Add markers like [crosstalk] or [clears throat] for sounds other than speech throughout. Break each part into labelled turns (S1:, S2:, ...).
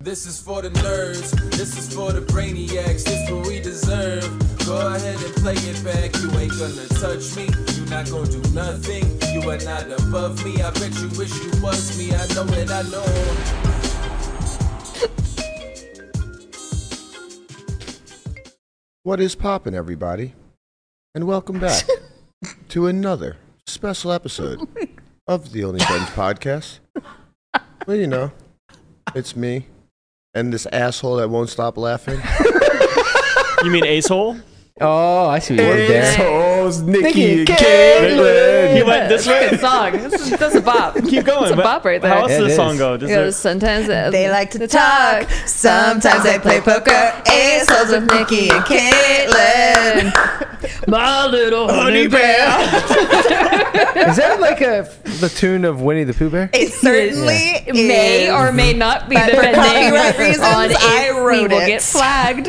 S1: This is for the nerds. This is for the brainiacs. This what we deserve. Go ahead and play it back. You ain't gonna touch me. You not gonna do nothing. You are not above me. I bet you wish you was me. I know it. I know.
S2: What is poppin', everybody? And welcome back to another special episode of the Only Friends podcast. Well, you know, it's me and this asshole that won't stop laughing.
S3: You mean ace hole?
S4: Oh, I see what you did there.
S3: [laughs]
S2: Assholes,
S4: Nikki and
S3: Caitlin. He went this way?
S5: Good song. This is, that's a
S3: [laughs]
S5: bop.
S3: Keep going.
S5: It's a
S3: but
S5: bop right
S3: How
S5: there.
S3: else
S4: It
S3: does the
S4: is.
S3: song go? Does
S5: It goes,
S3: it-
S5: sometimes
S6: They like to talk. Sometimes they play poker. Assholes with Nikki and Caitlin.
S5: My little honey
S4: Is that like a the tune of Winnie the Pooh Bear?
S6: [laughs] It certainly
S5: It may
S6: is. [laughs]
S5: or may not be
S6: But for
S5: depending
S6: copyright reasons,
S5: on if
S6: I
S5: we
S6: wrote
S5: will
S6: it.
S5: get
S6: [laughs]
S5: flagged.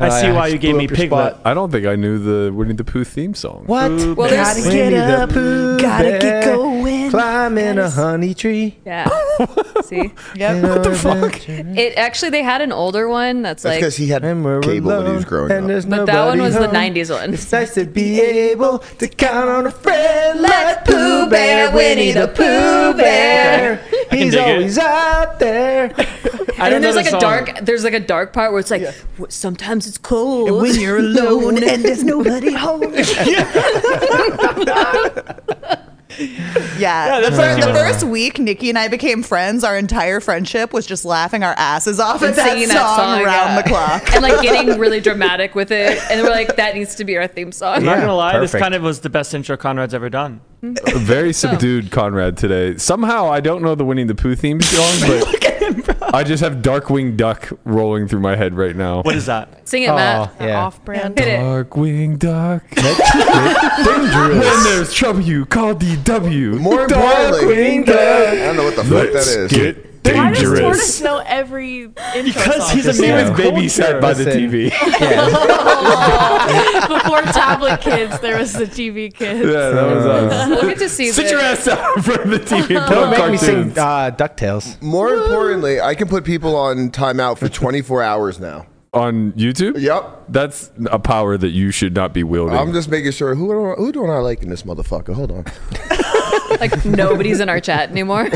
S3: I see
S4: yeah,
S3: why
S4: I
S3: you
S4: just
S3: gave
S4: blew
S3: me
S4: up your
S3: piglet.
S4: spot.
S7: I don't think I knew the Winnie the Pooh theme song.
S4: What?
S5: Well, there's- Gotta
S4: Winnie
S6: get
S4: the
S6: up,
S4: Pooh
S6: gotta get
S4: Bear,
S6: going,
S4: Climb in
S6: gotta
S4: a
S6: s-
S4: honey tree.
S5: Yeah. See?
S6: Yep.
S4: What the fuck?
S5: It actually they had an older one that's
S2: That's
S5: like
S2: because he had
S4: And we're
S2: cable when he
S4: alone,
S2: was growing
S4: and
S2: up.
S4: there's
S5: but that one
S4: nobody
S5: was the
S4: home.
S5: 90s one.
S4: It's nice to be able to count on a friend like
S6: Pooh Bear, Winnie the Pooh Bear.
S4: He's
S3: dig it.
S4: always out there.
S3: I don't
S5: and
S3: know
S5: there's like
S3: the song.
S5: a dark there's like a dark part where it's like "W- sometimes it's cold.
S6: When
S4: [laughs]
S6: you're alone and there's nobody home. Yeah.
S3: that's
S6: For
S3: actually
S6: the
S3: what-
S6: first week, Nikki and I became friends. Our entire friendship was just laughing our asses off
S5: And
S6: at that
S5: singing
S6: song,
S5: that song,
S6: round
S5: yeah.
S6: the clock.
S5: [laughs] [laughs] and like getting really dramatic with it. And we're like, that needs to be our theme song.
S3: I'm not gonna lie, this
S4: perfect.
S3: kind of was the best intro Conrad's ever done.
S7: Very subdued Conrad today. Somehow I don't know the Winnie the
S4: [laughs]
S7: Pooh theme song, but I just have Darkwing Duck rolling through my head right now.
S3: What is that?
S5: [laughs] Sing it, Matt.
S4: Oh, yeah.
S3: Oh.
S5: Hit it.
S7: Darkwing Duck.
S4: [laughs]
S7: when there's trouble, you call DW.
S2: More importantly, [laughs]
S7: Darkwing
S2: I
S7: Duck.
S2: don't know what the fuck that
S7: Let's
S2: is.
S7: get
S8: Why does Tortoise
S7: dangerous.
S8: know every intro
S3: Because
S8: song?
S3: he's a
S4: Just
S7: He was
S3: man
S4: now.
S3: with baby
S7: babysat by the
S4: Listen.
S7: [laughs] TV.
S8: [laughs] before tablet kids, there was the TV kids.
S7: Yeah, that was uh, us.
S8: [laughs]
S5: We'll get to see
S7: Sit
S5: the-
S7: your ass out in front of the TV and
S4: Don't
S7: put
S4: make me sing
S7: cartoons.
S4: uh, Ducktales.
S2: More importantly, I can put people on timeout for 24 hours now.
S7: On YouTube?
S2: Yep.
S7: That's a power that you should not be wielding.
S2: I'm just making sure who do who don't I like in this motherfucker? Hold on.
S5: Like nobody's in our chat [laughs] anymore.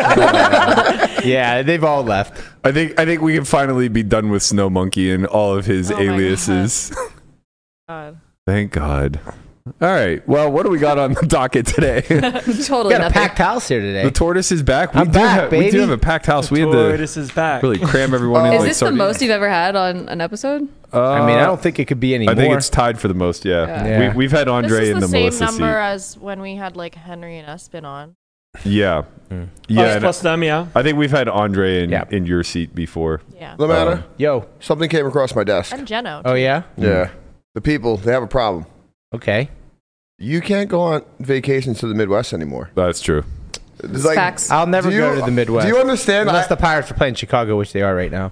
S4: [laughs] Yeah, they've all left.
S7: I think I think we can finally be done with Snow Monkey and all of his
S8: Oh my
S7: aliases.
S8: [laughs] God.
S7: Thank God. All right. Well, what do we got on the
S4: [laughs]
S7: docket today? the
S4: We
S5: totally
S4: got a
S5: nothing.
S4: packed house here today.
S7: tortoise is back. We
S4: I'm
S7: do
S4: back,
S7: have, We do
S4: baby.
S7: have a packed house. We had to
S3: Tortoise is back.
S7: really cram everyone
S8: [laughs]
S7: in.
S2: Is
S5: Is
S7: like
S5: this the
S7: sardines.
S5: most you've ever had on an episode?
S7: Uh,
S4: I mean, I don't think it could be any
S7: I think
S4: more.
S7: it's tied for the most. Yeah.
S4: Yeah. Yeah.
S7: We, we've had
S8: This
S7: Andre
S8: is
S7: in
S8: the
S7: the,
S8: same
S7: Melissa
S8: number as when we had like Henry and Espin on.
S7: seat. Yeah. Yeah.
S8: Oh,
S3: Us
S7: and
S3: [laughs] plus them, yeah.
S7: I think we've had Andre in,
S4: Mm. Yeah.
S7: in your seat before.
S8: Yeah.
S2: No matter.
S7: Uh,
S4: Yo.
S2: Something came across my desk.
S8: And Jeno.
S5: Uh,
S4: Oh yeah.
S7: Hmm.
S2: Yeah. The people, they have a problem.
S4: Okay.
S2: You can't go on vacations to the Midwest anymore.
S7: That's true.
S2: It's like-
S5: Facts.
S4: I'll never
S2: Do
S4: go
S2: you-
S4: to the Midwest.
S2: do you understand?
S4: Unless
S2: I-
S4: the Pirates are playing Chicago, which they are right now.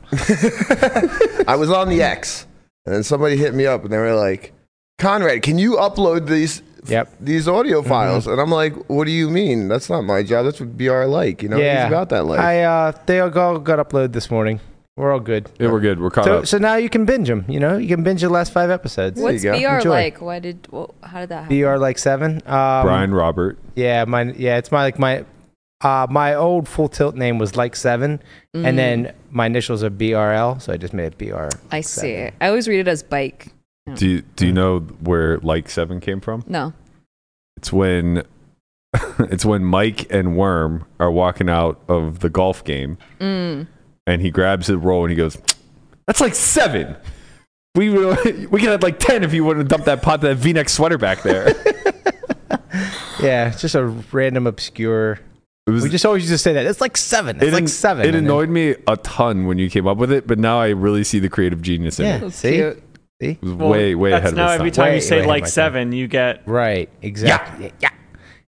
S2: I was on the X, and then somebody hit me up, and they were like, "Conrad, can you upload these
S4: Yep.
S2: these audio files?" And I'm like, "What do you mean? That's not my job. That's what BR like. You know,
S4: yeah.
S2: he's about that life."
S4: I uh, they all got, got uploaded this morning. We're all good.
S7: Yeah, we're good. We're caught
S4: So
S7: up.
S4: so now you can binge them. You know, you can binge the last five episodes.
S2: What?
S5: What's
S2: you
S5: BR
S2: go.
S4: Enjoy.
S5: like? Why did? Well, how did that happen?
S4: BR like seven. Um,
S7: Brian Robert.
S4: Yeah, my yeah, it's my like my uh my old full tilt name was like seven,
S5: Mm,
S4: and then my initials are BRL, so I just made it BR.
S5: I see. I always read it as bike.
S7: Do you, do you know where like seven came from?
S5: No.
S7: It's when [laughs] it's when Mike and Worm are walking out of the golf game,
S4: Mm.
S7: and he grabs the roll and he goes, "That's like seven. We were- [laughs] we could have like ten if you wouldn't have dumped that pot that V-neck sweater
S4: [laughs]
S7: back there." it
S4: Yeah, it's just a random obscure.
S7: was.
S4: We just always used to say that it's like seven. It's
S7: it an-
S4: like seven. and
S7: It
S4: then-
S7: annoyed me a ton when you came up with it, but now I really see the creative genius in
S4: Yeah,
S7: it. It
S4: see,
S5: Cute.
S4: see,
S7: was
S3: Well,
S7: way way
S3: that's
S7: ahead of
S3: now
S7: its
S3: every time
S7: time.
S4: Way-
S3: you
S4: way
S3: say
S4: ahead of
S3: like
S4: my time.
S3: seven, you get
S4: right, exactly. Yeah. yeah.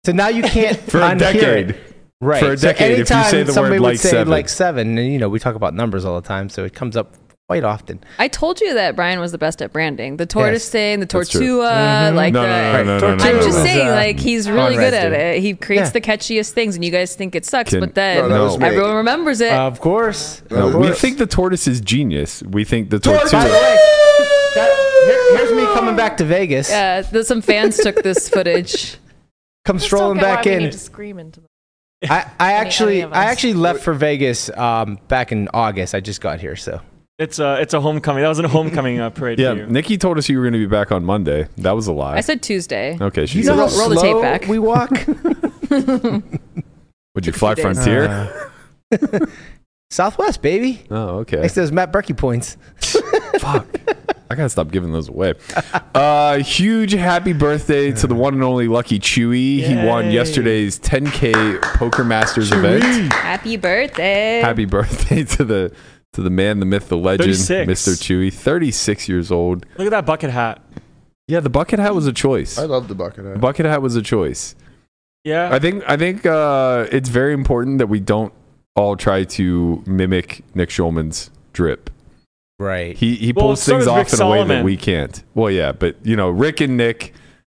S4: So now you can't
S7: [laughs] For a
S4: unhear
S7: decade.
S4: It. Right.
S7: For a
S4: So
S7: decade, if you
S4: anytime
S7: say the word
S4: somebody would
S7: like
S4: say
S7: seven.
S4: like seven, and you know we talk about numbers all the time, so it comes up quite often.
S5: I told you that Brian was the best at branding. The tortoise
S4: Yes.
S5: thing, the
S7: That's true.
S5: tortua, like
S7: No,
S5: the.
S7: no, no, no, no, no, no,
S5: I'm just
S7: no.
S4: Tortugas.
S5: saying,
S4: Uh,
S5: like he's really good
S4: Conrad's
S5: at
S4: dude.
S5: it. He creates
S4: Yeah.
S5: the catchiest things, and you guys think it sucks,
S7: Can-
S5: but then
S7: No, that was me.
S5: everyone remembers it.
S4: Uh, Of course.
S2: No,
S4: of
S7: we
S4: course.
S7: think the tortoise is genius. We think the
S4: By
S7: tortoise.
S4: the way, that- here- here's me coming back to Vegas.
S5: yeah, th- Uh, some fans took this footage.
S4: Come
S8: Just
S4: strolling
S8: don't get why
S4: back
S8: we
S4: in.
S8: need to scream into the- [laughs]
S4: I, I
S8: any
S4: actually
S8: of
S4: I
S8: us.
S4: actually left for Vegas um, back in August. I just got here, so
S3: It's a it's a homecoming. That was a homecoming uh, parade.
S7: yeah,
S3: for you.
S7: Nikki told us you were going to be back on Monday. That was a lie.
S5: I said Tuesday.
S7: okay, she
S5: You
S7: said.
S5: know- roll- roll the tape back.
S4: We walk.
S5: [laughs]
S7: Would you fly
S5: few days.
S7: Frontier?
S4: Uh, Southwest, baby.
S7: oh, okay.
S4: Next to those Matt Berkey points.
S7: Fuck. I gotta stop giving those away. [laughs] Uh, huge happy birthday to the one and only Lucky Chewy. He won
S3: Yay.
S7: yesterday's 10K Poker Masters event.
S5: Happy birthday.
S7: Happy birthday [laughs] to the to the man, the myth, the legend,
S3: 36.
S7: Mr. Chewy. 36 years old.
S3: Look at that bucket hat.
S7: Yeah, the bucket hat was a choice.
S2: I love the bucket hat.
S7: The bucket hat was a choice.
S3: Yeah.
S7: I think I think uh, it's very important that we don't all try to mimic Nick Schulman's drip.
S4: [laughs] Right.
S7: He he
S3: Well,
S7: pulls
S3: so
S7: things
S3: does
S7: off
S3: Rick
S7: in a way that
S3: Solomon.
S7: we can't. Well, yeah, but you know, Rick and Nick,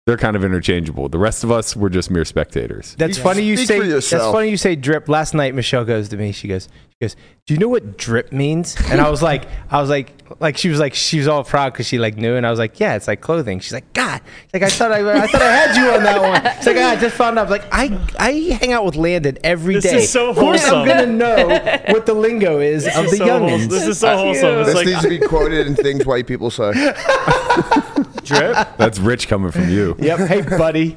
S7: they're kind of interchangeable. The rest of us, we're just mere spectators.
S4: That's
S2: Speak-
S4: funny you
S2: speak
S4: say.
S2: for
S4: That's
S2: yourself.
S4: funny you say drip. Last night Michelle goes to me. She goes. She goes. Do you know what drip means?
S3: [laughs]
S4: And I was like, I was like, like she was like, she was all proud because she like knew. And I was like, yeah, it's like clothing. She's like, God. She's like I thought I, I thought I had you on that one. She's like, "Ah, I just found out. I was like I, I hang out with Landon every day.
S3: This is so
S4: Of course I'm
S3: wholesome.
S4: gonna know what the lingo is of the
S3: so wholesome.
S4: youngins.
S3: This is so wholesome. It's
S2: This
S3: like
S2: needs to be quoted in things white people say.
S3: drip.
S7: That's rich coming
S2: [laughs]
S7: from you.
S4: Yep.
S3: [laughs]
S4: Hey, buddy.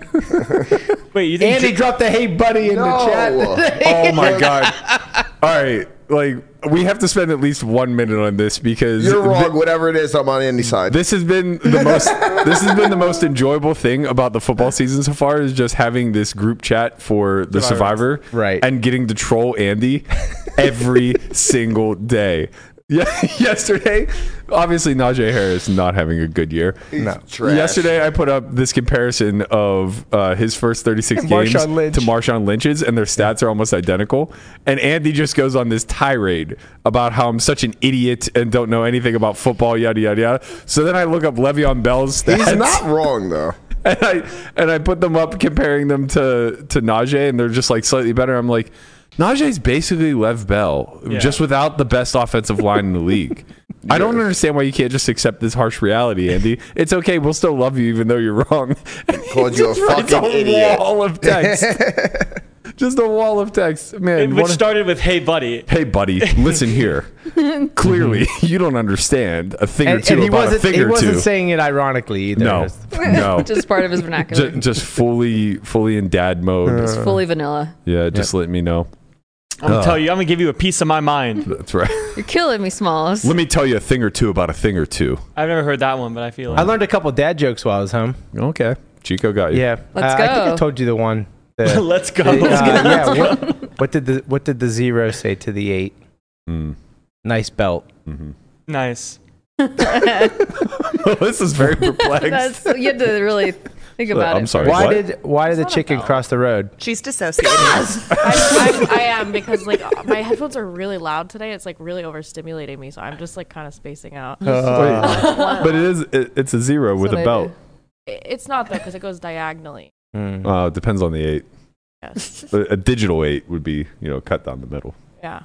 S3: Wait, you think
S4: Andy
S3: dri-
S4: dropped the hey, buddy in the chat.
S7: Oh my god. All right, like we have to spend at least one minute on this
S2: [laughs]
S7: because
S2: You're
S7: thi-
S2: wrong. Whatever it is, I'm on Andy's side.
S7: this has been the most. this has been the most enjoyable thing about the football season so far is just having this group chat for the Survivor,
S4: Right.
S7: And getting to troll Andy
S4: [laughs]
S7: every single day. Yeah, [laughs] yesterday, obviously Najee Harris not having a good year.
S2: no. Trash.
S7: Yesterday, I put up this comparison of uh, his first 36 games
S4: Marshawn Lynch.
S7: to Marshawn Lynch's, and their stats are almost identical. And Andy just goes on this tirade about how I'm such an idiot and don't know anything about football, yada yada yada. So then I look up Le'Veon Bell's stats,
S2: He's not wrong though.
S7: and I and I put them up comparing them to to Najee, and they're just like slightly better. I'm like, Najee's basically Lev Bell,
S3: Yeah.
S7: just without the best offensive line in the league. I don't understand why you can't just accept this harsh reality, Andy. It's okay. We'll still love you even though you're wrong. And he
S2: Called you a
S7: [laughs] just writes
S2: fucking idiot.
S7: wall of
S4: [laughs]
S7: text. just a wall of text. Man,
S3: which
S7: one-
S3: started with "Hey, buddy."
S7: hey, buddy, listen here. Clearly, [laughs] you don't understand a thing or
S4: And,
S7: two
S4: and he
S7: about a
S4: wasn't,
S7: thing
S4: he
S7: or two.
S4: wasn't saying it ironically either. It [laughs]
S7: no,
S4: was-
S7: no.
S5: Just part of his vernacular.
S7: Ju- just fully fully in dad mode
S5: it's fully vanilla.
S7: yeah just let me know
S3: I'm gonna
S7: Uh.
S3: tell you. I'm gonna give you a piece of my mind.
S5: [laughs]
S7: that's right
S5: You're killing me, Smalls.
S7: let me tell you a thing or two about a thing or two
S3: I've never heard that one, but I feel
S4: I
S3: it.
S4: learned a couple dad jokes while I was home.
S7: okay chico got you
S4: Yeah,
S5: Let's
S4: I think I
S5: go.
S4: told you the one.
S3: [laughs]
S4: The,
S3: Let's go.
S4: uh, yeah, what, what did the what did the zero say to the eight?
S7: Mm. mm-hmm.
S4: Nice belt.
S3: Nice.
S7: [laughs] this is very
S5: [laughs]
S7: perplexed
S5: That's, you had to really think about it.
S7: i'm sorry
S4: Why
S7: what?
S4: did why did the
S8: not a
S4: chicken
S8: belt.
S4: cross the road?
S6: She's dissociated.
S8: I,
S7: [laughs]
S8: I, I am because like my headphones are really loud today. It's like really overstimulating me, so I'm just like kind of spacing out.
S4: Hmm,
S7: but it is it, it's a zero with
S5: what
S7: a
S5: I
S7: belt
S8: It- It's not though because it goes diagonally.
S4: Mm.
S7: uh, depends on the eight [laughs]
S8: Yes.
S7: a, a digital eight would be you know cut down the middle
S8: Yeah.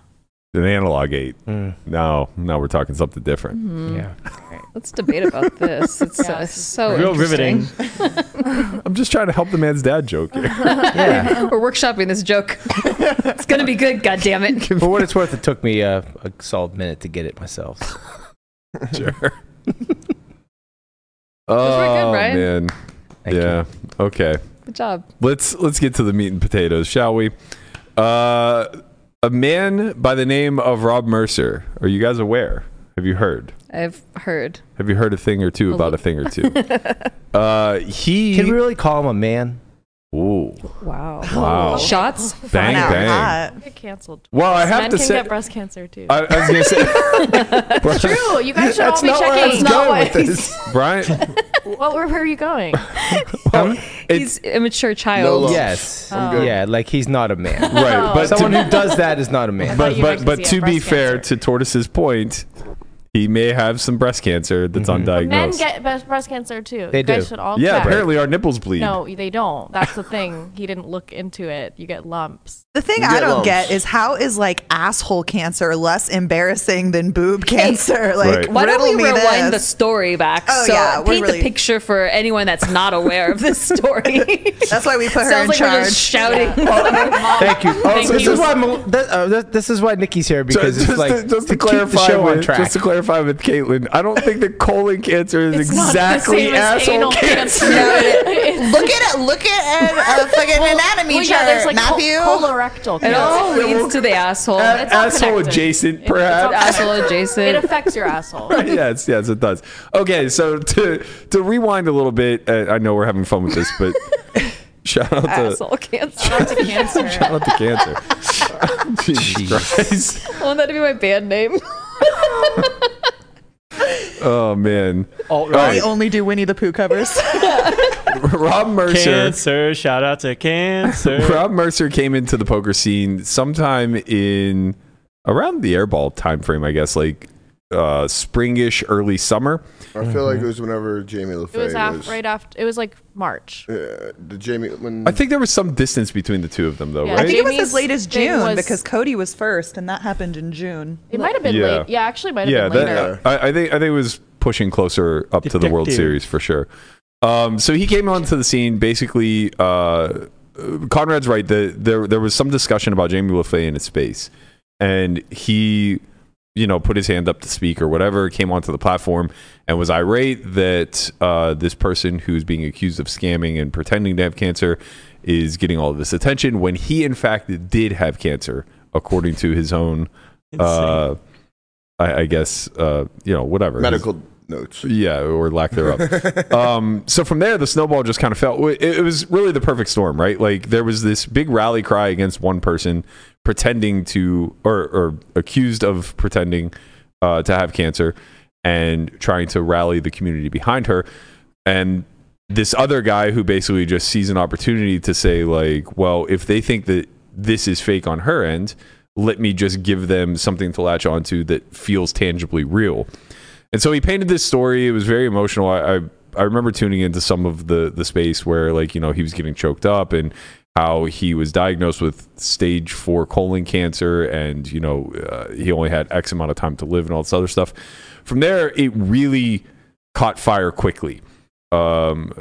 S7: an analog eight
S4: Mm.
S7: now now we're talking something different
S8: Hmm.
S4: Yeah.
S5: Mm-hmm. Let's debate about this. It's so,
S8: Yeah,
S5: it's
S8: this is
S5: so
S3: Real
S5: interesting.
S3: riveting.
S5: [laughs]
S7: i'm just trying to help the man's dad joke here. [laughs]
S4: yeah.
S5: We're workshopping this joke. [laughs] it's gonna be good. God damn it!
S4: For what it's worth, it took me uh, a solid minute to get it myself.
S7: sure
S5: good,
S7: oh
S5: right?
S7: man
S4: Thank you.
S7: yeah okay
S5: Good job.
S7: let's let's get to the meat and potatoes, shall we? Uh, a man by the name of Rob Mercer. Are you guys aware? Have you heard?
S5: I've heard.
S7: Have you heard a thing or two about a thing or two? Uh, he.
S4: Can we really call him a man?
S7: Ooh,
S5: Wow.
S8: [laughs]
S7: Wow.
S5: Shots.
S7: bang
S6: Not
S7: bang.
S6: hot.
S8: Get canceled.
S7: Well, I have
S8: Men
S7: to
S8: can
S7: say,
S8: get breast cancer too.
S7: I, I was gonna say,
S8: [laughs] True. You guys should all be
S4: where I
S8: checking.
S4: was going with this.
S8: [laughs]
S7: Brian.
S8: What? Where, where are
S7: [laughs]
S8: you going?
S5: He's immature
S2: No
S5: child.
S2: love.
S4: Yes.
S2: I'm
S8: Oh.
S2: good.
S4: Yeah, like he's not a man.
S7: Right, but to
S4: Someone who does that is not a man.
S7: but
S8: you meant
S7: but
S8: to
S7: but
S8: say
S7: to
S8: a
S7: be
S8: breast
S7: fair to
S8: cancer.
S7: Tortoise's point, He may have some breast cancer that's undiagnosed.
S8: Men get breast breast cancer too.
S4: They
S8: you guys
S4: do.
S8: should all
S7: yeah,
S8: check.
S7: apparently our nipples bleed.
S8: No, they don't. That's the thing. He didn't look into it. You get lumps.
S6: The thing
S2: You
S6: I
S2: get
S6: don't
S2: lumps.
S6: get is how is like asshole cancer less embarrassing than boob cancer? Like,
S7: Right.
S5: Why don't
S6: riddle
S5: we
S6: me
S5: rewind the
S6: this.
S5: story back?
S6: Oh,
S5: so
S6: yeah, we're
S5: paint
S6: really-
S5: the picture for anyone that's not aware of this [laughs] story.
S6: That's why we put her
S5: Sounds
S6: in
S5: like
S6: charge.
S5: we're just shouting.
S4: Thank you.
S5: [laughs] Thank
S4: this
S5: you.
S4: is why Mel- that, uh, this, this is why Nikki's here
S7: So
S4: because
S7: just
S4: it's like
S7: to, just to
S4: keep
S7: clarify,
S4: the show
S7: with,
S4: on track.
S7: just to clarify with Caitlin, I don't think that colon cancer is
S8: It's not the
S7: exactly
S8: same as
S7: asshole
S8: anal [laughs]
S6: [laughs]
S7: cancer.
S6: look at it. Look at a, a fucking anatomy
S8: Well,
S6: chart,
S8: yeah, there's like col-
S6: Matthew.
S8: colorectal
S5: It
S8: cancer.
S5: all leads to the asshole.
S7: A-
S8: all
S7: asshole
S8: connected.
S7: adjacent,
S8: It- it's all
S7: perhaps.
S5: asshole
S8: It
S5: adjacent.
S8: affects your asshole.
S5: [laughs]
S7: [laughs] yes, yes, it does. Okay, so to to rewind a little bit, uh, I know we're having fun with this, but [laughs] shout out to
S5: Asshole cancer.
S8: It's a cancer.
S7: shout out to cancer.
S8: [laughs]
S7: [laughs] Jesus
S5: [laughs]
S7: Christ.
S5: I want that to be my band name. [laughs]
S7: Oh man. All
S6: We
S7: right,
S6: only do Winnie the Pooh covers. [laughs]
S7: Rob Mercer.
S3: Cancer. Shout out to
S7: [laughs]
S3: cancer.
S7: Rob Mercer came into the poker scene sometime in around the airball time frame, I guess, like uh springish, early summer.
S2: I feel like it was whenever Jamie LaFay
S8: It
S2: was.
S8: was af- right after. It was like March.
S2: uh, the Jamie when
S7: I think there was some distance between the two of them though,
S8: Yeah.
S6: I
S7: right?
S6: think it was
S8: Jamie's
S6: as late as
S8: thing
S6: June
S8: was-
S6: because Cody was first, and that happened in [laughs] June.
S8: It might have been
S7: Yeah.
S8: late. Yeah, actually, might have
S7: yeah,
S8: been later.
S7: that, I, I think I think it was pushing closer up to the World
S3: Detective.
S7: Series for sure. Um, so he came onto the scene basically. Uh, Conrad's right. The, there there was some discussion about Jamie LaFay in his space, and he, you know, put his hand up to speak or whatever. Came onto the platform and was irate that uh, this person who's being accused of scamming and pretending to have cancer is getting all this attention when he in fact did have cancer, according to his own uh, I, I guess uh, you know whatever
S2: medical notes.
S7: yeah, or lack thereof. um, so from there, the snowball just kind of fell. It, it was really the perfect storm, right? Like there was this big rally cry against one person pretending to, or, or accused of pretending uh, to have cancer, and trying to rally the community behind her, and this other guy who basically just sees an opportunity to say like, well, if they think that this is fake on her end. Let me just give them something to latch onto that feels tangibly real. And so he painted this story. It was very emotional. I, I I remember tuning into some of the the space where like you know he was getting choked up and how he was diagnosed with stage four colon cancer and you know uh, he only had X amount of time to live and all this other stuff. From there, it really caught fire quickly. Um,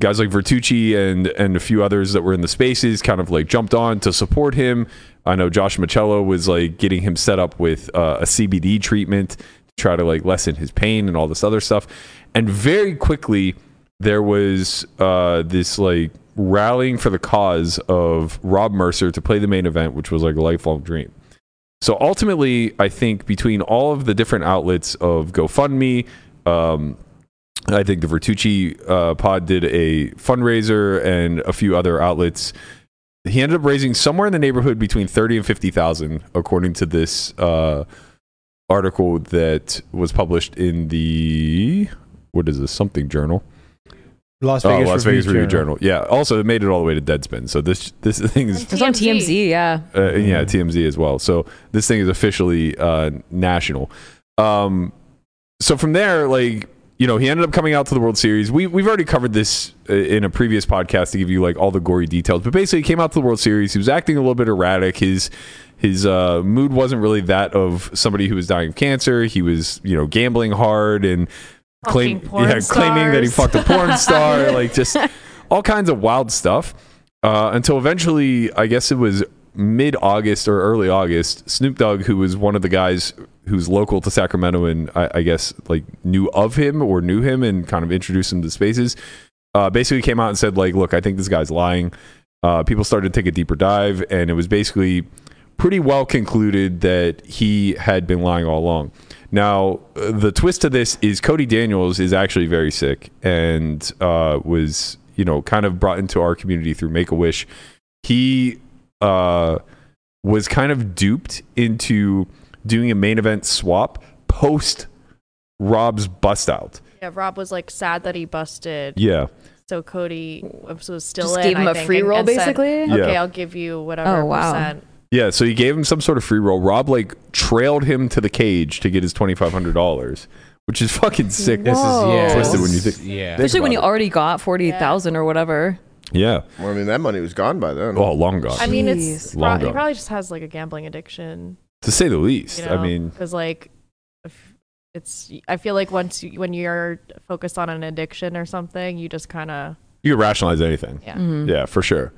S7: guys like Vertucci and and a few others that were in the spaces kind of like jumped on to support him. I know Josh Michello was like getting him set up with uh, a CBD treatment to try to like lessen his pain and all this other stuff. And very quickly there was uh, this like rallying for the cause of Rob Mercer to play the main event, which was like a lifelong dream. So ultimately, I think between all of the different outlets of GoFundMe, um, I think the Vertucci uh, pod did a fundraiser and a few other outlets. He ended up raising somewhere in the neighborhood between thirty and fifty thousand, according to this uh, article that was published in the what is this something journal?
S4: Las
S7: Oh,
S4: Vegas,
S7: Las Vegas Review Journal. Yeah. Also, it made it all the way to Deadspin. So this this [laughs] thing is
S5: It's on TMZ, yeah.
S7: uh, and yeah, TMZ as well. So this thing is officially uh, national. Um, so from there, like you know, he ended up coming out to the World Series. We we've already covered this uh, in a previous podcast to give you like all the gory details, but basically, he came out to the World Series. He was acting a little bit erratic. His his uh, mood wasn't really that of somebody who was dying of cancer. He was you know gambling hard and claim,
S8: Fucking porn
S7: yeah, claiming that he
S8: stars.
S7: fucked a porn star, like just all kinds of wild stuff. Uh, until eventually, I guess it was mid August or early August, Snoop Dogg, who was one of the guys who's local to Sacramento and I, I guess like knew of him or knew him and kind of introduced him to spaces, uh, basically came out and said like, "Look, I think this guy's lying." Uh, people started to take a deeper dive, and it was basically pretty well concluded that he had been lying all along. Now, uh, the twist to this is Cody Daniels is actually very sick and uh, was, you know, kind of brought into our community through Make a Wish. He uh, was kind of duped into doing a main event swap post Rob's bust out.
S8: Yeah, Rob was like sad that he busted.
S7: Yeah.
S8: So Cody was was still
S5: Just
S8: in,
S5: gave him
S8: I
S5: a
S8: think,
S5: free
S8: and-
S5: roll,
S8: and said,
S5: basically.
S7: Yeah.
S8: okay, I'll give you whatever
S5: Oh, wow.
S8: percent.
S7: Yeah, so he gave him some sort of free roll. Rob like trailed him to the cage to get his twenty five hundred dollars, which is fucking sick.
S5: This is- Whoa. yeah,
S7: twisted when you think.
S4: Yeah.
S7: think
S5: Especially when you
S7: about
S5: already got 40,000 or whatever.
S7: it. Yeah.
S2: Well, I mean, that money was gone by then.
S7: Oh, long gone,
S8: I mean, it's
S5: Jeez.
S8: pro-
S7: Long
S8: he
S7: gone.
S8: probably just has like a gambling addiction.
S7: to say the least.
S8: You
S7: I mean,
S8: because like, if it's I feel like once you, when you're focused on an addiction or something, you just kind of
S7: you could rationalize anything.
S8: yeah.
S5: Mm-hmm.
S7: Yeah, for sure.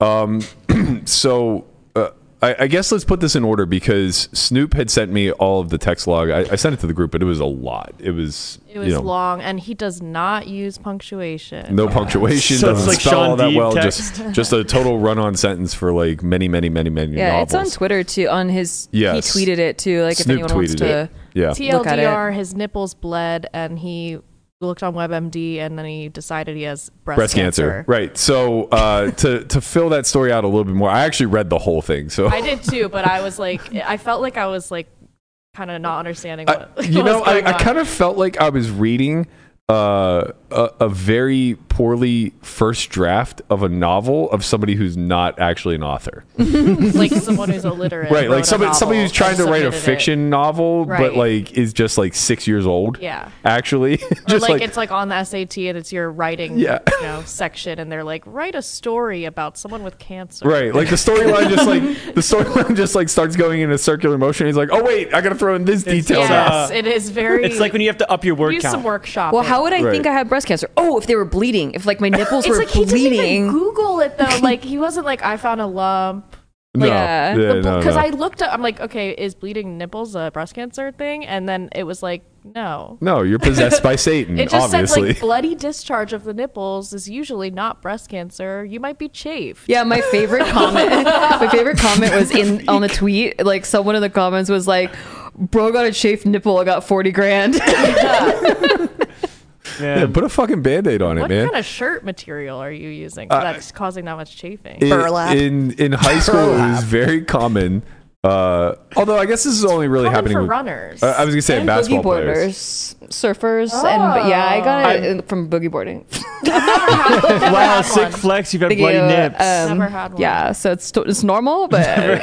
S7: Um, [clears throat] so uh, I, I guess let's put this in order because Snoop had sent me all of the text log. I, I sent it to the group, but it was a lot. It was
S8: It was
S7: you know,
S8: long, and he does not use punctuation.
S7: No punctuation.
S3: So it's
S7: doesn't
S3: like
S7: spell
S3: Sean
S7: all that
S3: Deeb
S7: well.
S3: text.
S7: Just just a total run-on sentence for like many, many, many, many
S5: Yeah,
S7: novels.
S5: it's on Twitter too. On his,
S7: Yes.
S5: he tweeted it too. Like if
S7: Snoop
S5: anyone wants
S7: tweeted
S5: to,
S7: it. Yeah,
S5: Look at it.
S8: TLDR, his nipples bled, and he looked on WebMD, and then he decided he has breast,
S7: breast cancer. Right. So uh, to to fill that story out a little bit more, I actually read the whole thing. So [laughs]
S8: [laughs] I did too, but I was like, I felt like I was like, kind of not understanding
S7: I- [laughs]
S8: what. [laughs]
S7: you know, I, I kind of felt like I was reading uh, a, a very poorly first draft of a novel of somebody who's not actually an
S8: [laughs]
S7: author. [laughs]
S8: of like someone who's illiterate,
S7: Right.
S8: wrote a
S7: Like somebody, somebody
S8: novel
S7: who's trying
S8: and
S7: to write a
S8: submitted it.
S7: fiction novel,
S8: Right.
S7: but like is just like six years old.
S8: Yeah.
S7: Actually, [laughs]
S8: Or
S7: just
S8: like,
S7: like,
S8: it's like on the SAT and it's your writing
S7: Yeah.
S8: you know, [laughs] section and they're like write a story about someone with cancer.
S7: Right, like the storyline just like
S8: [laughs]
S7: the storyline just like starts going in a circular motion. He's like, "Oh wait, I gotta throw in this detail." now."
S8: Yes,
S3: uh,
S8: it is very.
S3: It's like when you have to up your word
S8: do
S3: count.
S8: some workshop.
S5: well, how would I think
S7: Right.
S5: I had breast cancer? Oh, if they were bleeding, if like my nipples
S8: It's
S5: were
S8: like he didn't even
S5: bleeding.
S8: Google it though. Like he wasn't like I found a lump.
S7: No,
S5: Yeah.
S7: [laughs] yeah,
S8: because
S7: no, no.
S8: I looked up, I'm like, okay, is bleeding nipples a breast cancer thing? And then it was like, no.
S7: no, you're possessed by Satan,
S8: [laughs] It just
S7: Mm, obviously.
S8: said like bloody discharge of the nipples is usually not breast cancer. You might be chafed.
S5: Yeah, my
S8: [laughs]
S5: favorite comment. my favorite comment was in on the tweet. Like someone in the comments was like, "Bro got a chafed nipple. I got forty grand."
S3: Man.
S7: yeah, put a fucking band-aid on it,
S8: What
S7: man. Uh,
S8: kind of shirt material are you using that's causing that much chafing?
S7: in,
S6: Burlap.
S7: in in
S8: [laughs]
S7: high school it was very common. Uh, although I guess this is only really
S8: Common
S7: happening uh,
S8: for
S7: with
S8: runners.
S7: I- I was gonna say
S5: And
S7: basketball
S5: boogie
S7: players. Ah.
S5: boarders, surfers, and yeah, I got it from boogie boarding. [laughs]
S3: wow,
S8: had
S3: sick
S8: one.
S3: flex. You've had
S5: Thank
S3: bloody
S5: you.
S3: nips.
S5: Um,
S8: Never had one.
S5: Yeah, so it's it's
S7: [laughs]
S5: normal, but [laughs]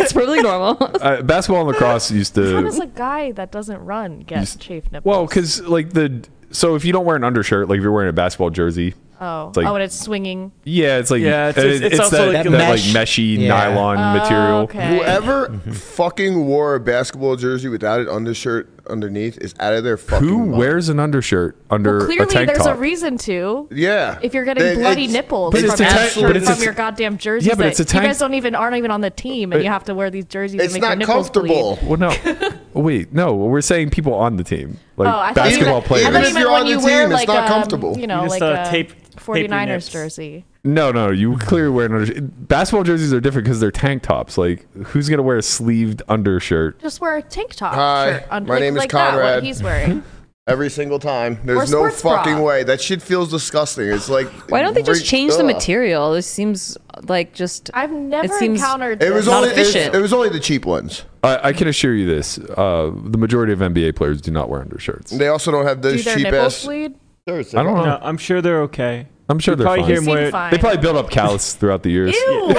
S5: it's perfectly normal.
S7: Uh, basketball and lacrosse used
S8: How does
S7: to
S8: a guy that doesn't run get chafed nipples?
S7: well because like the so if you don't wear an undershirt, like if you're wearing a basketball jersey,
S8: oh,
S7: like-
S8: oh, and it's swinging.
S7: yeah, it's like
S3: Yeah, it's-
S7: and
S3: it's- it's also
S7: that,
S3: like
S7: that,
S3: a
S7: like
S4: mesh.
S7: meshy
S4: Yeah.
S7: nylon material.
S8: Oh,
S7: [laughs]
S8: Okay.
S2: Whoever
S7: Mm-hmm.
S2: fucking wore a basketball jersey without an undershirt underneath is out of their fucking
S7: Who
S2: mind.
S7: wears an undershirt under
S8: Well,
S7: a
S8: clearly,
S7: tank
S8: there's
S7: top?
S8: a reason to.
S2: Yeah.
S8: If you're getting
S2: They-
S8: bloody
S2: it's-
S8: nipples
S7: but
S8: from,
S7: it's a
S8: your
S7: tank-
S8: shirt-
S7: but it's a
S8: from your
S7: t-
S8: goddamn jerseys,
S7: Yeah, but it's a
S8: that
S7: tank-
S8: you guys don't even aren't even on the team, and you have to wear these jerseys to
S2: It's
S8: make your
S2: not
S8: nipples
S2: comfortable.
S8: bleed. [laughs]
S7: well, no, wait, no. We're saying people on the team, like
S8: Oh, I thought you
S7: basketball
S8: meant-
S7: players.
S8: I thought
S2: Even
S8: you
S2: if
S8: meant
S2: you're
S8: when
S2: on the
S8: you
S2: team,
S8: wear
S2: it's
S8: like
S2: not
S8: um,
S2: comfortable.
S8: You know,
S3: You just,
S8: like
S3: uh,
S8: a
S3: tape- tape your
S8: 49ers
S3: nips.
S8: jersey.
S7: No, no, you clearly wear an undershirt. Basketball jerseys are different because they're tank tops. Like, who's gonna wear a sleeved undershirt?
S8: Just wear a tank top.
S2: Hi,
S8: shirt on-
S2: my
S8: like,
S2: name is
S8: like that, what
S2: Conrad.
S8: he's wearing.
S2: Every single time. There's
S8: Or
S2: no
S8: sports bra.
S2: fucking way. That shit feels disgusting. It's like
S5: Why don't they just
S2: re-
S5: change the
S2: ugh.
S5: material? This seems like just
S8: I've never
S5: seems-
S8: encountered.
S2: It was
S8: this.
S2: only it was,
S5: efficient.
S2: it was only the cheap ones.
S7: I, I can assure you this: uh, the majority of NBA players do not wear undershirts.
S2: They also don't have
S8: Do
S2: those
S8: their
S2: cheap
S8: nipples
S2: ass.
S8: bleed?
S2: shirts.
S7: I don't know.
S3: No, I'm sure they're okay.
S7: I'm sure
S3: You
S7: they're
S3: probably
S7: fine.
S3: hear more.
S8: Seem fine.
S7: They probably build up callus throughout the years.
S8: Ew!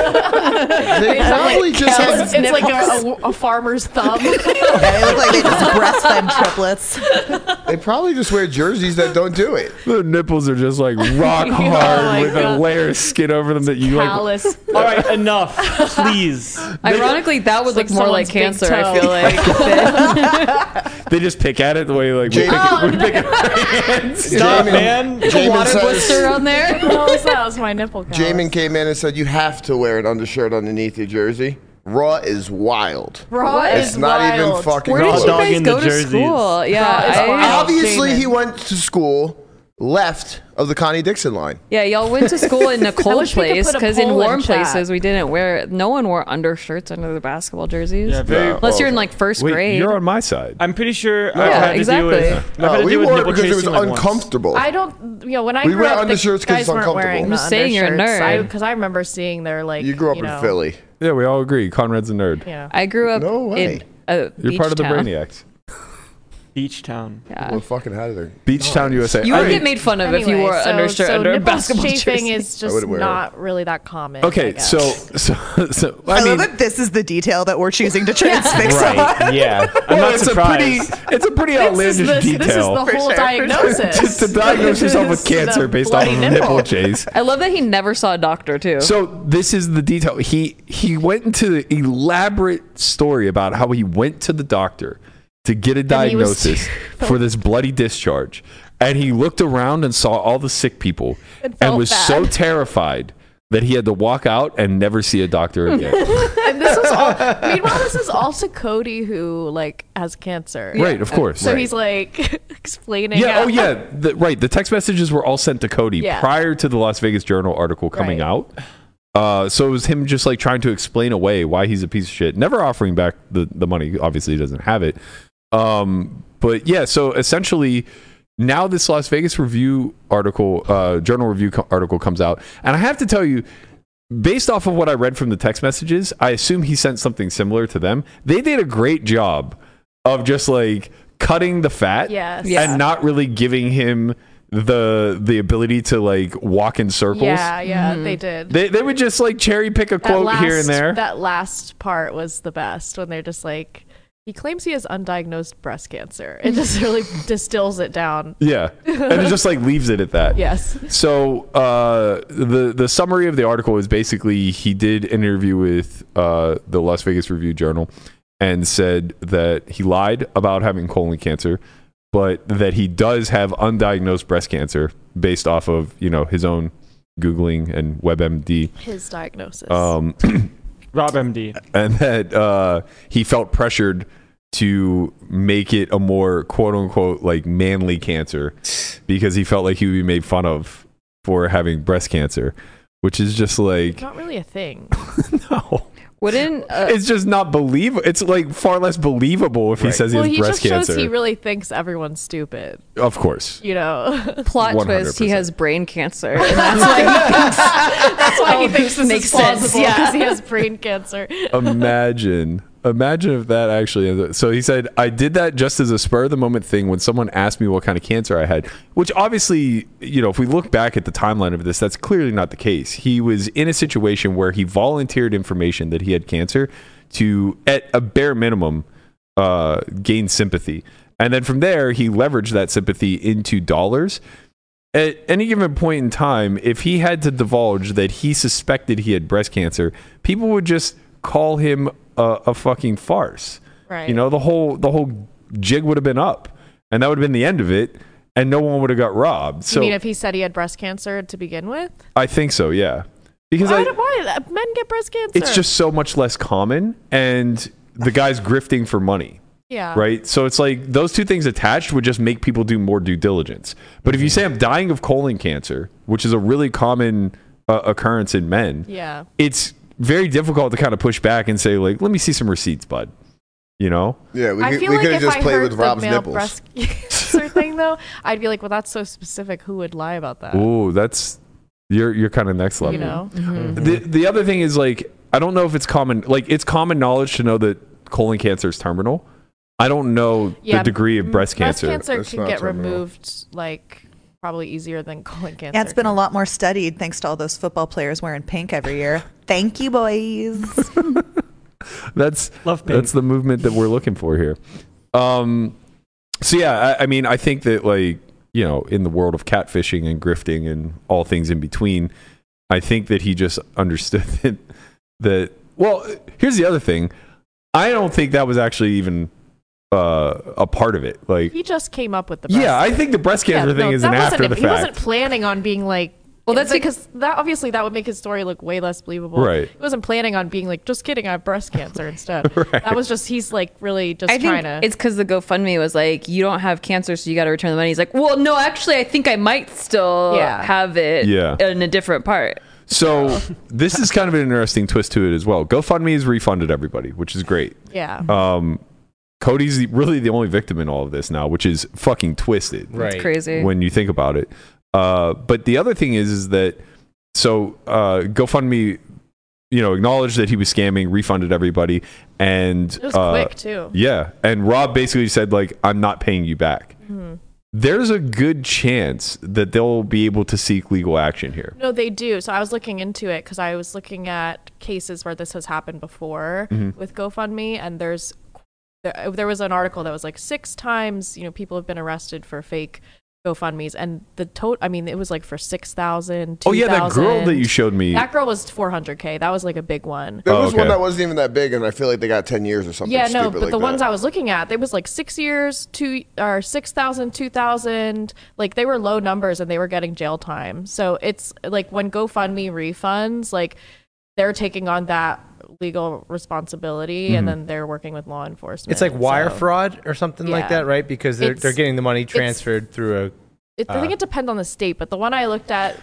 S2: They probably just
S8: It's,
S2: have.
S8: it's like a, a, a farmer's thumb.
S6: They look [laughs] like they just breastfed triplets.
S2: They probably just wear jerseys that don't do it.
S7: Their nipples are just like rock
S8: [laughs] Oh
S7: hard
S8: my
S7: with a
S8: God.
S7: layer of skin over them that you like.
S8: Callous.
S3: All right, enough,
S5: [laughs]
S3: please.
S5: ironically that would
S8: It's like
S5: look more like
S8: someone's
S5: cancer.
S8: big
S5: I
S8: toe.
S5: feel
S8: [laughs]
S5: like
S7: They just pick at it the way like we
S2: Jamie-
S7: pick,
S2: Oh,
S7: we pick at hands.
S3: Stop,
S2: Jamin-
S3: man.
S5: the
S2: Jamin
S5: water
S2: says-
S5: blister on there.
S8: What was that? That was my nipple callus.
S2: Jamin came in and said, "You have to wear an undershirt underneath your jersey." Raw is wild.
S8: Raw
S5: What?
S8: is
S2: It's not
S8: wild.
S2: even fucking.
S5: Where
S3: Raw
S5: did you
S2: close.
S3: dog
S5: guys
S3: in the
S5: go to
S3: jerseys.
S5: school?
S8: is
S5: Yeah, I,
S8: wild.
S2: Obviously,
S8: Jamin.
S2: he went to school left of the Connie Dixon line.
S5: yeah, y'all went to school
S8: [laughs]
S5: in a cold
S8: wish we could
S5: place
S8: put a
S5: because in
S8: poll in
S5: warm
S8: chat.
S5: places we didn't wear. No one wore undershirts under their basketball jerseys.
S3: Yeah, very-
S5: Unless you're in like first
S7: Wait,
S5: grade.
S7: you're on my side.
S3: I'm pretty sure I've
S5: Yeah,
S3: had to do with.
S5: exactly.
S3: I've had
S2: No,
S3: to
S2: Uh, we
S3: do with
S2: wore it
S3: nipple
S2: because it was
S3: chasing like once.
S2: uncomfortable.
S8: I don't, you know, when I
S2: We
S8: grew
S2: wear
S8: up,
S2: undershirts
S8: the
S2: 'cause it's
S8: guys weren't
S2: uncomfortable.
S8: wearing
S2: I'm
S8: the
S5: just saying you're a nerd.
S8: Because I, remember seeing their like.
S2: you grew up in
S8: know,
S2: Philly.
S7: yeah, we all agree. Conrad's a nerd.
S8: Yeah.
S5: I grew up
S2: No way.
S5: in a
S7: You're
S5: beach
S7: part of the
S5: town.
S7: Brainiacs.
S3: Beach Town.
S5: Yeah.
S2: We're fucking out of there.
S7: Beachtown, USA.
S5: You
S7: I
S5: would
S7: mean-
S5: get made fun of if you
S8: Anyway,
S5: wore an
S8: so-
S5: undershirt
S8: so
S5: under a
S8: nipple
S5: basketball
S8: chafing
S5: jersey.
S8: is
S2: would
S8: just
S2: wear it.
S8: not really that common. I
S7: Okay,
S8: guess.
S7: so [laughs] so so I,
S6: I,
S7: mean,
S6: love that this is the detail that we're choosing to transfix [laughs] on.
S4: Right. Yeah.
S7: [laughs]
S4: I'm
S7: well,
S4: not
S7: it's
S4: surprised.
S7: a pretty [laughs] it's a pretty
S8: this
S7: outlandish
S8: is the,
S7: detail.
S8: this is the whole
S6: sure, for sure.
S8: diagnosis.
S7: Just [laughs] to
S8: [laughs]
S7: diagnose yourself with
S8: This is a
S7: cancer based off
S8: bloody
S7: of a nipple chase.
S5: I love that he never saw a doctor too.
S7: So this is the detail. He he went into the elaborate story about how he went to the doctor to get a
S8: And he was
S7: diagnosis for this bloody discharge, and he looked around and saw all the sick people,
S8: And
S7: and
S8: felt
S7: was so
S8: bad.
S7: terrified that he had to walk out and never see a doctor
S8: [laughs]
S7: again.
S8: And this was all, meanwhile, this is also Cody who like has cancer.
S7: right, of course.
S8: So
S7: Right.
S8: he's like [laughs] explaining.
S7: yeah,
S8: how-
S7: oh
S8: [laughs]
S7: yeah, the, right. The text messages were all sent to Cody
S8: Yeah.
S7: prior to the Las Vegas Journal article coming
S8: Right.
S7: out. Uh, so it was him just like trying to explain away why he's a piece of shit, never offering back the, the money. Obviously, he doesn't have it. Um, but yeah, so essentially, now this Las Vegas Review article, uh, Journal Review co- article comes out, and I have to tell you, based off of what I read from the text messages, I assume he sent something similar to them. They did a great job of just like cutting the fat
S8: Yes.
S7: and not really giving him the the ability to like walk in circles.
S8: Yeah, yeah,
S5: Mm-hmm.
S8: they did.
S7: They they would just like cherry pick a
S8: That
S7: quote here
S8: last-
S7: and there.
S8: That last part was the best when they're just like, he claims he has undiagnosed breast cancer. It
S7: [laughs]
S8: just really distills it down.
S7: yeah. And it just like leaves it at that.
S8: Yes.
S7: So uh, the the summary of the article is basically he did an interview with uh, the Las Vegas Review Journal and said that he lied about having colon cancer, but that he does have undiagnosed breast cancer based off of you know his own googling and WebMD,
S8: His diagnosis.
S7: um,
S3: Rob MD.
S7: and that uh, he felt pressured to make it a more quote unquote like manly cancer because he felt like he would be made fun of for having breast cancer, which is just like
S8: not really a thing.
S7: [laughs] no,
S5: Wouldn't
S7: [laughs]
S5: uh,
S7: it's just not believe. It's like far less believable if he says he
S8: well,
S7: has
S8: he
S7: breast
S8: just shows
S7: cancer.
S8: he really thinks everyone's stupid.
S7: of course, [laughs]
S8: You know,
S5: plot twist? He
S7: 100%.
S5: has brain cancer,
S8: [laughs]
S5: and that's why he thinks
S8: that's why he
S5: Oh,
S8: thinks this
S5: makes
S8: is
S5: sense,
S8: plausible
S5: yeah.
S8: because he has
S7: [laughs]
S8: brain cancer.
S7: imagine. Imagine if that actually. So he said, I did that just as a spur of the moment thing when someone asked me what kind of cancer I had, which obviously, you know, if we look back at the timeline of this, that's clearly not the case. He was in a situation where he volunteered information that he had cancer to, at a bare minimum, uh, gain sympathy. And then from there, he leveraged that sympathy into dollars. At any given point in time, if he had to divulge that he suspected he had breast cancer, people would just call him a, a fucking farce.
S8: Right.
S7: You know, the whole the whole jig would have been up, and that would have been the end of it, and no one would have got robbed.
S8: I
S7: So
S8: mean, if he said he had breast cancer to begin with,
S7: I think so, yeah. Because
S8: why,
S7: I-
S8: do- why men get breast cancer?
S7: it's just so much less common, and the guy's grifting for money.
S8: yeah,
S7: right? So it's like those two things attached would just make people do more due diligence. But
S8: Mm-hmm.
S7: if you say I'm dying of colon cancer, which is a really common uh, occurrence in men,
S8: Yeah,
S7: it's very difficult to kind of push back and say like, "Let me see some receipts, bud." You know?
S2: Yeah, we
S8: I
S2: could,
S8: feel
S2: we
S8: like
S2: could have
S8: if
S2: just
S8: I
S2: played
S8: heard
S2: with
S8: the
S2: Rob's
S8: male
S2: nipples.
S8: breast [laughs] cancer thing though, I'd be like, well, that's so specific. Who would lie about that?
S7: Ooh, that's you're you're kind of next level.
S8: Uh, you know,
S7: The the other thing is like I don't know if it's common like it's common knowledge to know that colon cancer is terminal. I don't know
S8: Yeah,
S7: the degree of breast
S8: breast
S7: cancer.
S8: cancer
S2: That's
S8: can
S2: not
S8: get
S2: terminal.
S8: removed like probably easier than colon cancer.
S6: Yeah, it's been a lot more studied thanks to all those football players wearing pink every year. Thank you, [laughs] boys.
S7: That's
S3: Love pink.
S7: That's the movement that we're looking for here. Um, so yeah, I, I mean, I think that like you know, in the world of catfishing and grifting and all things in between, I think that he just understood [laughs] that. That well, here's the other thing. I don't think that was actually even uh, a part of it. Like,
S8: He just came up with the breast
S7: yeah, I think the breast
S8: Yeah,
S7: cancer thing
S8: no,
S7: is
S8: that
S7: an
S8: wasn't
S7: after
S8: him.
S7: the
S8: He wasn't
S7: fact.
S8: planning on being like. Well, that's because that obviously that would make his story look way less believable.
S7: Right.
S8: He wasn't planning on being like, just kidding, I have breast cancer instead.
S7: [laughs] Right.
S8: That was just he's like really just
S5: I
S8: trying
S5: think
S8: to.
S5: it's because the GoFundMe was like, you don't have cancer, so you got to return the money. He's like, well, no, actually, I think I might still
S8: Yeah.
S5: have it
S7: Yeah.
S5: in a different part.
S7: So this is kind of an interesting twist to it as well. GoFundMe has refunded everybody, which is great.
S8: yeah.
S7: um, Cody's the- really the only victim in all of this now, which is fucking twisted
S4: Right.
S5: It's crazy.
S7: when you think about it. Uh, but the other thing is, is that so uh, GoFundMe you know, acknowledged that he was scamming, refunded everybody, and
S8: It was
S7: uh,
S8: quick too.
S7: Yeah, and Rob basically said like, "I'm not paying you back."
S8: Mm-hmm.
S7: There's a good chance that they'll be able to seek legal action here.
S8: No, they do. So I was looking into it because I was looking at cases where this has happened before
S7: Mm-hmm.
S8: with GoFundMe, and there's there, uh, there was an article that was like six times you know people have been arrested for fake GoFundmes, and the total. I mean, it was like for six thousand.
S7: Oh yeah, that girl that you showed me.
S8: That girl was four hundred k. That was like a big one.
S2: There
S7: Oh,
S2: was
S7: okay.
S2: one that wasn't even that big, and I feel like they got ten years or something.
S8: Yeah, no,
S2: stupid
S8: but
S2: like
S8: the
S2: that.
S8: ones I was looking at, they was like six years, two or six thousand, two thousand. Like they were low numbers and they were getting jail time. So it's like when GoFundMe refunds, like they're taking on that legal responsibility
S2: Mm-hmm.
S8: and then they're working with law enforcement.
S4: It's like wire
S8: So
S4: fraud or something like
S8: Yeah.
S4: that, right? Because they're,
S8: It's-
S4: they're getting the money
S8: it's-
S4: transferred through a.
S8: It, I
S2: Uh.
S8: think it depends on the state, but the one I looked at,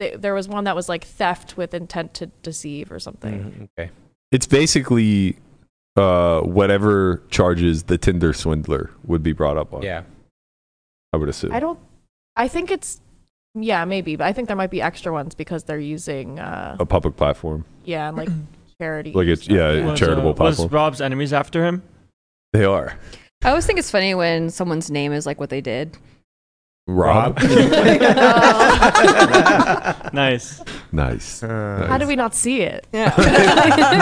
S8: th- there was one that was like theft with intent to deceive or something.
S2: Mm-hmm.
S5: Mm-hmm.
S4: Okay.
S7: it's basically uh, whatever charges the Tinder swindler would be brought up on.
S4: Yeah.
S7: I would assume.
S8: I don't. I think it's. Yeah, maybe, but I think there might be extra ones because they're using. Uh,
S7: a public platform.
S2: [clears throat]
S8: yeah, and like charity.
S7: Like it's yeah, a
S3: Was,
S7: charitable
S3: uh, was
S7: platform.
S3: Rob's enemies after him?
S7: They are
S5: I always think it's funny when someone's name is like what they did. [laughs]
S4: [laughs]
S7: Rob.
S8: Oh,
S3: Nice.
S7: [laughs] nice. Uh,
S8: How did we not see it?
S5: it's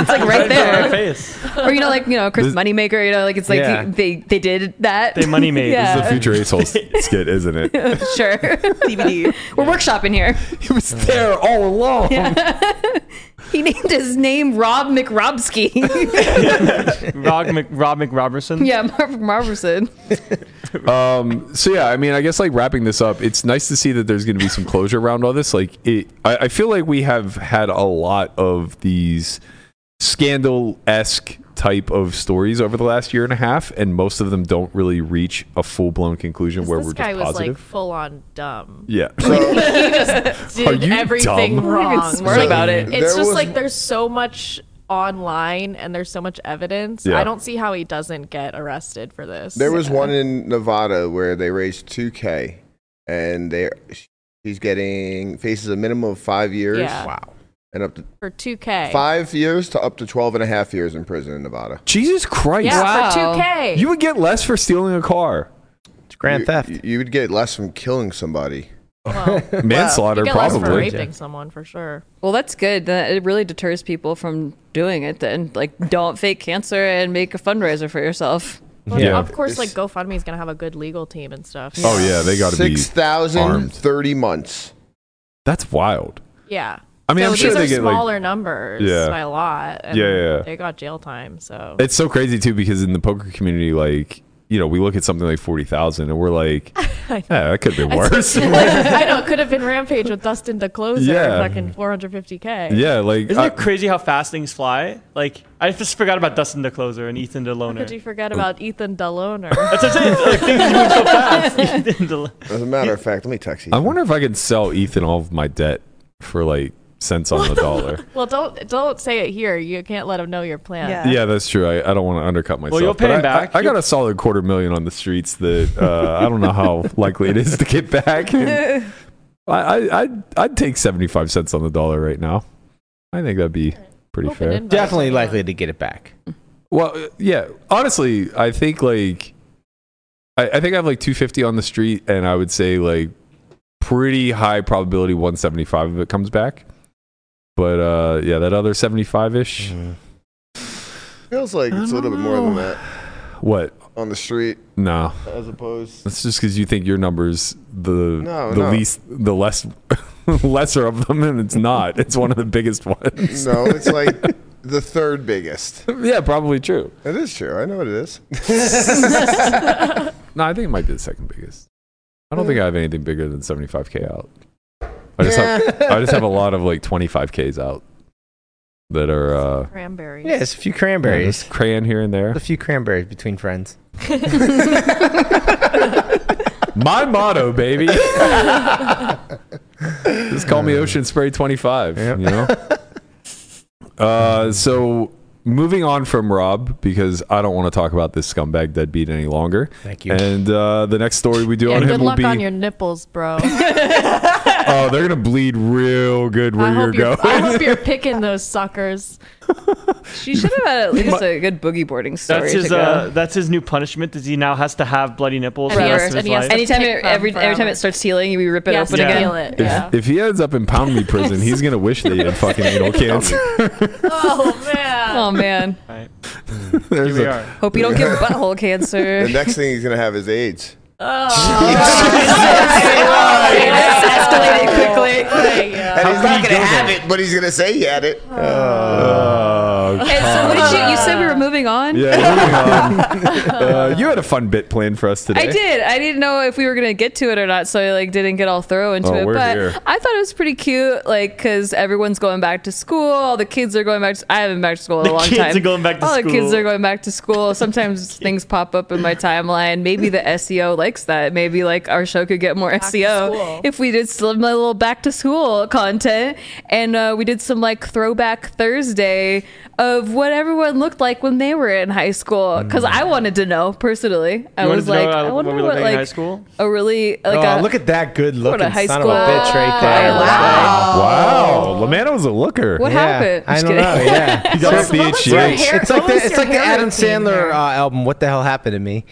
S5: like right
S3: in my
S5: there.
S3: face.
S5: [laughs] Or you know, like you know, Chris
S7: This-
S5: Moneymaker. You know, like it's like
S4: Yeah.
S5: they they did that.
S3: They money made.
S5: Yeah.
S7: This is a future ace [laughs] hole skit, isn't it?
S5: [laughs] sure.
S6: DVD.
S5: We're workshopping here.
S7: He was there all along.
S5: [laughs] He named his name Rob McRobsky. [laughs]
S3: Rob, Mc, Rob McRobertson.
S5: yeah, Marv Marverson.
S7: Um, so yeah, I mean, I guess like wrapping this up, it's nice to see that there's going to be some closure around all this. Like, it, I, I feel like we have had a lot of these scandal esque type of stories over the last year and a half, and most of them don't really reach a full blown conclusion
S8: 'Cause
S7: where
S8: this
S7: we're
S8: guy
S7: just
S8: was like
S7: positive.
S8: full on dumb.
S7: yeah.
S8: He
S7: [laughs]
S8: just
S7: Are
S8: did
S7: you
S8: everything
S7: dumb?
S5: We're
S8: wrong.
S5: even smart
S8: Like,
S5: about it.
S8: It's
S2: There
S8: just
S2: was-
S8: like there's so much online and there's so much evidence.
S7: Yeah.
S8: I don't see how he doesn't get arrested for this.
S2: There was one in Nevada where they raised two k, and they he's getting faces a minimum of five years.
S8: Yeah.
S2: Wow. And up to
S8: for 2K.
S2: five years to up to 12 and a half years in prison in Nevada.
S7: Jesus Christ.
S8: Yeah,
S5: Wow.
S8: for 2K.
S7: You would get less for stealing
S3: [laughs]
S7: a car.
S4: It's grand
S2: you,
S4: theft.
S2: You, you would get less from killing somebody.
S7: [laughs]
S8: Well,
S7: Manslaughter,
S8: you get less for
S7: probably.
S8: raping someone for sure.
S5: Well, that's good. That- It really deters people from doing it. Then, like, don't fake cancer and make a fundraiser for yourself.
S8: Well,
S7: Yeah.
S8: Of course, like
S2: It's-
S8: GoFundMe is gonna have a good legal team and stuff.
S7: Oh, yeah, they got to be.
S2: 6,030 months.
S7: That's wild.
S8: Yeah.
S7: I mean,
S8: so
S7: I'm sure
S8: these
S7: they
S8: are
S7: get like.
S8: smaller numbers
S7: Yeah.
S8: by a lot. And
S7: Yeah, yeah, yeah.
S8: They got jail
S7: [laughs]
S8: time, so
S7: It's so crazy, too, because in the poker community, like, you know, we look at something like 40,000 and we're
S8: [laughs]
S7: like, yeah, that could have been worse.
S8: [laughs] I know it could have been Rampage with Dustin the Closer,
S7: Yeah.
S8: fucking 450k.
S7: [laughs] yeah, like.
S3: Isn't
S7: I-
S3: it crazy how fast things fly? Like I just forgot about Dustin the closer and Ethan the
S8: How
S3: loner.
S8: could you forget about Ethan
S7: [laughs]
S8: Deloner?
S3: That's what I'm saying. Like, things move so fast. Ethan the lo-
S2: As a matter of fact, let me text you.
S7: I wonder if I could sell Ethan all of my debt for like cents
S8: [laughs]
S7: on the dollar.
S8: well, don't don't say it here. You can't let him know your plan.
S6: Yeah.
S7: yeah, that's true. I, I don't want to undercut myself.
S3: you'll pay
S7: but
S3: him
S7: I-
S3: back.
S7: I, I got
S3: You'll-
S7: a solid quarter million on the streets that uh, I don't know how likely it is to get back. and I, I, I'd, I'd take 75 cents on the dollar right now. I think that'd be pretty
S8: Open
S7: fair.
S8: invite.
S4: Definitely likely to get it back.
S7: Well, uh, yeah. Honestly, I think like I, I think I have like 250 on the street, and I would say like pretty high probability 175 of it comes back. But uh, yeah, that other 75 ish.
S2: Mm-hmm. feels like it's a little bit more than that
S7: What?
S2: on the street
S7: No,
S2: as
S7: [laughs]
S2: opposed
S7: that's just because you think your numbers the
S2: No,
S7: the
S2: no.
S7: least the less [laughs] lesser of them, and it's not. It's one of the biggest ones.
S2: No, it's
S7: [laughs]
S2: like the third biggest.
S7: yeah, probably true.
S2: It is true. I know what it is.
S7: No, I think it might be the second biggest. I don't think I have anything bigger than 75k out. I just have I just have a lot of like 25ks out that are uh
S8: Cranberries.
S4: Yeah, it's a few
S7: yeah,
S4: cranberries.
S7: just crayon here and there.
S4: a few cranberries between friends.
S7: My motto, baby. just call me Ocean Spray 25,
S4: Yep.
S7: you know? Uh so moving on from Rob because I don't want to talk about this scumbag deadbeat any longer.
S4: Thank you.
S7: And uh the next story we do
S8: Yeah,
S7: on
S8: good
S7: him will [laughs]
S8: luck
S7: be
S8: on your nipples, bro.
S7: Oh, they're gonna bleed real good where
S8: I
S7: you're
S8: hope you're,
S7: going.
S8: I
S7: [laughs]
S8: hope you're picking those suckers.
S5: She should have had at least a good boogie boarding story
S3: That's his
S5: to go.
S3: uh, that's his new punishment. Is he now has to have bloody nipples for the
S8: And he
S3: rest
S8: has-
S3: of his
S8: and he has
S3: life?
S8: to-
S5: Anytime
S8: Take
S5: it,
S8: them
S5: every every time
S8: forever.
S5: it starts healing, we rip it
S8: Yes,
S5: open
S3: yeah.
S5: again.
S8: feel it.
S7: If,
S8: Yeah.
S7: if he ends up in Poundme prison, he's gonna wish that he had fucking anal cancer.
S8: oh man.
S5: Oh man,
S3: Right.
S7: There's
S3: Here we
S7: a-
S3: are.
S5: hope you don't
S3: [laughs]
S5: get butthole cancer.
S2: The
S5: [laughs]
S2: next thing he's gonna have is AIDS.
S5: Oh. escalated quickly.
S2: [laughs]
S3: [laughs]
S2: And he's
S3: could
S2: not
S3: he
S2: gonna
S3: go
S2: have
S3: there?
S2: it, but he's gonna say he had it.
S7: Oh,
S5: And so what did you? You said we were moving on.
S8: [laughs]
S7: yeah. moving on. Uh, you had a fun bit planned for us today.
S5: I did. I didn't know if we were gonna get to it or not, so I like didn't get all thorough into
S7: Oh,
S5: it.
S7: we're
S5: But
S7: here.
S5: I thought it was pretty cute, like because everyone's going back to school. All the kids are going back. To, I haven't been back to school in
S3: The
S5: a long
S3: kids
S5: time.
S3: are going back to
S5: all the kids
S3: school.
S5: are going back to
S3: [laughs]
S5: school. Sometimes things pop up in my timeline. Maybe the SEO likes that. Maybe like our show could get more
S8: to
S5: SEO
S8: school.
S5: if we did some little back to school content, and uh, we did some like throwback Thursday of what everyone looked like when they were in high school. Because
S3: Mm.
S5: I wanted to know personally. I
S3: You wanted
S5: was
S3: to know
S5: like,
S3: how-
S5: I
S3: what
S5: wonder
S3: uh, we look
S5: what
S3: like in
S5: like
S3: high school?
S5: a really like
S4: Oh,
S5: a
S4: look at that good looking
S5: high
S4: son
S5: school-
S4: of a bitch right there.
S5: Wow.
S7: Oh. Wow, Lamanna was a looker.
S5: what
S4: Yeah,
S5: happened.
S4: I
S5: Just
S4: don't
S5: kidding.
S4: know.
S5: [laughs]
S4: Yeah.
S7: He's off the
S8: what was your
S7: HGH.
S8: hair-
S4: It's like
S8: what
S4: the,
S8: was
S4: it's
S8: your
S4: like the
S8: hair
S4: Adam
S8: routine
S4: Sandler
S8: there?
S4: uh, album. What the hell happened to me?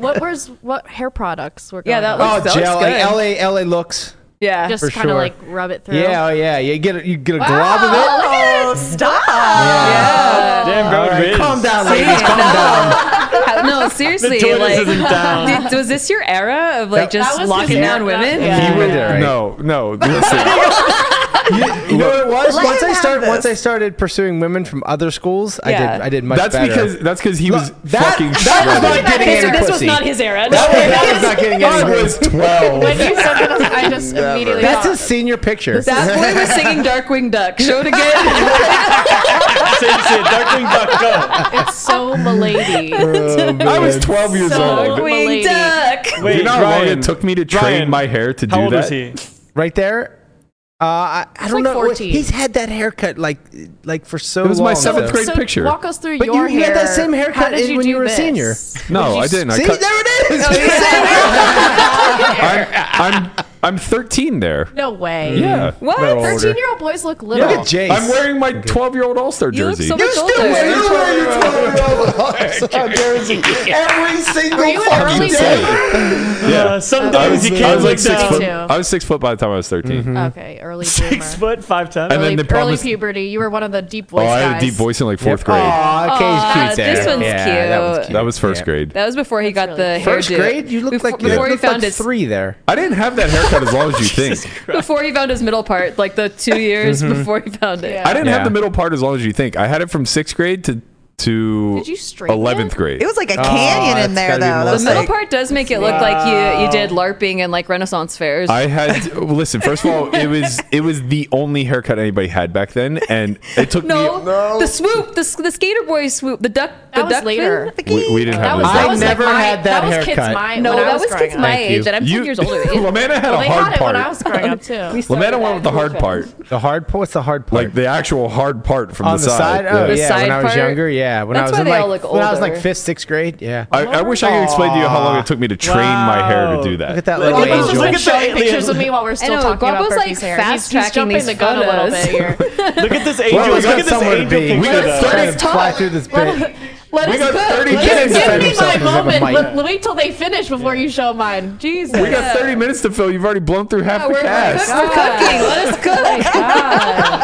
S8: what was what hair products were?
S5: Yeah,
S8: going
S5: that
S8: on?
S5: looks-
S4: Oh,
S5: that
S4: gel,
S5: looks good.
S4: like LA, LA looks.
S5: yeah.
S8: just
S4: for
S8: kind of
S4: sure.
S8: like rub it through.
S4: Yeah, oh yeah, you get a, you get a glob of it.
S6: Oh, stop.
S5: yeah.
S3: Damn, bro,
S4: All right,
S3: Riz.
S4: calm down, ladies, calm down.
S5: How- no, seriously.
S3: tortoise
S5: like,
S3: isn't down.
S5: did- was this your era of like
S4: That-
S5: just
S8: was
S5: locking
S8: his
S5: down
S8: era.
S5: women?
S8: Yeah.
S4: You were there, right?
S7: No, no. Listen,
S4: You know what it was?
S6: Let
S4: once
S6: him
S4: I
S6: have
S4: started, once I
S6: this.
S4: started pursuing women from other schools, I
S5: Yeah.
S4: did, I did much
S7: that's
S4: better.
S7: because that's because he was
S4: that-
S7: fucking
S4: that was
S7: shredded.
S4: not getting
S5: Okay, so
S4: any
S5: this was
S4: pussy.
S5: not his era.
S4: [laughs] that was not getting
S7: I
S4: any.
S7: was
S4: pussy.
S8: When
S7: twelve.
S8: you said that, I just
S2: Never.
S8: immediately
S4: That's
S8: thought,
S4: his senior picture.
S5: [laughs] That boy was singing Darkwing Duck. Show
S4: [laughs]
S5: it again.
S3: Say, say, Darkwing Duck, go.
S8: it's so "Oh, milady.
S7: [laughs] I was twelve years
S8: So-
S7: old.
S5: Darkwing
S8: Milady.
S5: Duck.
S3: Wait,
S7: you know how long
S3: Ryan,
S7: it took me to train
S3: Ryan,
S7: my hair to do
S3: How old
S7: that?
S3: is he?
S4: right there. Uh, I, I don't know.
S8: like 14.
S4: He's had that haircut like like for so long.
S7: It was my seventh
S4: though.
S7: grade
S8: so
S7: picture.
S8: Walk us through
S4: But
S8: your
S4: you- you
S8: hair.
S4: had that same haircut
S8: How did
S4: in- when
S8: do
S4: you were a
S8: this?
S4: senior.
S7: No, I didn't.
S4: See,
S7: I cut,
S4: there it is.
S7: I'm, I'm I'm 13 there.
S8: No way.
S7: [laughs] Yeah.
S5: What?
S4: They're older.
S8: Thirteen-year-old boys look little.
S4: Look at Jace.
S7: I'm wearing my 12 year old All Star
S5: You look
S7: jersey.
S5: so much
S4: still
S5: older.
S4: [laughs] every
S8: Were
S4: single
S8: you an early baby?
S7: yeah.
S3: Uh, some
S7: I
S3: days
S7: was,
S3: you
S7: I
S3: can't
S7: was
S3: look
S7: like six
S3: down.
S7: foot.
S8: too.
S7: I was six foot by the time I was 13.
S8: Okay, early boomer.
S3: [laughs] Six foot, five ten.
S7: And
S8: Early,
S7: then the problem
S8: early
S7: is,
S8: puberty. You were one of the deep
S7: oh,
S8: voice
S7: I
S8: guys.
S7: had a deep voice in like fourth grade.
S4: Aw, Kay's
S5: Aw,
S4: cute
S5: this
S4: there.
S5: one's
S4: yeah, That was,
S5: cute.
S4: cute.
S7: That was first
S4: Yeah.
S7: grade.
S5: That was before he got
S8: really
S5: the
S8: cute.
S4: First
S5: hairdo.
S4: grade? You look
S5: before,
S4: like
S5: before
S4: you
S5: he
S4: look like
S5: found his
S4: three there.
S7: I didn't have that haircut as long as you think.
S5: before he found his middle part, like the two years
S4: Mm-hmm.
S5: before he found it.
S7: I didn't
S4: Yeah.
S7: have the middle part as long as you think. I had it from sixth grade to to
S8: Did you straighten
S7: 11th grade.
S6: It was like a canyon
S4: that's
S6: in there,
S4: gotta be
S6: though.
S4: more
S6: That was
S5: The middle
S6: like-
S5: part does make it look like you you did LARPing and like Renaissance fairs.
S7: I had [laughs] well, listen. First of all, it was it was the only haircut anybody had back then, and it took
S5: no,
S7: me.
S2: No.
S5: the swoop, the, s- the skater boy swoop, the duck. the
S8: That was
S5: duck
S8: later.
S5: fin.
S7: We, we didn't have
S8: That
S7: those
S8: was, that
S7: back
S8: was
S7: then.
S8: like
S4: never
S8: my,
S4: had that
S8: was
S4: haircut.
S8: Kids my,
S5: No,
S8: when I
S5: that
S8: was
S5: was
S8: growing
S5: kids
S8: up.
S5: my
S4: Thank you.
S5: age, and I'm
S7: You-
S5: ten years
S7: [laughs]
S5: older. than you.
S7: Lamanna had
S8: Well,
S7: a
S8: they
S7: hard
S8: had it
S7: part.
S8: when I was growing up too.
S7: Lamanna went with the hard part,
S4: The hard part. What's the hard part?
S7: like the actual hard part from
S4: on
S7: the side.
S4: Oh
S7: Yeah.
S4: yeah,
S5: side
S4: when I was
S5: part?
S4: younger, yeah. When I
S5: That's
S4: was
S5: why
S4: in
S5: they all
S4: like
S5: look
S4: when I was like
S5: older.
S4: fifth, sixth grade, yeah.
S7: I, I wish I could explain to you how long it took me to train my hair to do that.
S4: Look at that
S3: Look
S4: little
S3: at those
S4: angel.
S8: Guapo's
S3: Look
S8: like
S3: at the
S8: showing
S3: alien.
S8: pictures of me while we're still
S5: know,
S8: talking about
S5: Guapo's, like,
S8: Berkey's hair. He's, he's
S5: fast-tracking
S8: jumping
S5: these
S8: the gun a little
S5: photos.
S8: bit here.
S3: Look at this angel.
S4: Well, we
S3: Look
S4: got
S3: at this
S4: somewhere
S3: angel
S4: to be. We
S3: picture,
S4: got
S3: though.
S4: started
S5: Let's talk.
S4: fly through this
S8: [laughs]
S4: bit.
S8: Let
S7: We
S8: us
S7: got
S8: cook.
S7: 30
S8: Let
S7: kids
S8: us
S7: inside
S8: give me
S7: themselves
S8: my
S7: 'cause they have a
S8: moment.
S7: mic.
S8: Let, let- wait till they finish before you show mine. Jesus.
S7: we got 30 minutes to fill. You've already blown through half the
S5: we're-
S7: cast.
S5: We're cooking. Let us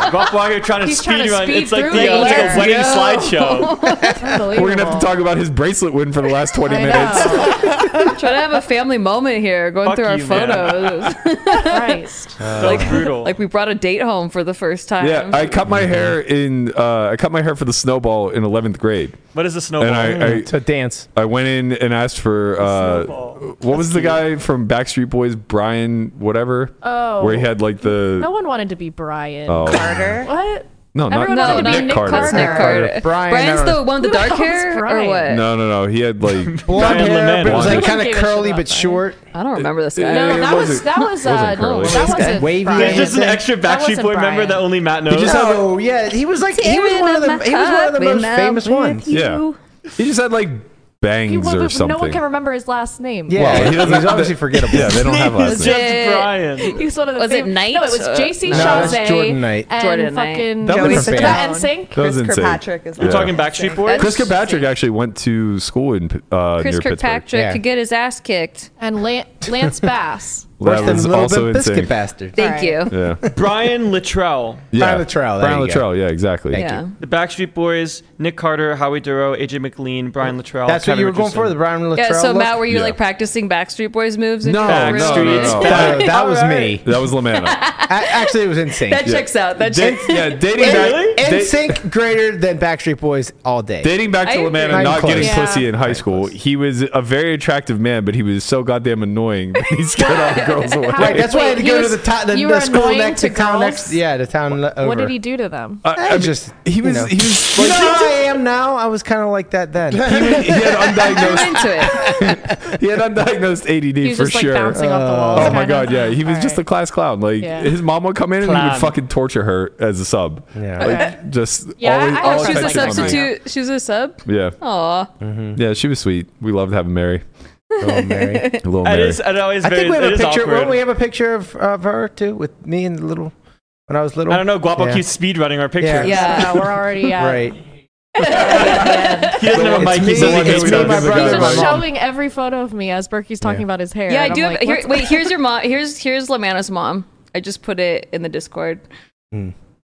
S5: cook.
S7: [laughs]
S3: Rock while you're trying to
S8: He's trying
S3: speed
S8: to
S3: run.
S8: speed
S3: It's like
S8: through
S3: the, uh, it's like
S8: these.
S3: a wedding slideshow.
S7: We're gonna have to talk about his bracelet win for the last 20
S8: I
S7: minutes.
S8: know.
S5: Trying to have a family moment here, going
S3: Fuck
S5: through our
S3: you, man.
S5: photos.
S7: [laughs]
S8: [laughs] Christ.
S3: like brutal.
S5: like we brought a date home for the first time.
S7: Yeah, I cut my hair in. Uh, I cut my hair for the snowball in 11th grade,
S3: what is a snowball?
S7: and I,
S3: Mm,
S7: I
S4: So dance.
S7: I went in and asked for uh,
S3: snowball.
S7: what was the guy from Backstreet Boys, Brian whatever,
S8: Oh.
S7: where he had like the
S8: No one wanted to be Brian.
S7: oh.
S6: Carter.
S8: What?
S7: no, not,
S8: Everyone
S5: no,
S7: not
S8: wanted to
S7: Nick
S8: be Nick
S7: Carter.
S5: That's Nick
S4: Carter.
S5: Carter.
S4: Brian,
S5: Brian's
S4: I don't-
S5: the one with the
S8: Who the
S5: dark
S8: hell is
S5: hair, or
S8: Brian?
S5: what?
S7: No, no, no. He had like
S4: Blonde
S3: Brian
S4: hair, but it
S3: Lamanna.
S4: was like
S7: No
S8: one
S4: kind of
S8: gave a
S4: curly
S8: shit
S4: but
S8: about that.
S4: short.
S5: I don't remember this guy.
S8: No,
S7: It
S8: that was
S7: wasn't-
S8: that was uh,
S7: wasn't
S8: no,
S7: curly.
S8: that wasn't
S4: Wavy
S8: Brian.
S3: There's just an extra
S8: That
S3: Backstreet
S8: wasn't
S3: Boy member
S8: Brian.
S3: that only Matt knows.
S7: just had
S4: Oh yeah, he was like he was one of the he was one of the most famous ones.
S7: yeah. He just had like Bangs
S8: Well,
S7: or
S8: but
S7: something.
S8: no one can remember his last name.
S4: Yeah,
S7: Well, he doesn't-
S4: he's obviously forgettable.
S7: yeah, they don't have last
S3: It's
S7: names.
S3: just Brian.
S8: He was one of the
S5: Was it
S8: fam-
S5: Knight?
S8: No, it was
S5: Uh,
S8: J.C.
S5: no,
S4: that's
S8: Chauvet
S4: Jordan Knight.
S8: and
S5: Jordan Knight.
S8: fucking
S4: That was
S8: Joey
S4: a fan.
S8: Scott NSYNC.
S7: That was
S6: Chris
S7: insane.
S6: Kirkpatrick is
S7: You're
S3: You're
S7: Yeah.
S3: talking Backstreet Boys?
S7: Chris Kirkpatrick actually went to school in uh,
S5: Chris
S7: near Pittsburgh.
S5: Kirkpatrick
S4: Yeah.
S5: could get his ass kicked.
S8: and Lan- Lance Bass.
S4: Worse
S7: That
S4: than
S7: was
S4: Little
S7: also
S4: Bit
S7: insane.
S4: Biscuit Bastard.
S5: Thank
S8: Right.
S5: you.
S7: Yeah.
S3: Brian Littrell.
S7: yeah.
S4: Littrell, there
S7: Brian
S4: you go.
S7: Latrell. Yeah, exactly.
S5: yeah.
S3: The Backstreet Boys, Nick Carter, Howie Duro, AJ McLean, Brian Littrell.
S4: That's what
S3: Kevin
S4: you were going
S3: Richardson.
S4: for, the Brian Latrell.
S5: Yeah, so
S4: look?
S5: Matt, were you
S7: Yeah.
S5: like practicing Backstreet Boys moves? in
S7: No,
S5: your room?
S7: no, no, no.
S4: that, that was me.
S3: Alright.
S7: That
S5: [laughs]
S7: was Lamanna.
S4: A- actually, it was insane.
S5: That checks out. That
S7: Da-
S5: checks.
S7: yeah, dating back,
S3: Really?
S7: da-
S4: NSYNC greater than Backstreet Boys all day.
S7: dating back to
S5: I agree.
S7: Lamanna
S4: Not
S7: not
S4: close.
S7: getting
S8: Yeah.
S7: pussy in high school. He was a very attractive man, but he was so goddamn annoying. that He scared
S4: [laughs]
S7: all the girls away.
S4: Right, that's why I had to
S8: Wait,
S4: go
S8: he
S4: to the,
S8: was-
S4: to- the,
S8: you
S4: the
S8: were
S4: school
S8: annoying
S4: next
S8: to
S4: to town
S8: girls?
S4: next. Yeah, the town le- over.
S8: What did he do to them?
S7: I, I mean,
S4: just,
S7: he
S4: you
S7: was
S4: know.
S7: he
S4: [laughs]
S7: was
S4: You
S7: like,
S4: know how
S7: [laughs]
S4: I am now? I was kind of like that then.
S7: he, was- he had
S5: I'm
S7: undiagnosed
S5: into it.
S7: he had undiagnosed ADD
S8: He was
S7: for
S8: just like
S7: sure.
S8: bouncing off the walls.
S7: Oh my
S8: kinda.
S7: god, yeah, he was just a
S8: Alright.
S7: class clown. Like
S8: Yeah.
S7: his mom would come in and he
S3: Clown.
S7: would fucking torture her as a sub.
S4: Yeah.
S7: like
S8: [laughs] Okay.
S7: just
S8: Yeah,
S7: always,
S8: I- I
S7: all
S5: Oh, she was a
S7: attention on her.
S5: substitute. She was a sub.
S7: Yeah,
S5: Aw.
S7: yeah, she was sweet. We loved
S5: [laughs]
S7: having Mary,
S4: Oh, Mary.
S7: little
S3: That
S7: Mary.
S3: is, that always
S4: I think
S3: very-
S4: we have
S3: it
S4: a
S3: is
S4: picture.
S3: awkward.
S4: Won't we have a picture of, of her too, with me and little when I was little?
S3: I don't know. Guapo
S4: Yeah.
S3: keeps speedrunning our pictures.
S4: Yeah. [laughs]
S8: Yeah, we're already at.
S4: Right.
S3: He doesn't have a
S4: It's
S3: mic.
S4: me,
S3: He says he
S4: it's
S3: hates
S4: me,
S3: me.
S4: my brother,
S8: He's
S4: my
S8: just
S4: mom.
S8: showing every photo of me as Berkey's talking
S4: Yeah.
S8: about his hair.
S5: Yeah, I
S8: and
S5: do.
S8: I'm
S5: have,
S8: like,
S5: here,
S8: what's-
S5: wait, here's
S8: [laughs]
S5: your mom. Here's here's Lamanna's mom. I just put it in the Discord.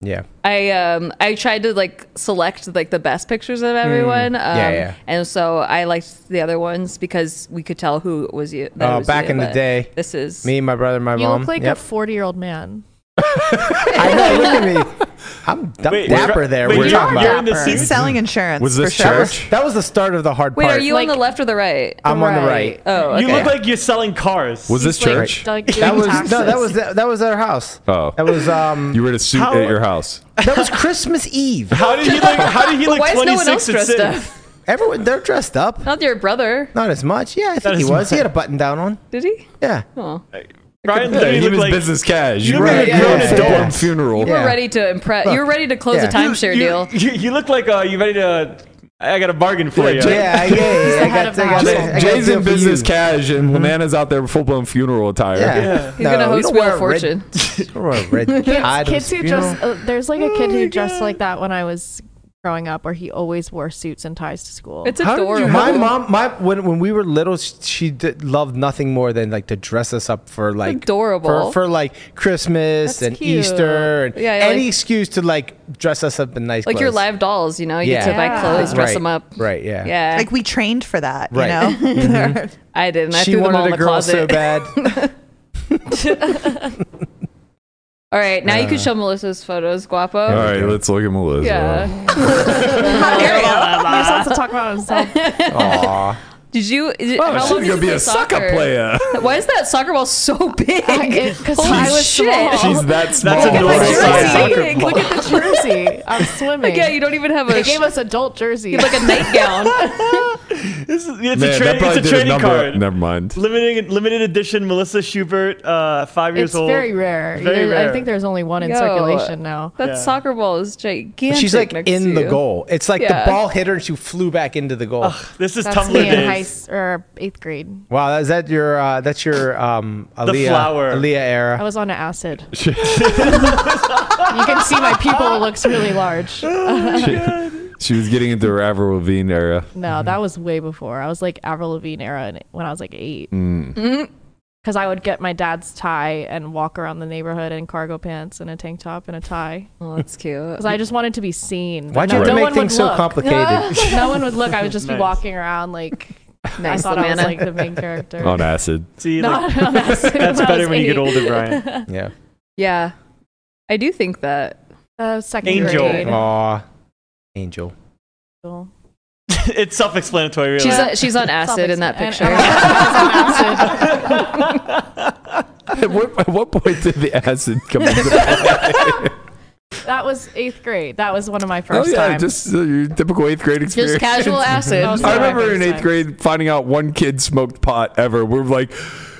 S4: Yeah.
S5: I um I tried to like select like the best pictures
S8: Hmm.
S5: of everyone. Um,
S4: Yeah, yeah.
S5: And so I liked the other ones because we could tell who was you. that it
S4: Oh,
S5: was
S4: back
S5: you,
S4: in the
S5: but
S4: day,
S5: This is
S4: me, my brother, my
S8: You
S4: mom.
S8: look like
S4: yep.
S8: a 40 year old man.
S4: I know. Look
S8: [laughs]
S4: at me. I'm d-
S3: Wait,
S4: dapper
S3: we're-
S4: there.
S3: wait,
S4: we're
S3: you're-
S4: talking
S3: you're
S4: about.
S3: in the
S8: Dapper.
S6: He's
S3: seat?
S6: selling insurance.
S7: Was this
S6: for sure.
S7: church?
S4: That was the start of the hard
S5: Wait,
S4: part.
S5: are you on
S8: Like-
S5: the left or the right?
S4: I'm on the
S8: Right.
S4: right.
S5: Oh, okay.
S3: You look like you're selling cars.
S7: Was this
S8: He's, like,
S7: church?
S8: like, doing
S4: That was
S8: taxes.
S4: no. That was that, that was at our house.
S7: Oh.
S4: That was
S7: [laughs]
S4: um.
S7: you were in a suit
S3: How-
S7: at your house.
S4: that was Christmas Eve.
S3: How did he look? How did he look
S5: Why is no one
S3: 26
S5: else
S3: at
S5: dressed
S3: six?
S5: up?
S4: Everyone they're dressed up.
S5: Not your brother,
S4: Not as much. Yeah, I think he
S3: is
S4: was. He
S3: mine.
S4: had a button down on.
S5: did he?
S4: Yeah.
S5: Oh.
S3: Brian
S7: Yeah,
S3: literally
S7: he
S3: looked
S7: was
S3: like
S7: business cash.
S3: You
S7: You
S3: look
S7: were
S3: like
S7: at a
S3: a
S7: grown
S3: grown
S4: adult.
S7: adult funeral.
S5: You
S4: Yeah.
S5: were ready to impress. you were ready to close
S4: Yeah.
S5: a timeshare
S3: you,
S5: deal.
S3: You, you look like uh, you ready to. I got a bargain for you.
S7: Jay-
S4: Yeah, I, yeah, yeah, I
S8: head
S4: got,
S8: of
S4: I
S8: the
S4: got,
S8: house.
S4: I got a
S7: Jay's
S4: deal
S7: in
S4: for
S7: business
S4: you.
S7: cash, and Lamanna's out there in full blown funeral attire.
S4: Mm-hmm. Yeah.
S3: Yeah.
S5: He's gonna host Wheel of Fortune. [laughs]
S8: kids, kids who just uh, there's like a kid who dressed like that when I was growing up, where he always wore suits and ties to school.
S5: It's
S4: How did
S5: adorable.
S4: you, my mom, my when when we were little, sh- she did, loved nothing more than like to dress us up for like
S5: Adorable.
S4: for, for like Christmas
S8: That's
S4: and
S8: cute.
S4: Easter and
S5: Yeah, yeah,
S4: any
S5: like-
S4: excuse to like dress us up in nice
S5: like your
S4: clothes.
S5: live dolls, you know, you get to
S8: Yeah.
S5: buy clothes, dress
S4: Right,
S5: them up.
S4: right? Yeah,
S5: Yeah,
S6: Like we trained for that,
S4: Right.
S6: you know.
S5: I didn't. I
S4: she
S5: threw them all
S4: wanted
S5: in
S4: a
S5: the
S4: girl
S5: closet.
S4: so bad.
S5: [laughs] All right, now you can show Melissa's photos, Guapo.
S7: All right, let's look at Melissa.
S5: Yeah.
S6: How dare
S8: [laughs]
S6: you?
S8: he just wants to talk about himself.
S4: Aw,
S5: Did you? Is it,
S7: Oh,
S5: how
S7: she's
S5: long did
S7: gonna
S5: you
S7: be
S5: play
S7: a sucker
S5: soccer? [laughs]
S7: player.
S5: Why is that soccer ball so big?
S8: Because
S5: Holy
S8: I was
S5: shit. [laughs]
S8: small.
S7: She's that small.
S3: That's a
S8: my
S3: normal size
S8: jersey.
S3: soccer ball.
S8: Look at the jersey. I'm swimming.
S5: yeah, you don't even have a.
S8: they gave us adult jerseys.
S5: like a nightgown.
S3: [laughs] This is, it's
S7: Man,
S3: a,
S7: that
S3: trade, it's
S7: probably
S3: a
S7: did a
S3: trading
S7: number.
S3: card.
S7: Never
S3: [laughs]
S7: mind.
S3: Limited, limited edition Melissa Schubert, uh, five years
S8: it's
S3: old.
S8: very rare.
S3: Very
S8: There-
S3: rare.
S8: I think there's only one in
S5: Yo.
S8: circulation now.
S5: That
S3: Yeah.
S5: soccer ball is gigantic.
S4: she's like
S5: next to
S4: in the
S5: you.
S4: goal. It's like
S5: Yeah.
S4: the ball hit her and she flew back into the goal.
S3: This is
S8: That's
S3: Tumblr
S8: me in
S3: days.
S8: high s- or eighth grade.
S4: Wow, is that your uh, that's your um Aaliyah,
S3: flower.
S4: Aaliyah
S8: I
S4: era?
S8: was on acid. you can see my pupil looks really large.
S3: Oh
S7: She, she was getting into her Avril Lavigne era.
S8: No, that was way before. I was like Avril Lavigne era and- when I was like eight. Because I would get my dad's tie and walk around the neighborhood in cargo pants and a tank top and a tie.
S5: Oh, that's cute.
S8: Because I just wanted to be seen.
S4: Why'd
S8: No-
S4: you have to
S8: no
S4: make
S8: one
S4: things
S8: would
S4: so
S8: look. [laughs]
S4: complicated?
S8: No one would look. I would just
S3: Nice.
S8: be walking around like
S5: nice,
S8: I thought I was
S5: Lamanna.
S8: like the main character.
S7: On acid. [laughs]
S3: See, like,
S8: [laughs] Not on acid when
S3: that's
S8: I
S3: better
S8: was
S3: when you get
S8: eight.
S3: older, Brian.
S4: yeah.
S5: yeah, I do think that.
S8: [laughs] Uh, second
S3: Angel.
S8: grade.
S4: Aw, Angel.
S3: [laughs] it's self-explanatory, really. [laughs]
S5: She's on, she's on acid in that
S8: Self-explan-
S5: picture.
S8: and- and acid.
S7: At what, at what point did the acid
S3: [laughs]
S7: come into play?
S8: That was eighth grade. That was one of my
S7: Oh,
S8: first
S7: yeah,
S8: times.
S7: just uh, your typical eighth grade experience.
S5: Just casual acid.
S8: That
S7: [laughs]
S8: was
S7: I
S8: one of my
S7: remember
S8: first
S7: in eighth
S8: times.
S7: grade finding out one kid smoked pot ever. We're like,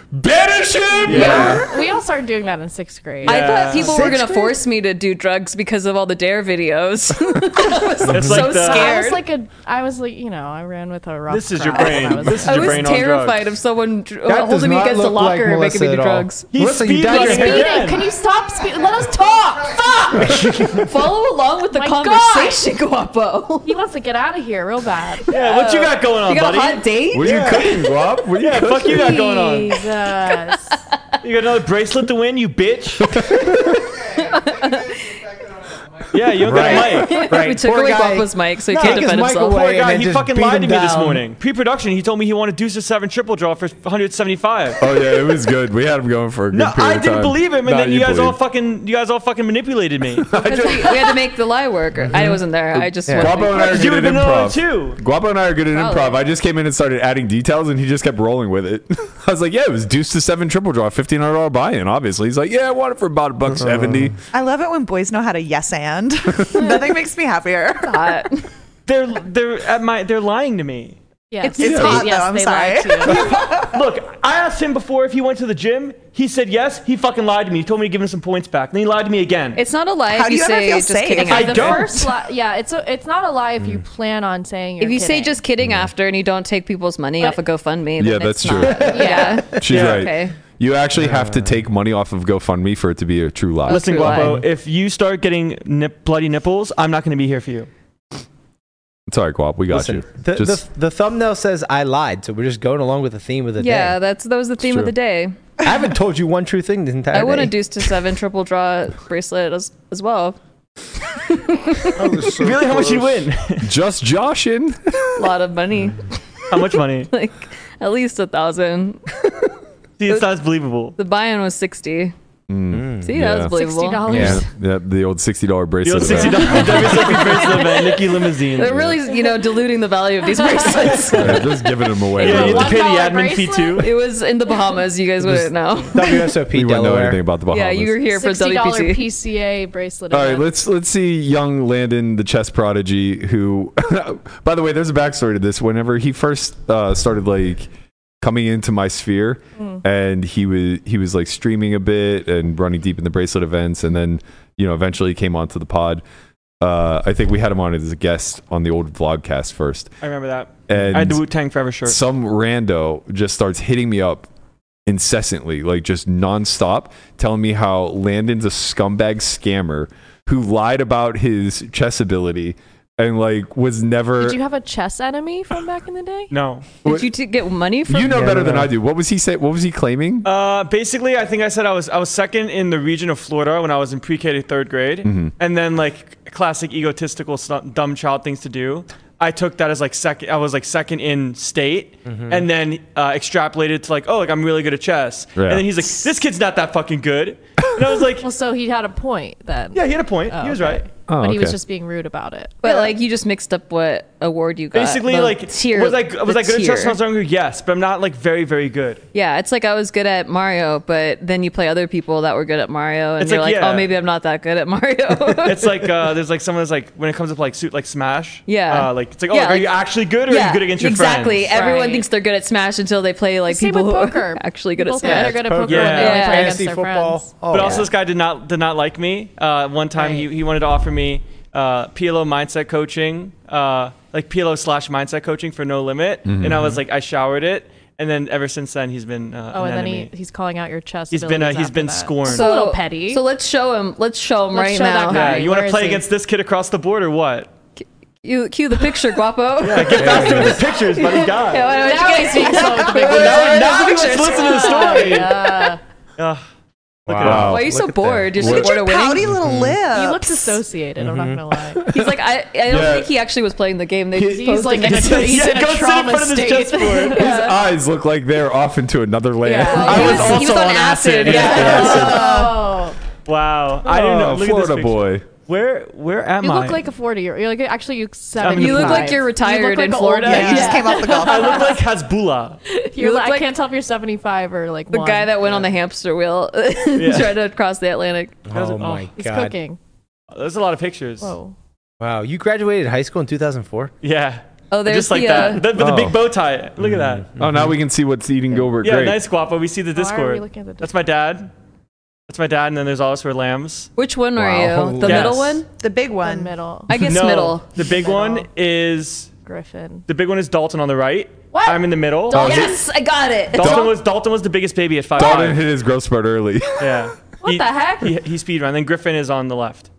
S7: Banish him!
S8: Yeah. we all started doing that in sixth grade.
S5: I
S3: Yeah.
S5: thought people were gonna force me to do drugs because of all the dare videos. [laughs] I was
S3: It's
S5: so
S3: like the-
S5: scared.
S8: I was like a, I was like, you know, I ran with a rough.
S3: This is your
S8: crowd
S3: brain.
S8: when I was
S3: This is your
S5: I
S8: little.
S5: was
S3: brain on
S5: terrified
S3: drugs.
S5: of someone dr-
S4: That does
S5: holding me
S4: not
S5: against the
S4: look like
S5: locker and making
S4: Melissa
S5: me do
S4: at all. [laughs]
S5: drugs.
S3: He's
S4: Melissa, you dyed your
S3: speedrunning
S4: hair.
S3: again.
S8: Speeding. Can you stop speeding? Let us talk. Fuck.
S5: Follow along with the
S8: My
S5: conversation, Guapo. [laughs]
S8: he wants to get out of here real bad.
S3: Yeah, what you got going on,
S5: You got
S3: buddy?
S5: a hot date?
S7: What are you cooking, Guap? What are you
S3: yeah,
S7: cooking?
S3: fuck you got going on.
S8: Jesus. [laughs]
S3: You got another bracelet to win, you bitch. [laughs] yeah, you don't got a mic.
S4: Right.
S5: we took
S4: Poor
S5: away
S4: guy.
S5: Guapo's mic, so he
S4: No,
S5: can't
S4: take
S5: defend
S4: his mic
S5: himself.
S4: away.
S3: Poor
S4: and
S3: guy,
S4: then
S3: he
S4: just
S3: fucking
S4: beat
S3: lied
S4: him
S3: to me this
S4: down.
S3: morning. Pre-production, he told me he wanted Deuce to Seven triple draw for 175.
S7: Oh yeah, it was good. We had him going for a good
S3: No,
S7: period
S3: I
S7: of
S3: didn't
S7: time.
S3: believe him, and
S7: Nah,
S3: then you, guys all
S7: believed.
S3: fucking you guys all fucking manipulated me.
S5: Because we, we had to make the lie work. I wasn't there. I just
S4: Yeah.
S5: wanted
S7: Guapo and I are
S3: You
S7: good
S3: would've
S7: at
S3: been on
S7: improv.
S3: too.
S7: Guapo and I are good at
S5: Probably.
S7: improv. I just came in and started adding details, and he just kept rolling with it. [laughs] I was like, "Yeah, it was deuce to seven triple draw, fifteen hundred dollar buy-in." Obviously, he's like, "Yeah, I want it for about a buck seventy.
S6: I love it when boys know how to yes and. [laughs] Nothing makes me happier.
S5: hot.
S3: They're they're at my they're lying to me.
S5: It's
S8: Yes. Yes,
S5: hot,
S6: though, I'm
S8: they lied to [laughs] you.
S3: Look, I asked him before if he went to the gym. He said yes. He fucking lied to me. He told me to give him some points back, and he lied to me again.
S5: It's not a lie
S6: How
S5: if
S6: do
S5: you
S6: you ever
S5: say
S6: feel
S5: just
S6: safe?
S5: kidding.
S6: I
S5: after.
S8: The
S3: don't.
S8: first li- yeah, it's a, it's not a lie if
S3: Mm.
S8: you plan on saying. You're
S5: If you say
S8: kidding.
S5: just kidding after and you don't take people's money off of GoFundMe,
S7: Yeah,
S5: then
S7: that's
S5: it's
S7: true.
S5: not- [laughs] Yeah.
S7: She's
S3: Yeah,
S7: right.
S5: okay.
S7: You actually have to take money off of GoFundMe for it to be a true lie.
S3: Listen,
S5: true
S3: Guapo,
S5: lie.
S3: if you start getting nip- bloody nipples, I'm not going to be here for you.
S7: Sorry, Guap, we got
S4: Listen,
S7: you.
S4: the,
S7: Just-
S4: the, the thumbnail says I lied, so we're just going along with the theme of the
S5: Yeah,
S4: day.
S5: that's that was the theme of
S7: true.
S5: the day.
S4: I haven't told you one true thing this entire
S5: I want a
S4: day.
S5: deuce to seven triple draw bracelet as, as well.
S2: I was [laughs] so
S3: Really, how much you
S2: close.
S3: win?
S7: just joshing. [laughs]
S5: A lot of money,
S3: how much
S4: [laughs]
S3: money?
S5: [laughs] like at least a thousand.
S3: See, it's not believable.
S5: The buy-in was sixty. See, that
S7: yeah.
S5: was believable.
S8: sixty dollars.
S7: Yeah, yeah, the old sixty dollar
S3: You know,
S7: bracelet.
S3: sixty dollars. WSOP bracelet event, Nikki Limousine.
S5: They're really, you know, diluting the value of
S8: [laughs]
S5: these bracelets.
S7: [laughs] Yeah, just giving them away.
S3: yeah, you have to pay the
S8: $1
S3: admin fee too.
S8: bracelet?
S5: it was in the Bahamas. You guys wouldn't know.
S4: WSOP
S7: we wouldn't know
S4: Delaware.
S7: anything about the Bahamas.
S5: Yeah, you were here for
S8: Sixty dollar
S5: WPT.
S8: PCA bracelet.
S7: All right,
S8: event.
S7: let's let's see young Landon, the chess prodigy. Who, [laughs] by the way, there's a backstory to this. Whenever he first uh, started like coming into my sphere, and he was he was like streaming a bit and running deep in the bracelet events, and then you know eventually he came onto the pod. Uh, I think we had him on as a guest on the old vlogcast first,
S3: I remember that.
S7: and
S3: I had the Wu Tang Forever shirt.
S7: some rando just starts hitting me up incessantly, like just nonstop, telling me how Landon's a scumbag scammer who lied about his chess ability and like was never.
S8: Did you have a chess enemy from back in the day?
S3: no.
S5: Did you t- get money from?
S7: You know
S4: Yeah,
S7: better
S4: no,
S7: than
S4: no.
S7: I do. What was he say? What was he claiming?
S3: Uh, basically, I think I said I was I was second in the region of Florida when I was in pre-K to third grade, and then like classic egotistical stu- dumb child things to do. I took that as like second. I was like second in state, and then uh, extrapolated to like, oh, like I'm really good at chess.
S7: Yeah.
S3: And then he's like, this kid's not that fucking good. And I was like,
S8: Well, so he had a point then.
S3: yeah, he had a point.
S8: Oh,
S3: he was
S8: okay.
S3: right.
S7: Oh,
S8: but he was
S7: okay.
S8: just being rude about it.
S5: But like, you just mixed up what award you got.
S3: Basically,
S5: Uh, the
S3: like,
S5: tier,
S3: was I was
S5: the
S3: I good at chess
S5: tier.
S3: when I was younger? Yes, but I'm not like very very good.
S5: Yeah, it's like I was good at Mario, but then you play other people that were good at Mario, and
S3: It's
S5: you're
S3: like,
S5: like,
S3: yeah.
S5: oh, maybe I'm not that good at Mario.
S3: [laughs] It's like uh, there's like someone that's like when it comes up like suit like Smash.
S5: Yeah.
S3: Uh, like it's like oh,
S5: Yeah,
S3: like, are
S5: like-
S3: you actually good or
S5: [laughs]
S3: are you good against your
S5: exactly.
S3: friends?
S5: Everyone
S8: Right.
S5: thinks they're good at Smash until they play like
S8: Same
S5: people
S8: with
S5: who
S8: poker.
S5: are [laughs] actually good
S8: People
S5: at
S8: think they're
S5: Smash.
S8: good at
S4: Yeah.
S8: poker when they only
S5: Yeah.
S8: play against
S4: Fantasy
S8: their
S4: football.
S8: friends.
S4: Oh,
S3: But
S4: yeah.
S3: also, this guy did not did not like me. Uh, one time, he,
S8: Right.
S3: he wanted to offer me uh, PLO mindset coaching, uh, like PLO slash mindset coaching for no limit, and I was like, I showered it, and then ever since then, he's been uh,
S8: Oh,
S3: an
S8: and then
S3: enemy.
S8: he, he's calling out your chest.
S3: he's been uh, he's been scorned.
S8: a little petty.
S5: So let's show him. Let's show him
S8: Let's
S5: right
S8: show that
S5: now.
S8: guy.
S3: yeah,
S8: Alright,
S3: you want
S8: where
S3: to
S8: is
S3: play
S8: he?
S3: against this kid across the board or what?
S5: You cue the
S3: [laughs]
S5: picture, Guapo.
S3: Get back to the pictures, buddy. God.
S5: Yeah, why don't
S8: Now
S5: you
S8: he's
S5: guys-
S8: being so
S3: Well,
S8: big.
S3: now now everyone's listening to the story. Ugh. Look at
S5: [laughs]
S7: Wow.
S5: Why are you
S4: Look
S5: so
S4: at
S5: bored? You're so
S6: Look at
S5: bored
S6: your
S5: of winning. Mm-hmm.
S6: pouty little [laughs]
S8: He
S6: lip.
S8: looks associated. I'm not
S3: [laughs]
S8: gonna lie.
S5: He's like, I, I don't
S7: Yeah.
S5: think he actually was playing the game. They just
S8: He's
S5: posted
S8: like
S5: it.
S8: he's
S3: Yeah, [laughs]
S8: in
S3: go
S8: a
S3: sit in
S8: trauma
S3: front of this
S8: state.
S3: chessboard.
S7: His eyes look like they're off into another land. [laughs]
S8: Yeah.
S5: He
S3: I was
S5: was- he was
S3: also
S5: on
S3: on acid.
S5: acid, yeah.
S8: [laughs] Oh,
S3: Wow. I don't know.
S7: Oh,
S3: Look at this
S7: Florida
S3: picture.
S7: boy.
S3: Where where am
S8: you
S3: I?
S8: look like a 40 year. You're like actually you seven.
S3: You look
S5: like you're retired in Florida.
S6: Yeah, you just came off
S5: [laughs]
S6: the golf.
S3: I look like Hasbullah.
S8: [laughs] You're
S5: You look
S8: like, I
S5: like-
S8: can't tell if you're 75 or like
S5: The
S8: one.
S5: guy that went on the hamster wheel [laughs] trying to cross the Atlantic.
S3: was-
S4: Oh,
S3: oh,
S4: my
S8: he's
S4: God.
S8: cooking.
S3: There's a lot of pictures.
S8: Whoa.
S4: Wow. You graduated high school in 2004?
S3: Yeah.
S5: Oh, there's
S3: just like
S5: the, uh,
S3: that. The- with the
S7: Oh.
S3: big bow tie. Look at that.
S7: Oh, now we can see what's eating Gilbert
S3: Yeah,
S7: Grape.
S3: nice guapo. We see the
S8: Why are we
S3: Discord.
S8: looking at the
S3: That's my dad. That's my dad, and then there's all us were lams.
S5: Which one
S4: Wow.
S5: were you? The
S3: Yes.
S5: middle one?
S6: The big
S8: Discord?
S6: one.
S8: middle
S5: I guess
S3: no,
S5: middle.
S3: The big
S8: Middle.
S3: one is
S8: Griffin.
S3: the big one is Dalton on the right.
S5: What?
S3: I'm in the middle.
S7: Oh,
S5: Dal- yes, I got it.
S3: Dalton was Dalton was the biggest baby at five.
S7: Dalton
S3: five.
S7: hit his growth spurt early.
S3: Yeah.
S5: What
S3: he,
S5: the heck?
S3: He, he speed run. Then Griffin is on the left.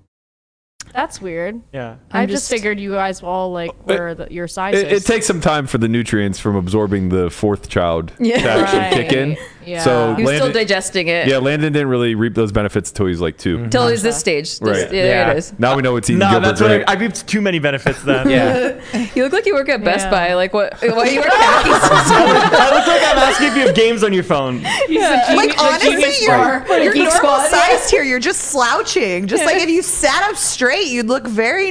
S8: That's weird.
S3: Yeah.
S5: I'm
S8: i just,
S5: just-
S8: figured you guys all like were the, your sizes.
S7: it, it takes some time for the nutrients from absorbing the fourth child
S5: Yeah.
S7: to actually kick in.
S8: Right. Yeah.
S7: So
S5: He was still
S7: Landon,
S5: digesting it.
S7: yeah, Landon didn't really reap those benefits until he's like 2
S5: Till it was this stage. This,
S7: Right.
S5: Yeah, there
S4: Yeah.
S5: it is. [laughs]
S7: Now we know it's eating
S3: No,
S7: Gilbert
S3: that's
S7: Grape.
S3: what I, I reaped too many benefits then.
S4: Yeah.
S5: You look like you work at Best
S8: Yeah.
S5: Buy. Like what? Why you wear [laughs] khakis?
S3: I look like I'm asking if you have games on your phone.
S5: yeah.
S6: Like honestly, you're you're
S5: Geek
S6: normal
S5: Squad.
S6: sized here. You're just slouching. Just like if you sat up straight, you'd look very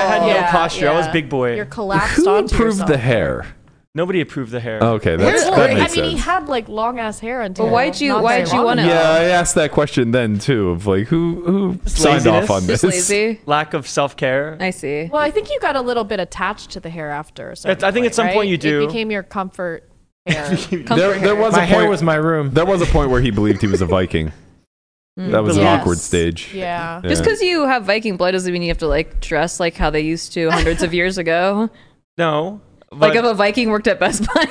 S3: I had
S8: Yeah,
S3: no posture. I was
S8: yeah.
S3: big boy.
S8: You're collapsed
S7: Who
S8: onto
S7: improved
S8: yourself.
S7: the hair?
S3: Nobody approved the hair.
S7: Okay, that's,
S5: Hair's
S7: that
S5: great.
S7: makes
S8: I mean, he
S7: sense.
S8: had like long ass hair until.
S5: Well, why'd you-
S8: not
S5: why'd
S8: very
S5: you
S8: long
S5: wanna-
S8: ago.
S7: yeah, I asked that question then too. Of like, who who signed
S3: laziness.
S7: off on this?
S5: Just lazy.
S3: Lack of self care.
S5: I see.
S8: Well, I think you got a little bit attached to the hair after. a certain
S3: I think at some
S8: right?
S3: point you do.
S8: It became your comfort hair.
S7: [laughs] There, there
S4: [laughs]
S7: was
S4: My
S7: a
S4: hair
S7: point.
S4: was my room.
S7: there was a point where he believed he was a Viking. that was an
S8: Yes.
S7: awkward stage.
S8: [laughs] yeah.
S5: Just
S7: Yeah.
S5: because you have Viking blood doesn't mean you have to like dress like how they used to hundreds of years
S7: [laughs]
S5: ago.
S3: No.
S5: Like
S3: but-
S5: if a Viking worked at Best Buy.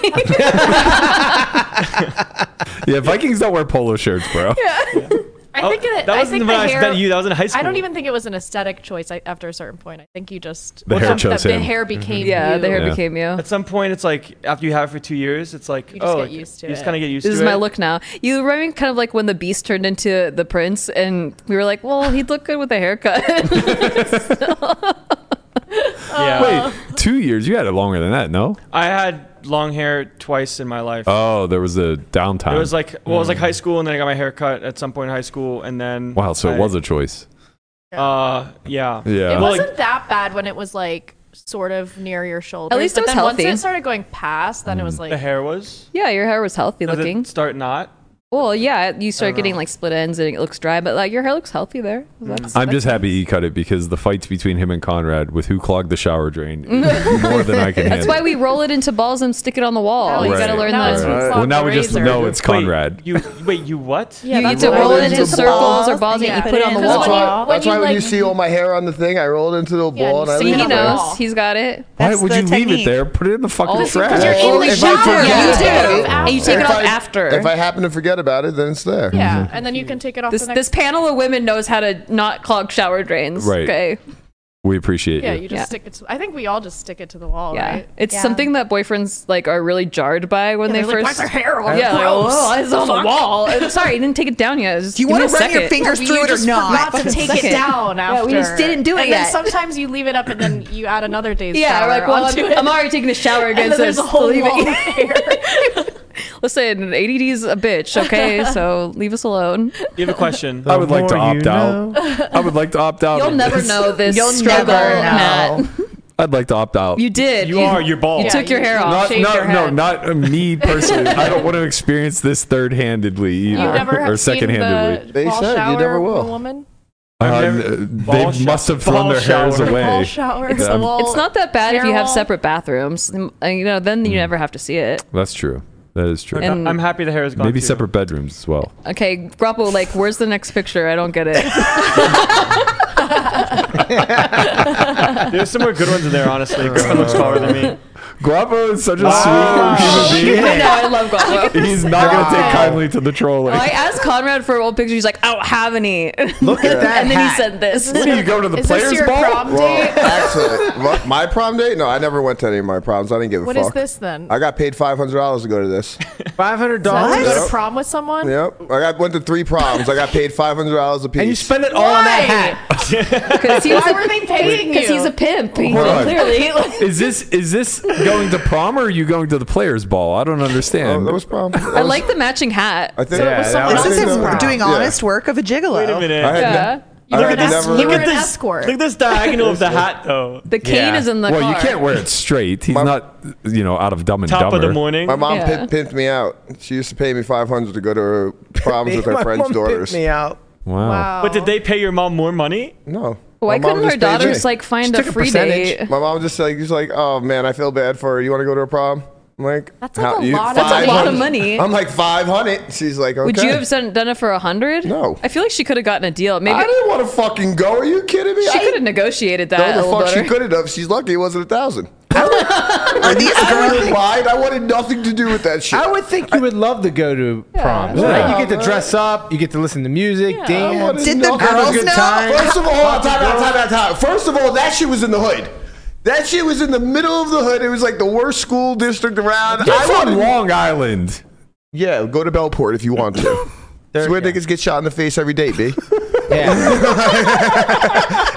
S5: [laughs]
S7: Yeah, Vikings don't wear polo shirts, bro.
S8: I think
S3: Oh,
S8: it,
S3: that
S8: I
S3: wasn't
S8: think
S3: when
S8: the
S3: I
S8: hair.
S3: met you. That was in high school.
S8: I don't even think it was an aesthetic choice. I, after a certain point, I think you just
S7: The hair
S8: that
S7: chose
S8: the
S7: him.
S8: hair became
S5: yeah,
S8: you.
S5: the hair
S7: Yeah.
S5: became you.
S3: At some point, it's like after you have it for two years, it's like
S8: You just
S3: oh,
S8: get used to
S3: you just
S8: it.
S3: kind of get used to
S5: This is
S3: it.
S5: my look now. You remember kind of like when the Beast turned into the Prince, and we were like, "Well, he'd look good with a haircut." [laughs]
S8: Oh.
S3: Yeah.
S7: Wait, two years? You had it longer than that, no?
S3: I had long hair twice in my life.
S7: Oh, there was a downtime.
S3: it was like well, it was like high school, and then I got my hair cut at some point in high school, and then
S7: wow, so
S3: I-
S7: it was a choice.
S3: uh yeah
S7: Yeah.
S3: Well,
S8: It wasn't that bad when it was like sort of near your shoulder.
S5: At least it was
S8: but then
S5: healthy.
S8: Once it started going past, then it
S7: Mm.
S8: was like
S3: the hair was
S5: yeah, your hair was healthy
S3: Does it
S5: looking.
S3: start not
S5: Well, yeah, you start getting like split ends and it looks dry, but like your hair looks healthy there.
S3: Mm.
S5: That's-
S7: I'm just happy he cut it because the fights between him and Conrad with who clogged the shower drain is more than I can
S5: That's
S7: handle.
S5: why we roll it into balls and stick it on the wall.
S8: Right.
S5: You gotta learn
S8: Now
S5: that.
S8: it's
S5: that.
S8: who
S7: Well, now
S8: clogged
S7: we
S8: the
S7: just
S8: razor.
S7: know it's Conrad.
S3: wait, you wait you what
S8: Yeah,
S5: you need
S8: that's
S5: to
S8: what I
S5: roll
S8: was
S5: it into
S8: thinking.
S5: circles or balls
S8: Yeah.
S5: and you
S8: Put
S5: put
S8: it
S5: it on the
S8: into the
S5: wall.
S8: That's wall. why-
S2: that's why
S8: when you,
S2: when you
S8: like-
S2: see all my hair on the thing, I roll it into the
S8: Yeah,
S2: ball and
S8: you
S2: I
S5: See,
S2: leave
S5: he
S2: it there.
S5: knows. He's got it.
S7: Why
S6: That's
S7: would
S6: the
S7: you leave it
S6: technique.
S7: there? Put it in the fucking
S5: Oh,
S7: trash.
S5: you're
S2: Well,
S5: in the
S2: if I
S5: shower.
S2: forget
S5: You
S2: about
S5: do.
S2: it-
S8: And you
S5: take it
S2: if
S5: off
S2: I-
S5: after.
S2: If I happen to forget about it, then it's there.
S8: yeah, and then you can take it off
S5: This
S8: the next.
S5: this panel of women knows how to not clog shower drains.
S7: Right.
S5: Okay.
S7: We appreciate
S8: yeah,
S7: you.
S8: you just
S5: Yeah.
S8: stick it. To, I think we all just stick it to the wall,
S5: Yeah.
S8: right?
S5: It's something that boyfriends like are really jarred by when
S8: They're
S5: they
S8: like,
S5: first
S8: "Why's her hair all
S5: Yeah, like,
S8: gross?"
S5: oh, it's on the wall. I'm sorry, you didn't take it down yet. Just
S6: Do you
S5: give
S6: want
S5: me
S6: to
S5: a
S6: run your
S5: second.
S6: fingers
S8: You
S6: through it or
S8: just
S6: not?
S8: forgot to take
S5: second.
S8: it down after.
S5: Yeah, we just didn't do it
S8: and
S5: yet.
S8: Then sometimes you leave it up, and then you add another day's
S5: Yeah,
S8: shower
S5: we're like, well,
S8: onto
S5: I'm,
S8: it.
S5: I'm already taking a shower again,
S8: and then
S5: so
S8: there's a
S5: just
S8: whole
S5: leave it.
S8: wall of hair.
S5: [laughs] Listen, ADD's a bitch, okay? so leave us alone.
S3: you have a question
S7: I would like to
S4: The more
S7: opt
S4: you
S7: out. I would like to opt out.
S5: You'll
S7: of
S5: never
S7: this.
S5: know this
S6: You'll
S5: struggle,
S6: never
S5: Matt.
S6: know.
S7: I'd like to opt out.
S5: You did.
S3: you are you're bald
S5: You took your
S8: you-
S5: hair off.
S7: not,
S8: shaved
S7: not
S8: your
S7: no,
S8: head.
S7: not uh, me personally. I don't want to experience this third-handedly either,
S8: You never have
S7: or second-handedly.
S8: Seen the
S2: They
S8: ball
S2: said you
S8: shower
S2: never will.
S8: Of a woman
S7: Um,
S3: never-
S7: uh,
S3: Ball
S7: they
S3: sho-
S7: must have thrown
S3: ball
S7: their hairs
S3: shower.
S7: away.
S8: ball shower.
S7: It's-
S8: a wall-
S5: It's not that bad if you
S8: hair
S5: have
S8: wall.
S5: separate bathrooms. Mm, uh, You know, then you never have to see it.
S7: That's true. That is true.
S5: And-
S3: i'm happy the hair is gone
S7: Maybe
S3: too.
S7: separate bedrooms as well.
S5: Okay, Grapple, like, where's the next picture? I don't get it.
S3: [laughs] there's some more good ones in there honestly griffin looks taller than me
S7: Guapo is such a
S3: Wow.
S7: sweet human [laughs]
S5: I know, I love Grapple. [laughs]
S7: being. He's not going to take kindly to the trolling.
S5: Oh, I asked Conrad for old pictures. He's like, I don't have any.
S4: Look
S5: [laughs]
S4: at that.
S5: and then he
S4: hat.
S5: sent this.
S7: what do you go to the
S8: Is this
S7: players'
S8: your
S7: ball?
S8: prom
S2: Well,
S8: date?
S2: actually, my- my prom date? No, I never went to any of my proms. I didn't give a
S8: What
S2: fuck.
S8: is this then?
S2: I got paid five hundred dollars to go to
S5: [laughs]
S2: this.
S4: Five hundred
S8: Did you
S4: dollars,
S8: go to prom with someone?
S2: Yep. I got, went to three proms. I got paid five hundred dollars a piece.
S4: and you spend it all on that
S8: [laughs]
S4: hat.
S5: Because he was
S8: Why
S5: a-
S8: were they paying you?
S5: Because he's a pimp. He-
S7: Hold on.
S5: clearly. like-
S7: Is this is this going to prom or are you going to the players' ball? I don't
S2: Oh,
S7: understand.
S2: that was prom. That
S5: I
S2: was-
S5: like the matching hat.
S2: I think
S4: Yeah,
S2: was
S4: that
S2: I
S4: was-
S6: This
S2: think
S6: is
S2: that was-
S6: doing
S2: yeah.
S6: honest work of a gigolo.
S3: wait a minute
S2: I had
S5: Yeah.
S2: no- I
S8: Look
S2: had
S8: at this-
S2: never-
S8: look
S3: look at
S8: an
S3: this
S8: escort.
S3: look at this diagonal of the hat though
S5: The cane
S4: Yeah.
S5: is in the
S7: well,
S5: car.
S7: you can't wear it straight. He's
S2: My-
S7: not, you know, out of Dumb and
S3: top
S7: Dumber.
S3: of the morning
S2: My mom
S5: Yeah.
S2: pimp pimped me out. She used to pay me five hundred to go to
S4: [laughs]
S2: her proms with her
S4: My
S2: friends'
S4: mom picked
S2: daughters.
S4: me out.
S7: Wow.
S8: Wow.
S3: but did they pay your mom more money
S2: No, My mom
S5: Why
S2: just
S5: couldn't her
S2: paid
S5: daughters
S2: me.
S5: like find
S4: She
S5: a
S4: took a
S5: free
S4: percentage.
S5: date?
S2: My mom just like she's like, oh man, I feel bad for her. You want to go to a prom? I'm like,
S8: That's like a lot of-
S5: That's a lot of
S2: 500
S5: money.
S2: I'm like five hundred. She's like, okay.
S5: Would you have done done it for a hundred?
S2: No.
S5: I feel like she could have gotten a deal. Maybe
S2: I didn't want to fucking go. Are you kidding me?
S5: she
S2: I
S5: could have negotiated that
S2: No,
S5: a
S2: the
S5: little
S2: fuck she
S5: better.
S2: couldn't have. She's lucky it wasn't a thousand.
S6: Are these
S2: I
S6: girls?
S2: wouldn't mind. I wanted nothing to do with that shit.
S4: I would think you would love to go to proms.
S7: Yeah.
S4: Right? You get to dress up, you get to listen to music,
S2: I
S4: dance.
S2: wanted
S6: Did the
S2: nothing.
S6: girls know?
S2: First of all, hold on, time out, time out, time out. First of all, that shit was in the hood. That shit was in the middle of the hood. It was like the worst school district around.
S7: You're
S2: I
S7: from
S2: would
S7: Long Island.
S2: Yeah, go to Bellport if you want to. It's where niggas get shot in the face every day, B.
S4: Yeah.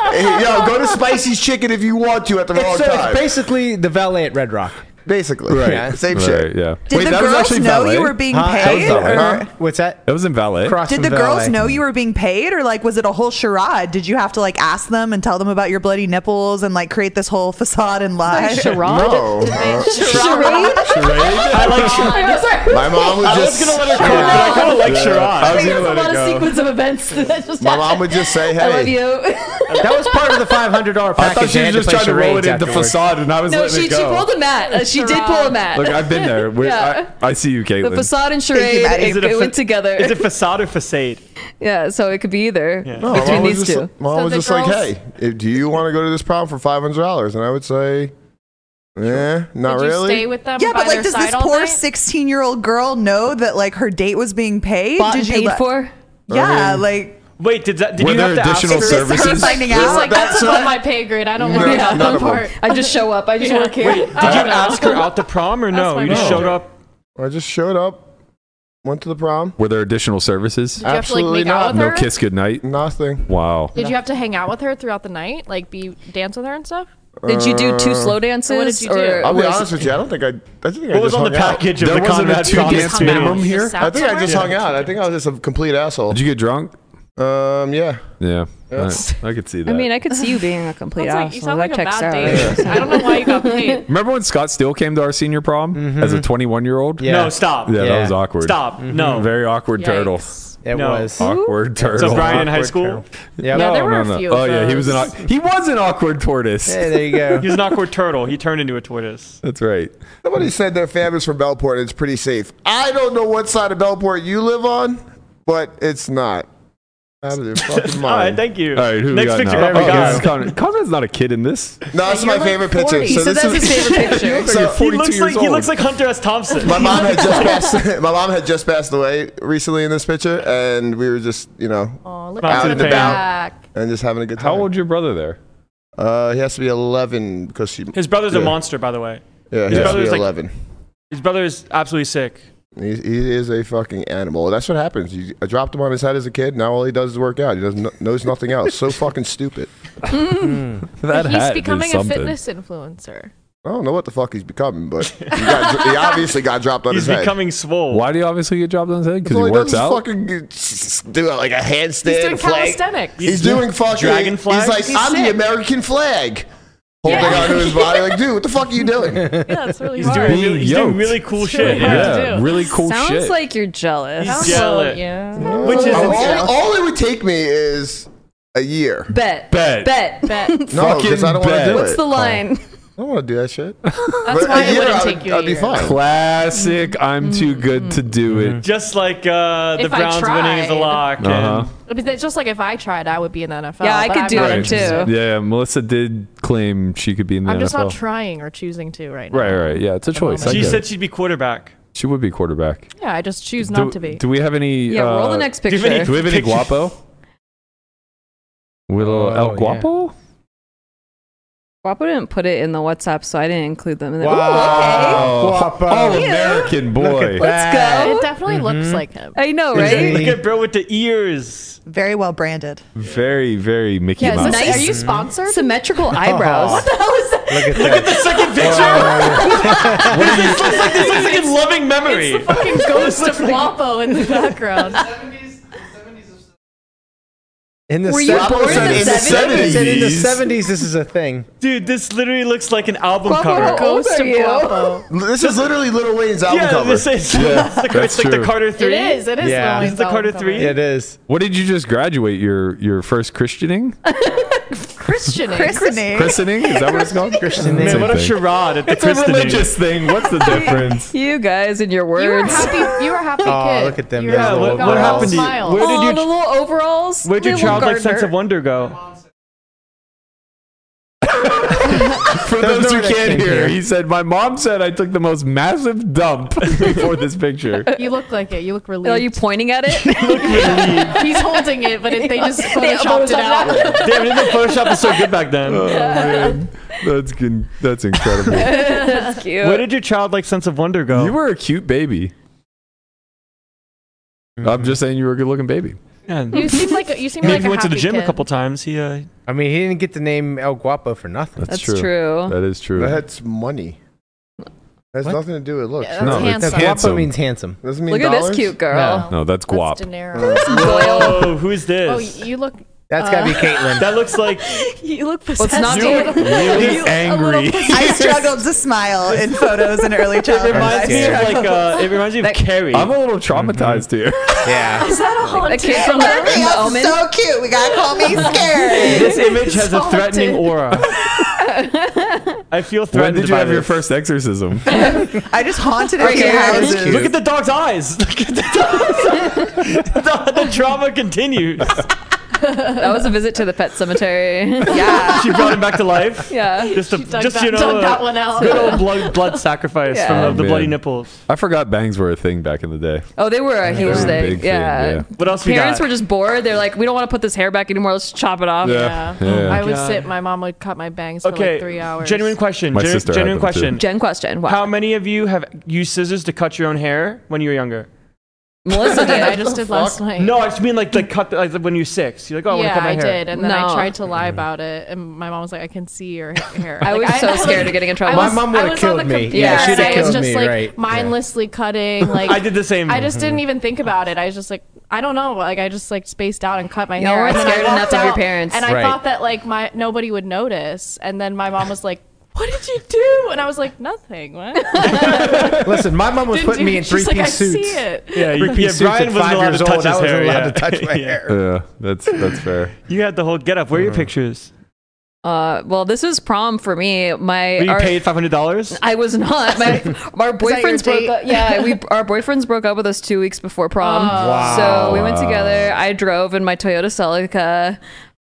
S2: Hey, yo, go to Spicy's Chicken if you want to at the wrong
S4: so
S2: time.
S4: it's basically the valet at Red Rock.
S2: basically,
S7: Right.
S4: Yeah.
S2: Same
S7: Right,
S2: shit.
S7: yeah.
S6: Did the girls know
S7: valet?
S6: you were being
S4: Huh?
S7: That was
S6: paid?
S7: valet.
S6: or-
S7: Huh?
S4: What's that?
S7: That was in valet.
S4: Across
S6: Did
S4: from
S6: the girls
S4: valet.
S6: know you were being paid, or like was it a whole charade? Did you have to like ask them and tell them about your bloody nipples and like create this whole facade and lie?
S5: [laughs]
S2: No. uh,
S7: Charade?
S3: I like. Char-
S5: I'm sorry.
S2: My mom would
S3: I was
S2: just.
S3: gonna let her cook, but I kind of like Sharad.
S7: I was
S5: There's
S7: gonna
S5: a
S7: let
S5: lot
S7: it
S5: of
S7: go.
S5: sequence of events that just
S2: My mom would just say,
S5: I love
S2: "Hey,
S5: you.
S4: That was part of the five hundred dollar
S7: I
S4: package.
S7: thought she
S4: They
S7: was
S4: had
S7: just
S4: play
S7: trying to roll it
S4: charades
S7: into
S4: afterwards.
S7: facade, and I was
S5: no,
S7: letting
S5: she, she
S7: it go.
S5: pulled a mat. Uh, she did pull a mat.
S7: Look, I've been there. We're-
S5: Yeah.
S7: I, I see you,
S5: the
S7: Caitlin.
S5: facade and charade,
S6: Maddie.
S5: it,
S3: Is it a
S5: it
S3: fa-
S5: went together.
S3: Is it facade or facade?
S5: yeah, so it could be either
S2: No, my
S5: between
S2: mom was
S5: these
S2: just,
S5: two.
S2: Mom
S8: So
S2: was
S8: the
S2: just like,
S8: girls-
S2: "Hey, if, do you want to go to this prom for five hundred dollars?" And I would say, "Yeah, not
S8: Did you
S2: really."
S8: stay with them?
S6: Yeah,
S8: by
S6: but like,
S8: their
S6: does
S8: side
S6: this
S8: all
S6: poor
S8: night?
S6: sixteen-year-old girl know that like her date was being paid?
S5: Bought
S6: Did
S5: and
S6: you
S5: paid
S6: let-
S5: for?
S6: Yeah,
S2: I mean-
S6: like
S3: Wait, did that? Did
S7: Were
S3: you
S7: there
S3: have to ask
S7: additional
S3: for-
S6: is this her
S7: Services?
S6: finding
S2: Well,
S8: It's
S6: out?
S8: like that's
S2: That's
S8: above
S2: not-
S8: my pay grade. I don't
S2: No,
S8: want
S2: Yeah.
S8: that
S2: none of them.
S8: part.
S5: I just show up. I just
S8: Yeah.
S5: want to care.
S3: Wait, did you ask her out to prom or
S8: That's
S3: no?
S8: my
S3: You just
S7: mom.
S3: showed up.
S2: I just showed up, went to the prom,
S7: Were there additional services?
S8: Did you have to like
S2: Absolutely
S8: make out
S2: not.
S8: with
S7: No
S8: her?
S7: kiss goodnight.
S2: nothing.
S7: Wow.
S8: Did you have to hang out with her throughout the night, like be dance with her and stuff?
S5: Did you do two slow dances?
S8: What did you do?
S5: or
S2: I'll be
S5: was-
S2: honest with you. I don't think I. I think I
S3: What was
S2: just
S3: on the
S2: hung out.
S3: package of
S7: There
S3: the
S7: wasn't a
S3: Conrad
S7: two-dance
S3: Conrad
S8: Just
S7: It's
S8: hung out?
S7: minimum
S8: Just
S7: here?
S8: sat
S2: I think I just
S8: somewhere?
S2: hung out. I think I was just a complete asshole.
S7: Did you get drunk?
S2: Um, yeah.
S7: Yeah. I, I could see that.
S5: I mean, I could see you being a complete
S8: That's like, you
S5: asshole.
S8: sound like
S5: that
S8: a
S5: checks
S8: bad
S5: out.
S8: date. I don't know why you got paid.
S7: Remember when Scott Steele came to our senior prom as a 21 year old?
S4: Yeah.
S3: No, stop.
S7: Yeah, that
S4: Yeah.
S7: was awkward.
S3: Stop. No. [laughs]
S7: Very awkward turtle.
S8: Yikes.
S4: It
S3: No.
S4: was.
S7: Awkward turtle.
S3: So Brian in high
S4: Awkward
S3: school,
S4: turtle. Yep.
S8: Yeah,
S7: No,
S8: there were
S7: no,
S8: a
S7: no.
S8: few
S7: Oh
S8: of
S7: yeah, he was an
S8: those.
S7: au- he was an awkward tortoise.
S4: Hey, there
S3: [laughs]
S4: you go.
S3: he was an awkward turtle. He turned into a tortoise.
S7: [laughs] That's right.
S2: Somebody said their family's from Bellport. It's pretty safe. I don't know what side of Bellport you live on, but it's not. Out of their fucking mind.
S3: All right, thank you.
S7: All right, who we
S3: Next
S7: got
S3: picture,
S7: now?
S3: oh my
S7: Okay, this is
S3: god.
S7: Conrad. Conrad's not a kid in this.
S2: no, that's my favorite picture.
S5: He
S2: So
S5: said
S2: this
S5: that's
S2: is [laughs]
S5: his favorite picture.
S7: So,
S2: you're
S3: He looks like he looks like Hunter S. Thompson.
S2: my mom had just
S8: [laughs]
S2: passed. [laughs] My mom had just passed away recently in this picture, and we were just you know
S8: Oh, look
S3: Out
S8: at
S2: and
S8: the
S2: about.
S8: back.
S2: and just having a good time.
S7: How old your brother there?
S2: Uh, he has to be 11 because she.
S3: His brother's a
S2: Yeah.
S3: monster, by the way.
S2: Yeah, he
S3: his
S2: has to
S3: brother's
S2: be
S3: like-
S2: 11.
S3: His brother is absolutely sick.
S2: He, he is a fucking animal. That's what happens. You, I dropped him on his head as a kid. Now all he does is work out. He doesn't knows nothing else. So fucking stupid.
S7: That
S8: He's
S7: hat
S8: becoming
S7: is
S8: a
S7: something.
S8: fitness influencer.
S2: I don't know what the fuck he's becoming, but he, got, dr- he obviously got dropped on
S3: He's
S2: his
S3: becoming swole.
S7: Why do you obviously get dropped on his head?
S2: head.
S7: Because
S2: All
S7: he works
S2: does is
S7: out.
S2: fucking do like a handstand.
S8: He's doing
S2: flag.
S8: calisthenics.
S2: He's, doing fucking
S3: dragon flags?
S2: He's like
S3: He's
S2: I'm the
S3: sick.
S2: American flag, holding
S8: Yeah.
S2: onto his body. Like, dude, what the fuck are you doing?
S8: Yeah, that's really
S3: He's
S8: hard.
S3: doing really, he's doing
S7: yoked.
S3: really cool
S8: really
S3: shit.
S8: hard.
S3: Yeah.
S8: Yeah.
S7: yeah, really cool
S5: Sounds
S7: shit.
S5: like you're jealous.
S3: He's
S8: Yeah.
S3: jealous.
S8: yeah.
S3: Which is
S7: Oh.
S2: all,
S3: insane.
S2: all it would take me is a year.
S5: bet.
S7: Bet.
S5: Bet.
S8: Bet.
S2: No,
S7: Fucking
S2: because I don't want to
S7: bet.
S2: do
S5: What's
S2: it.
S5: the line?
S2: I don't want to do that shit.
S8: That's
S2: But
S8: why
S2: a
S8: it
S2: year,
S8: wouldn't
S2: I would-
S8: take you a
S2: I'd be
S8: year.
S2: fine.
S7: Classic. I'm too good to do
S4: Mm-hmm.
S7: it.
S3: Just like uh, the
S8: If I
S3: Browns winning is a
S8: tried.
S3: lock.
S7: Uh-huh.
S3: And
S8: But it's just like if I tried, I would be in the NFL.
S5: Yeah, I
S8: but
S5: could
S8: I'm
S5: do
S8: not
S5: it,
S8: interested.
S5: too.
S7: Yeah, Melissa did claim she could be in the
S8: I'm
S7: NFL.
S8: just not trying or choosing to right now.
S7: right, right. Yeah, it's a choice. I
S3: she
S7: get
S3: said
S7: it.
S3: she'd be quarterback.
S7: she would be quarterback.
S8: Yeah, I just choose not
S7: do,
S8: to be.
S7: Do we have any?
S5: Yeah, roll
S7: uh,
S5: the next
S3: you have any-
S5: picture.
S7: Do we have any
S3: Picture.
S7: guapo? With a
S4: Oh,
S7: little El
S4: yeah.
S7: Guapo?
S5: Guapo didn't put it in the WhatsApp, so I didn't include them. in the-
S7: Wow.
S4: Guapo.
S7: All
S4: Ew.
S7: American boy.
S4: Look at
S5: Let's go.
S8: It definitely looks like him.
S5: I know,
S4: Is
S5: right?
S4: it-
S3: Look at bro with the ears.
S6: Very well branded.
S7: Very, very Mickey
S5: Yeah, it's
S7: Mouse.
S5: nice.
S8: Are you sponsored?
S5: Symmetrical eyebrows. what the hell is that?
S4: Look at that.
S3: The second picture. [laughs] this looks like this looks like in loving memory.
S8: It's the fucking ghost of Wapo in the background.
S4: In the
S5: Were you
S4: sev-
S5: born in the
S4: in the
S5: 70s?
S4: seventies, in the seventies, this is a thing.
S3: Dude, this literally looks like an album
S5: How
S3: cover.
S5: old are you?
S2: This is literally Little Wayne's album
S3: Yeah,
S2: cover.
S3: this is [laughs] it's the-
S7: that's
S3: it's like the
S7: true.
S3: Carter Three.
S8: It is. It is.
S4: Yeah.
S8: Lil
S3: is
S4: This
S8: Wayne's
S3: the
S8: album
S3: Carter
S8: cover.
S3: three?
S4: It is.
S7: What did you just graduate your your first christening?
S8: Christian.
S6: Christening.
S7: Christening is that what it's called? Christening.
S3: Man, what a charade at the
S7: It's a
S3: christening.
S7: religious thing. What's the difference?
S5: You guys and your
S8: You were
S5: words.
S8: happy. You were a happy
S4: Oh,
S8: kid.
S4: look at them,
S8: You were
S4: those
S8: a
S4: little
S8: God,
S4: what
S8: all
S4: happened
S3: to you?
S8: smiles.
S3: Where did
S5: oh,
S3: you-
S5: the little overalls.
S3: Where'd your
S5: Little
S3: childlike sense of
S5: Gardner.
S3: wonder go?
S7: For
S4: There's
S7: those
S4: no
S7: who can't
S4: connection
S7: hear,
S4: here.
S7: he said, "My mom said I took the most massive [laughs] dump before this picture."
S8: You look like it. You look relieved.
S5: Are you pointing at it? [laughs]
S8: He's holding it, but it, they just photoshopped
S5: photoshopped
S8: it out.
S3: Damn, even Photoshop was so good back then.
S7: Oh man, that's good. That's incredible.
S5: That's cute.
S3: Where did your childlike sense of wonder go?
S7: You were a cute baby. I'm just saying you were a good-looking baby.
S3: Man,
S8: [laughs] You seem like a, you seem
S3: Maybe
S8: like
S3: he
S8: a
S3: went to the
S8: happy
S3: gym
S8: kid.
S3: a couple times. He uh,
S4: I mean, he didn't get the name El Guapo for nothing.
S7: That's,
S5: That's true.
S7: That is true.
S2: That's money. That's
S4: What?
S2: nothing to do with looks.
S8: Yeah,
S2: right?
S8: that's
S7: No,
S4: No,
S8: handsome.
S7: That's
S4: Guapo
S7: handsome.
S4: means handsome.
S2: Doesn't mean
S5: Look at this
S2: dollars?
S5: cute girl.
S7: no, that's
S8: That's De
S7: guap.
S8: Niro.
S3: Whoa, who's this?
S8: Oh, you look.
S4: That's gotta be [laughs] Caitlyn.
S3: that looks like
S8: You look
S5: Let's not
S8: possessive.
S5: do
S3: [laughs]
S5: it.
S7: Really angry.
S6: I struggled to smile in photos in early childhood.
S3: reminds me of
S4: Yeah.
S3: like uh, it reminds me of Carrie.
S7: [laughs] I'm a little traumatized here.
S4: [laughs] yeah.
S8: Is that a
S5: The
S8: haunted?
S5: kid
S8: [laughs]
S5: from the, from the Omen.
S6: so cute. We gotta call me scary.
S3: this image has a
S8: Salted.
S3: threatening
S7: [laughs]
S3: aura. I feel
S7: When
S3: threatened.
S7: did you
S3: by
S7: have your
S3: this.
S7: first [laughs] exorcism?
S6: I just haunted a few
S5: Okay, that was
S6: houses.
S3: Look at the dog's eyes. [laughs] Look at the, dog's- [laughs] the, the trauma continues.
S5: that was a visit to the pet cemetery.
S6: Yeah.
S3: She brought him back to life.
S5: yeah.
S3: Just, a,
S8: Dug
S3: just
S8: that,
S3: you know,
S8: dug
S3: a
S8: that one out.
S3: good old blood, blood sacrifice
S5: Yeah.
S3: from
S7: Oh,
S3: the, the bloody
S7: man.
S3: nipples.
S7: I forgot bangs were a thing back in the day.
S5: Oh, they were a huge
S7: was a
S5: thing.
S7: big thing,
S5: yeah.
S7: yeah.
S3: What else we
S5: Parents
S3: got?
S5: were just bored. They're like, we don't want to put this hair back anymore. Let's chop it off.
S8: Yeah.
S7: Yeah.
S8: I would
S3: God.
S8: sit. My mom would cut my bangs for
S3: okay.
S8: like three hours. [laughs]
S3: Genuine question.
S7: My
S3: genu-
S7: sister had
S3: genuine
S7: them, too.
S3: question.
S5: Jen question. Wow.
S3: How many of you have used scissors to cut your own hair when you were younger?
S5: Melissa
S8: [laughs]
S5: did.
S8: I just did last night.
S3: No, I just mean like like cut the, like when you're six. You're like, oh, I want to
S8: yeah,
S3: cut my
S8: I
S3: hair.
S8: did, and then
S5: No.
S8: I tried to lie about it, and my mom was like, "I can see your ha- hair."
S5: I
S8: Like,
S5: was so scared of
S8: like,
S5: getting in
S8: I
S5: trouble.
S4: My
S8: was-
S4: mom
S8: I
S4: would've
S8: was on
S4: killed
S8: the
S4: me.
S8: computer,
S5: Yeah, she'd
S8: and
S5: have
S8: I was
S5: killed
S8: just
S4: me,
S8: like
S4: right. Yeah.
S3: [laughs]
S8: mindlessly cutting. Like
S3: I did the same. Mm-hmm.
S8: I just didn't even think about it. I was just like, I don't know. Like I just like spaced out and cut my
S5: You
S8: hair.
S5: weren't
S8: and then I
S5: scared enough
S8: walked
S5: of your
S8: out,
S5: parents.
S8: And I
S4: Right.
S8: thought that like my nobody would notice. And then my mom was like, "What did you do?" And I was like,
S3: [laughs]
S8: "Nothing." What?
S4: Listen, my mom was
S8: Didn't
S4: putting
S8: do-
S4: me in three
S8: [laughs] She's like,
S4: piece
S8: I
S4: suits.
S8: see it.
S3: [laughs]
S8: [laughs]
S3: Yeah, you,
S4: Three-piece
S3: yeah
S4: suits
S3: Brian
S4: at
S3: wasn't
S4: five
S3: allowed
S4: years
S3: to
S4: old,
S3: touch
S4: I
S3: his
S4: wasn't
S3: hair.
S4: allowed
S3: yeah.
S4: to touch
S3: [laughs]
S4: my
S3: Yeah. Mm-hmm.
S4: hair.
S7: Yeah, that's that's fair.
S3: You had the whole get up. Where are your pictures?
S5: Uh, well, this is prom for me. My
S3: Were you
S5: our-
S3: paid five hundred
S5: [laughs]
S3: dollars?
S5: I was not. My our boyfriends broke
S6: date?
S5: up. Yeah, we our boyfriends broke up with us two weeks before prom. So we went together. I drove in my Toyota Celica.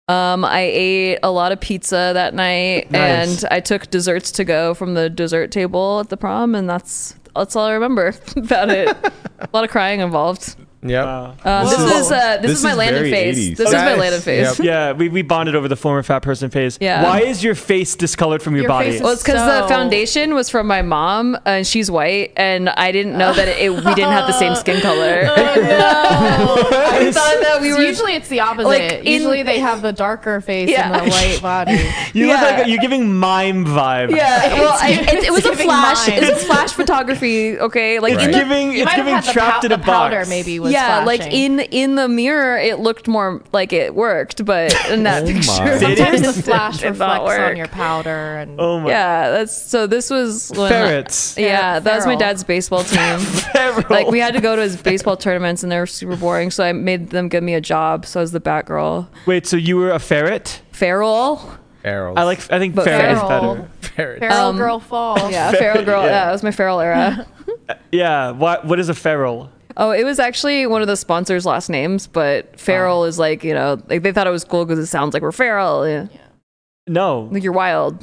S5: Um, I ate a lot of pizza that night,
S3: Nice.
S5: and I took desserts to go from the dessert table at the prom, and that's that's all I remember [laughs] about it. a lot of crying involved.
S4: Yep.
S5: Uh, this,
S7: is-
S5: is uh, this,
S7: this
S5: is my
S7: is
S5: landed
S7: very
S5: phase.
S7: 80s.
S5: This is my
S4: Nice. [laughs]
S5: landed phase.
S3: Yeah, we, we bonded over the former fat person phase.
S5: Yeah.
S3: Why is your face discolored from your,
S8: Your
S3: body?
S8: face
S5: Well, it's because the
S8: So-
S5: foundation was from my mom, and she's white, and I didn't know that it, we didn't have the [laughs] same skin color. I thought that [laughs] we
S8: It's
S5: were.
S8: Oh, Usually it's the opposite.
S5: Like, in- [laughs]
S8: Usually they have the darker face
S5: Yeah.
S8: and the white body.
S3: you look
S5: yeah.
S3: like you're giving mime vibe.
S5: yeah, well, I, it, it was a
S8: It's giving
S5: flash.
S8: mine.
S5: It was flash photography. Okay, like
S3: It's
S5: in
S3: [laughs]
S5: the
S3: giving
S8: You
S3: it's
S8: might have
S3: giving
S8: had the
S3: trapped
S8: pow-
S3: in a
S8: the
S3: box.
S8: powder maybe was
S5: yeah, like
S8: flashing.
S5: in in the mirror, it looked more like it worked, but in that picture,
S3: Did it?
S8: Sometimes
S5: [laughs]
S8: the flash
S5: did not
S8: reflects on
S5: work.
S8: your powder
S3: [laughs]
S8: and
S3: Oh my
S5: [laughs] yeah, that's so. This was when
S3: [laughs] ferrets.
S5: [laughs] yeah, that was my
S8: feral.
S5: dad's baseball team.
S3: Feral.
S5: like we had to go to his baseball tournaments and they were super boring so i made them give me a job so i was the bat girl
S3: Wait, so you were a ferret?
S5: feral
S4: Ferals.
S3: I like I think
S5: But
S3: ferret is
S8: feral.
S3: better.
S4: ferrets.
S8: [laughs] feral
S5: Um,
S8: girl [laughs]
S5: [laughs]
S8: fall.
S5: yeah feral girl yeah. that was my feral era
S3: Yeah, what what is a feral?
S5: oh it was actually one of the sponsors last names but feral is like you know like they thought it was cool because it sounds like we're feral yeah.
S3: No.
S5: like you're wild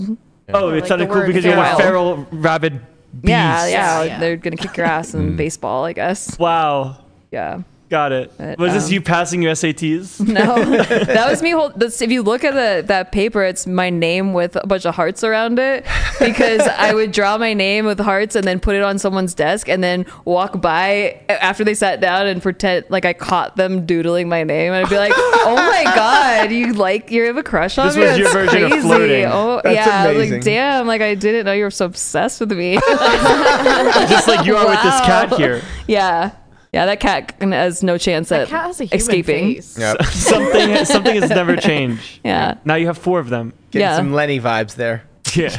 S3: Oh, it
S8: Like
S3: sounded
S8: the
S3: cool
S8: word
S3: because you're a
S5: feral.
S3: feral rabid beast.
S5: yeah yeah,
S8: Yeah,
S5: like
S8: yeah.
S5: they're gonna kick your ass in baseball i guess
S3: Wow.
S5: yeah
S3: Got it.
S5: But,
S3: was this
S5: um,
S3: you passing your
S8: [laughs]
S3: SATs?
S5: no that was me whole that's, if you look at the, that paper it's my name with a bunch of hearts around it because i would draw my name with hearts and then put it on someone's desk and then walk by after they sat down and pretend like i caught them doodling my name and i'd be like oh my god you like you have a crush on
S3: This
S5: me
S3: was your
S5: That's
S3: version of
S5: crazy.
S3: flirting.
S5: oh
S4: That's
S5: yeah I was
S4: amazing.
S5: like damn like i didn't know you were so obsessed with me [laughs]
S3: Just like you are with this cat
S5: Wow.
S3: here.
S5: yeah Yeah, that cat has no chance
S8: That
S5: at
S8: cat has a human
S5: escaping.
S8: face.
S2: Yep.
S3: something something has never changed.
S5: Yeah.
S3: Now you have four of them.
S4: Getting
S5: Yeah.
S4: some Lenny vibes there.
S3: Yeah.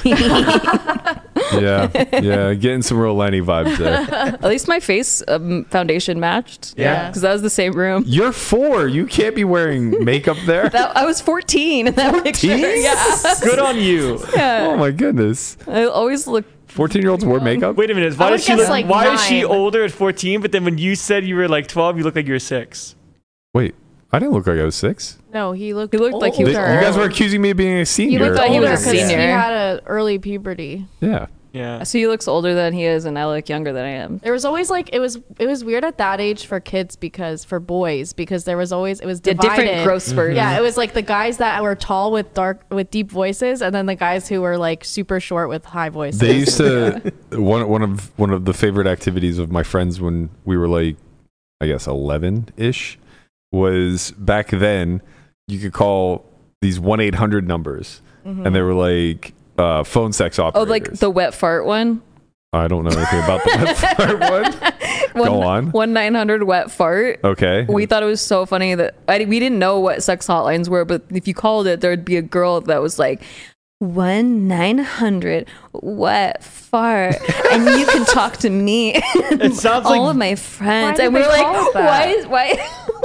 S7: Yeah, yeah, getting some real Lenny vibes there.
S5: At least my face um, foundation matched.
S4: Yeah.
S5: Because that was the same room.
S7: You're four. You can't be wearing makeup there.
S5: That, I was 14 in that picture.
S7: [laughs]
S5: Yeah.
S3: Good on you.
S7: oh my goodness.
S5: I always look.
S7: Fourteen-year-olds wear makeup.
S3: Wait a minute.
S8: I
S3: Why
S8: would
S3: does she
S8: guess,
S3: look?
S8: like,
S3: why is she
S8: nine.
S3: older at 14? But then when you said you were like 12, you look like you were six.
S7: Wait, I didn't look like I was six.
S8: No, he looked.
S5: He looked like he
S7: Th-
S5: was-
S7: you
S5: Sure.
S7: guys were accusing me of being a
S8: He
S7: senior.
S8: looked
S5: He
S8: older
S5: was a
S8: because he
S5: senior.
S8: had an early puberty.
S7: Yeah.
S3: Yeah.
S5: So he looks older than he is, and I look younger than I am.
S8: There was always like it was it was weird at that age for kids because for boys because there was always it was
S5: The
S8: divided.
S5: different growth
S7: Mm-hmm.
S5: spurts.
S8: Yeah, it was like the guys that were tall with dark with deep voices, and then the guys who were like super short with high voices.
S7: They used to [laughs] one one of one of the favorite activities of my friends when we were like, I guess eleven ish, was back then you could call these one eight hundred numbers, and they were like uh, phone sex
S5: Mm-hmm. Oh,
S7: operators.
S5: like the wet fart one.
S7: I don't know
S5: [laughs]
S7: anything about the website one.
S5: one
S7: Go on.
S5: One nine hundred wet fart.
S7: Okay.
S5: We thought it was so funny that I, we didn't know what sex hotlines were, but if you called it, there'd be a girl that was like one nine hundred wet fart, and you can talk to me, [laughs]
S3: It sounds
S5: all
S3: like-
S5: of my friends,
S8: Why did
S5: and we
S8: they
S5: were
S8: call
S5: like,
S8: it
S5: why?
S8: that?
S5: Is,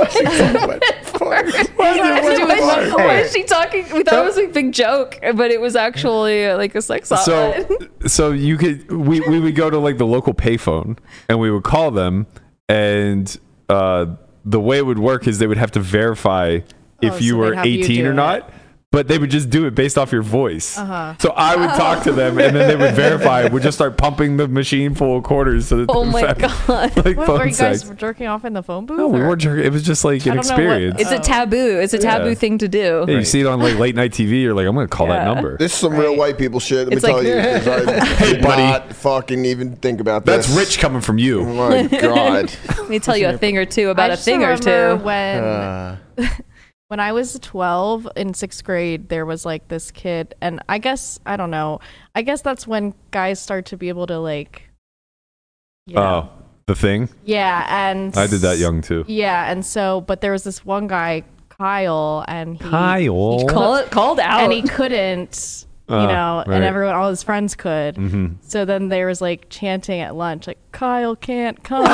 S5: why? [laughs] wet fart? Why
S8: it wet
S5: is-
S8: fart?
S5: why is she talking? We thought it was a big joke, but it was actually uh, like a sex hotline.
S7: [laughs] so
S8: [laughs]
S7: so you could we we would go to like the local payphone and we would call them and uh the way it would work is they would have to verify if
S8: Oh,
S7: you
S8: so
S7: were
S8: they'd have you
S7: 18
S8: do
S7: or
S8: it. Uh-huh.
S7: not but they would just do it based off your voice. So I would talk to them, and then they would
S8: [laughs]
S7: verify. We'd just start pumping the machine full of quarters. So that
S5: Oh
S7: they
S5: my [laughs]
S7: had,
S5: God.
S7: [laughs] Like
S8: What,
S7: phone
S8: were you guys
S7: sex.
S8: jerking off in the
S5: Oh,
S8: phone booth?
S7: no, we
S8: or-
S7: were jerking. It was just like an
S8: I don't know what-
S7: experience.
S5: it's a taboo. It's a
S7: Yeah.
S5: taboo thing to do.
S7: Yeah, You see it on like late night TV. You're like, I'm gonna call that
S5: Yeah.
S7: number.
S2: This is some real white people shit. Let
S5: It's
S2: me
S5: like-
S2: tell you. 'cause I did
S7: buddy.
S2: not fucking even think about
S7: That's
S2: this.
S7: rich coming from
S2: Oh
S7: you.
S8: [laughs]
S2: my god.
S5: Let me tell you a thing or two about
S8: I
S5: a
S8: just
S5: thing or
S8: remember
S5: two.
S8: When
S4: Uh,
S8: when I was 12 in sixth grade, there was like this kid, and I guess I don't know. I guess that's when guys start to be able to like. Yeah.
S7: Oh, the thing.
S8: Yeah, and
S7: I did that young too.
S8: Yeah, and so, but there was this one guy, Kyle, and he,
S5: Call it called out.
S8: and
S7: [laughs]
S8: he couldn't, you
S7: Ah,
S8: know,
S7: right. Mm-hmm.
S8: and everyone, all his friends could. So then there was like chanting at lunch, like Kyle
S7: [laughs]
S8: can't come,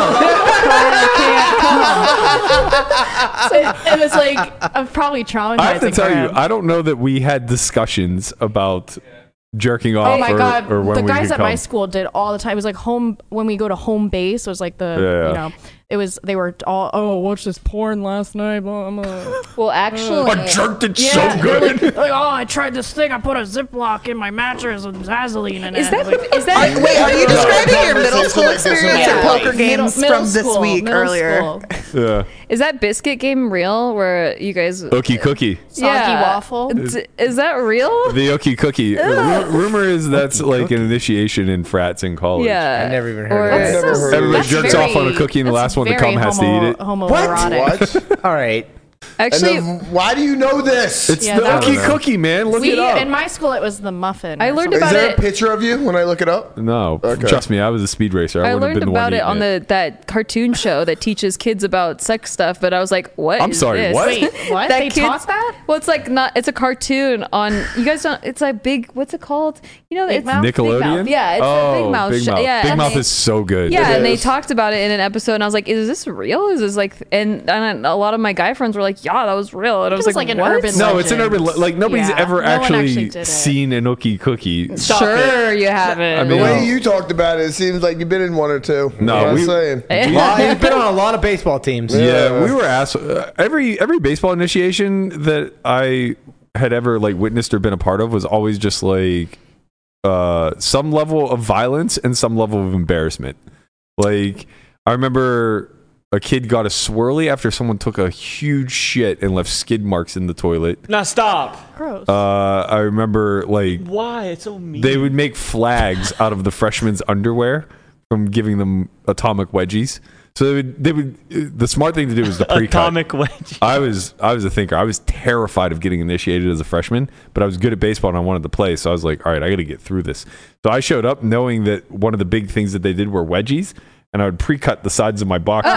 S8: Kyle can't come. so [laughs] it was like I'm probably traumatized.
S7: I have to tell you, I don't know that we had discussions about jerking off
S8: Oh my
S7: or,
S8: god!
S7: or when
S8: the
S7: we
S8: guys
S7: could
S8: at
S7: come.
S8: my school did all the time. It was like home when we go to home base. It was like the
S7: Yeah, yeah.
S8: you know, it was they were all oh watch this porn last night. Blah, blah, [laughs] blah.
S5: well, actually,
S7: jerked it so
S8: Yeah. [laughs]
S7: good.
S8: like, oh, I tried this thing. I put a Ziploc in my mattress with Vaseline in
S5: is
S8: it.
S5: that
S8: [laughs] Like,
S5: is [laughs] that
S6: Wait, are you
S2: No.
S6: describing your
S2: Conversation
S6: middle school
S2: like this in
S6: experience
S2: my
S6: at
S2: life.
S6: poker games
S8: middle
S6: from this
S8: school,
S6: week
S8: middle
S6: earlier? [laughs]
S8: school.
S7: yeah.
S5: is that biscuit game real? Where you guys
S7: Ookie cookie.
S8: Soggy waffle?
S5: D- is that real?
S7: The ookie cookie. Ru- rumor is that's like an initiation in frats in college.
S5: yeah,
S4: I never even heard
S5: Or-
S4: of that.
S2: I've never heard
S7: Everybody
S2: That's
S7: jerks off on a cookie, and the last one to come has to eat it.
S8: Homoerotic.
S2: What?
S4: All right.
S2: And
S5: Actually,
S2: then why do you know this?
S7: It's
S8: Yeah,
S7: the
S8: that
S7: ookie
S8: was-
S7: cookie, man. Look it
S8: We,
S7: up.
S8: in my school, it was the muffin.
S5: I
S8: or
S5: learned
S8: something.
S2: Is
S5: about
S2: there a
S5: it.
S2: picture of you when I look it up?
S7: no,
S2: Okay.
S7: trust me, I was a speed racer. I,
S5: I
S7: wouldn't have
S5: learned
S7: been
S5: about
S7: the
S5: it on
S7: one eating
S5: the that cartoon show that teaches kids about sex stuff, but I was like, what?
S7: I'm
S5: is
S7: sorry,
S5: this? [laughs]
S7: what?
S8: Wait, what? They taught that?
S5: Well, it's like not. It's a cartoon on. You guys don't. It's a big. What's it called? You know, it's
S8: Mouth? Big
S7: Nickelodeon.
S5: Mouth. Yeah, it's a
S7: oh,
S5: Big Mouth
S7: Big
S5: show.
S7: Mouth.
S5: Yeah,
S7: Big
S5: and
S7: Mouth
S5: they-
S7: is so good.
S5: Yeah, and they
S2: is.
S5: talked about it in an episode, and I was like, "Is this real? Is this like?" And, and a lot of my guy friends were like, "Yeah, that was real." And I was
S8: was
S5: like,
S8: like an
S5: "What?" [laughs]
S8: urban
S7: No, it's an urban le- like nobody's
S8: Yeah, no
S7: ever
S8: one
S7: actually,
S8: actually did it.
S7: seen an ookie cookie.
S5: Sure, you haven't.
S7: I
S2: The
S7: mean-
S5: [laughs]
S7: No.
S2: way you talked about it, it seems like you've been in one or two.
S7: No,
S2: That's what
S7: we-
S2: I'm saying.
S4: Well, he's been on a lot of baseball teams.
S7: Yeah, we were asked uh, every every baseball initiation that I had ever like witnessed or been a part of was always just like uh some level of violence and some level of embarrassment. Like I remember a kid got a swirly after someone took a huge shit and left skid marks in the toilet.
S3: Now stop.
S8: Gross.
S7: Uh I remember like
S3: Why? It's so mean.
S7: they would make flags out of the freshmen's underwear from giving them atomic wedgies. So they would, they would the smart thing to do was the
S3: [laughs]
S7: pre-cut.
S3: Atomic wedge.
S7: I was I was a thinker. I was terrified of getting initiated as a freshman, but I was good at baseball and I wanted to play. So I was like, all right, I got to get through this. So I showed up knowing that one of the big things that they did were wedgies, and I would pre-cut the sides of my boxes.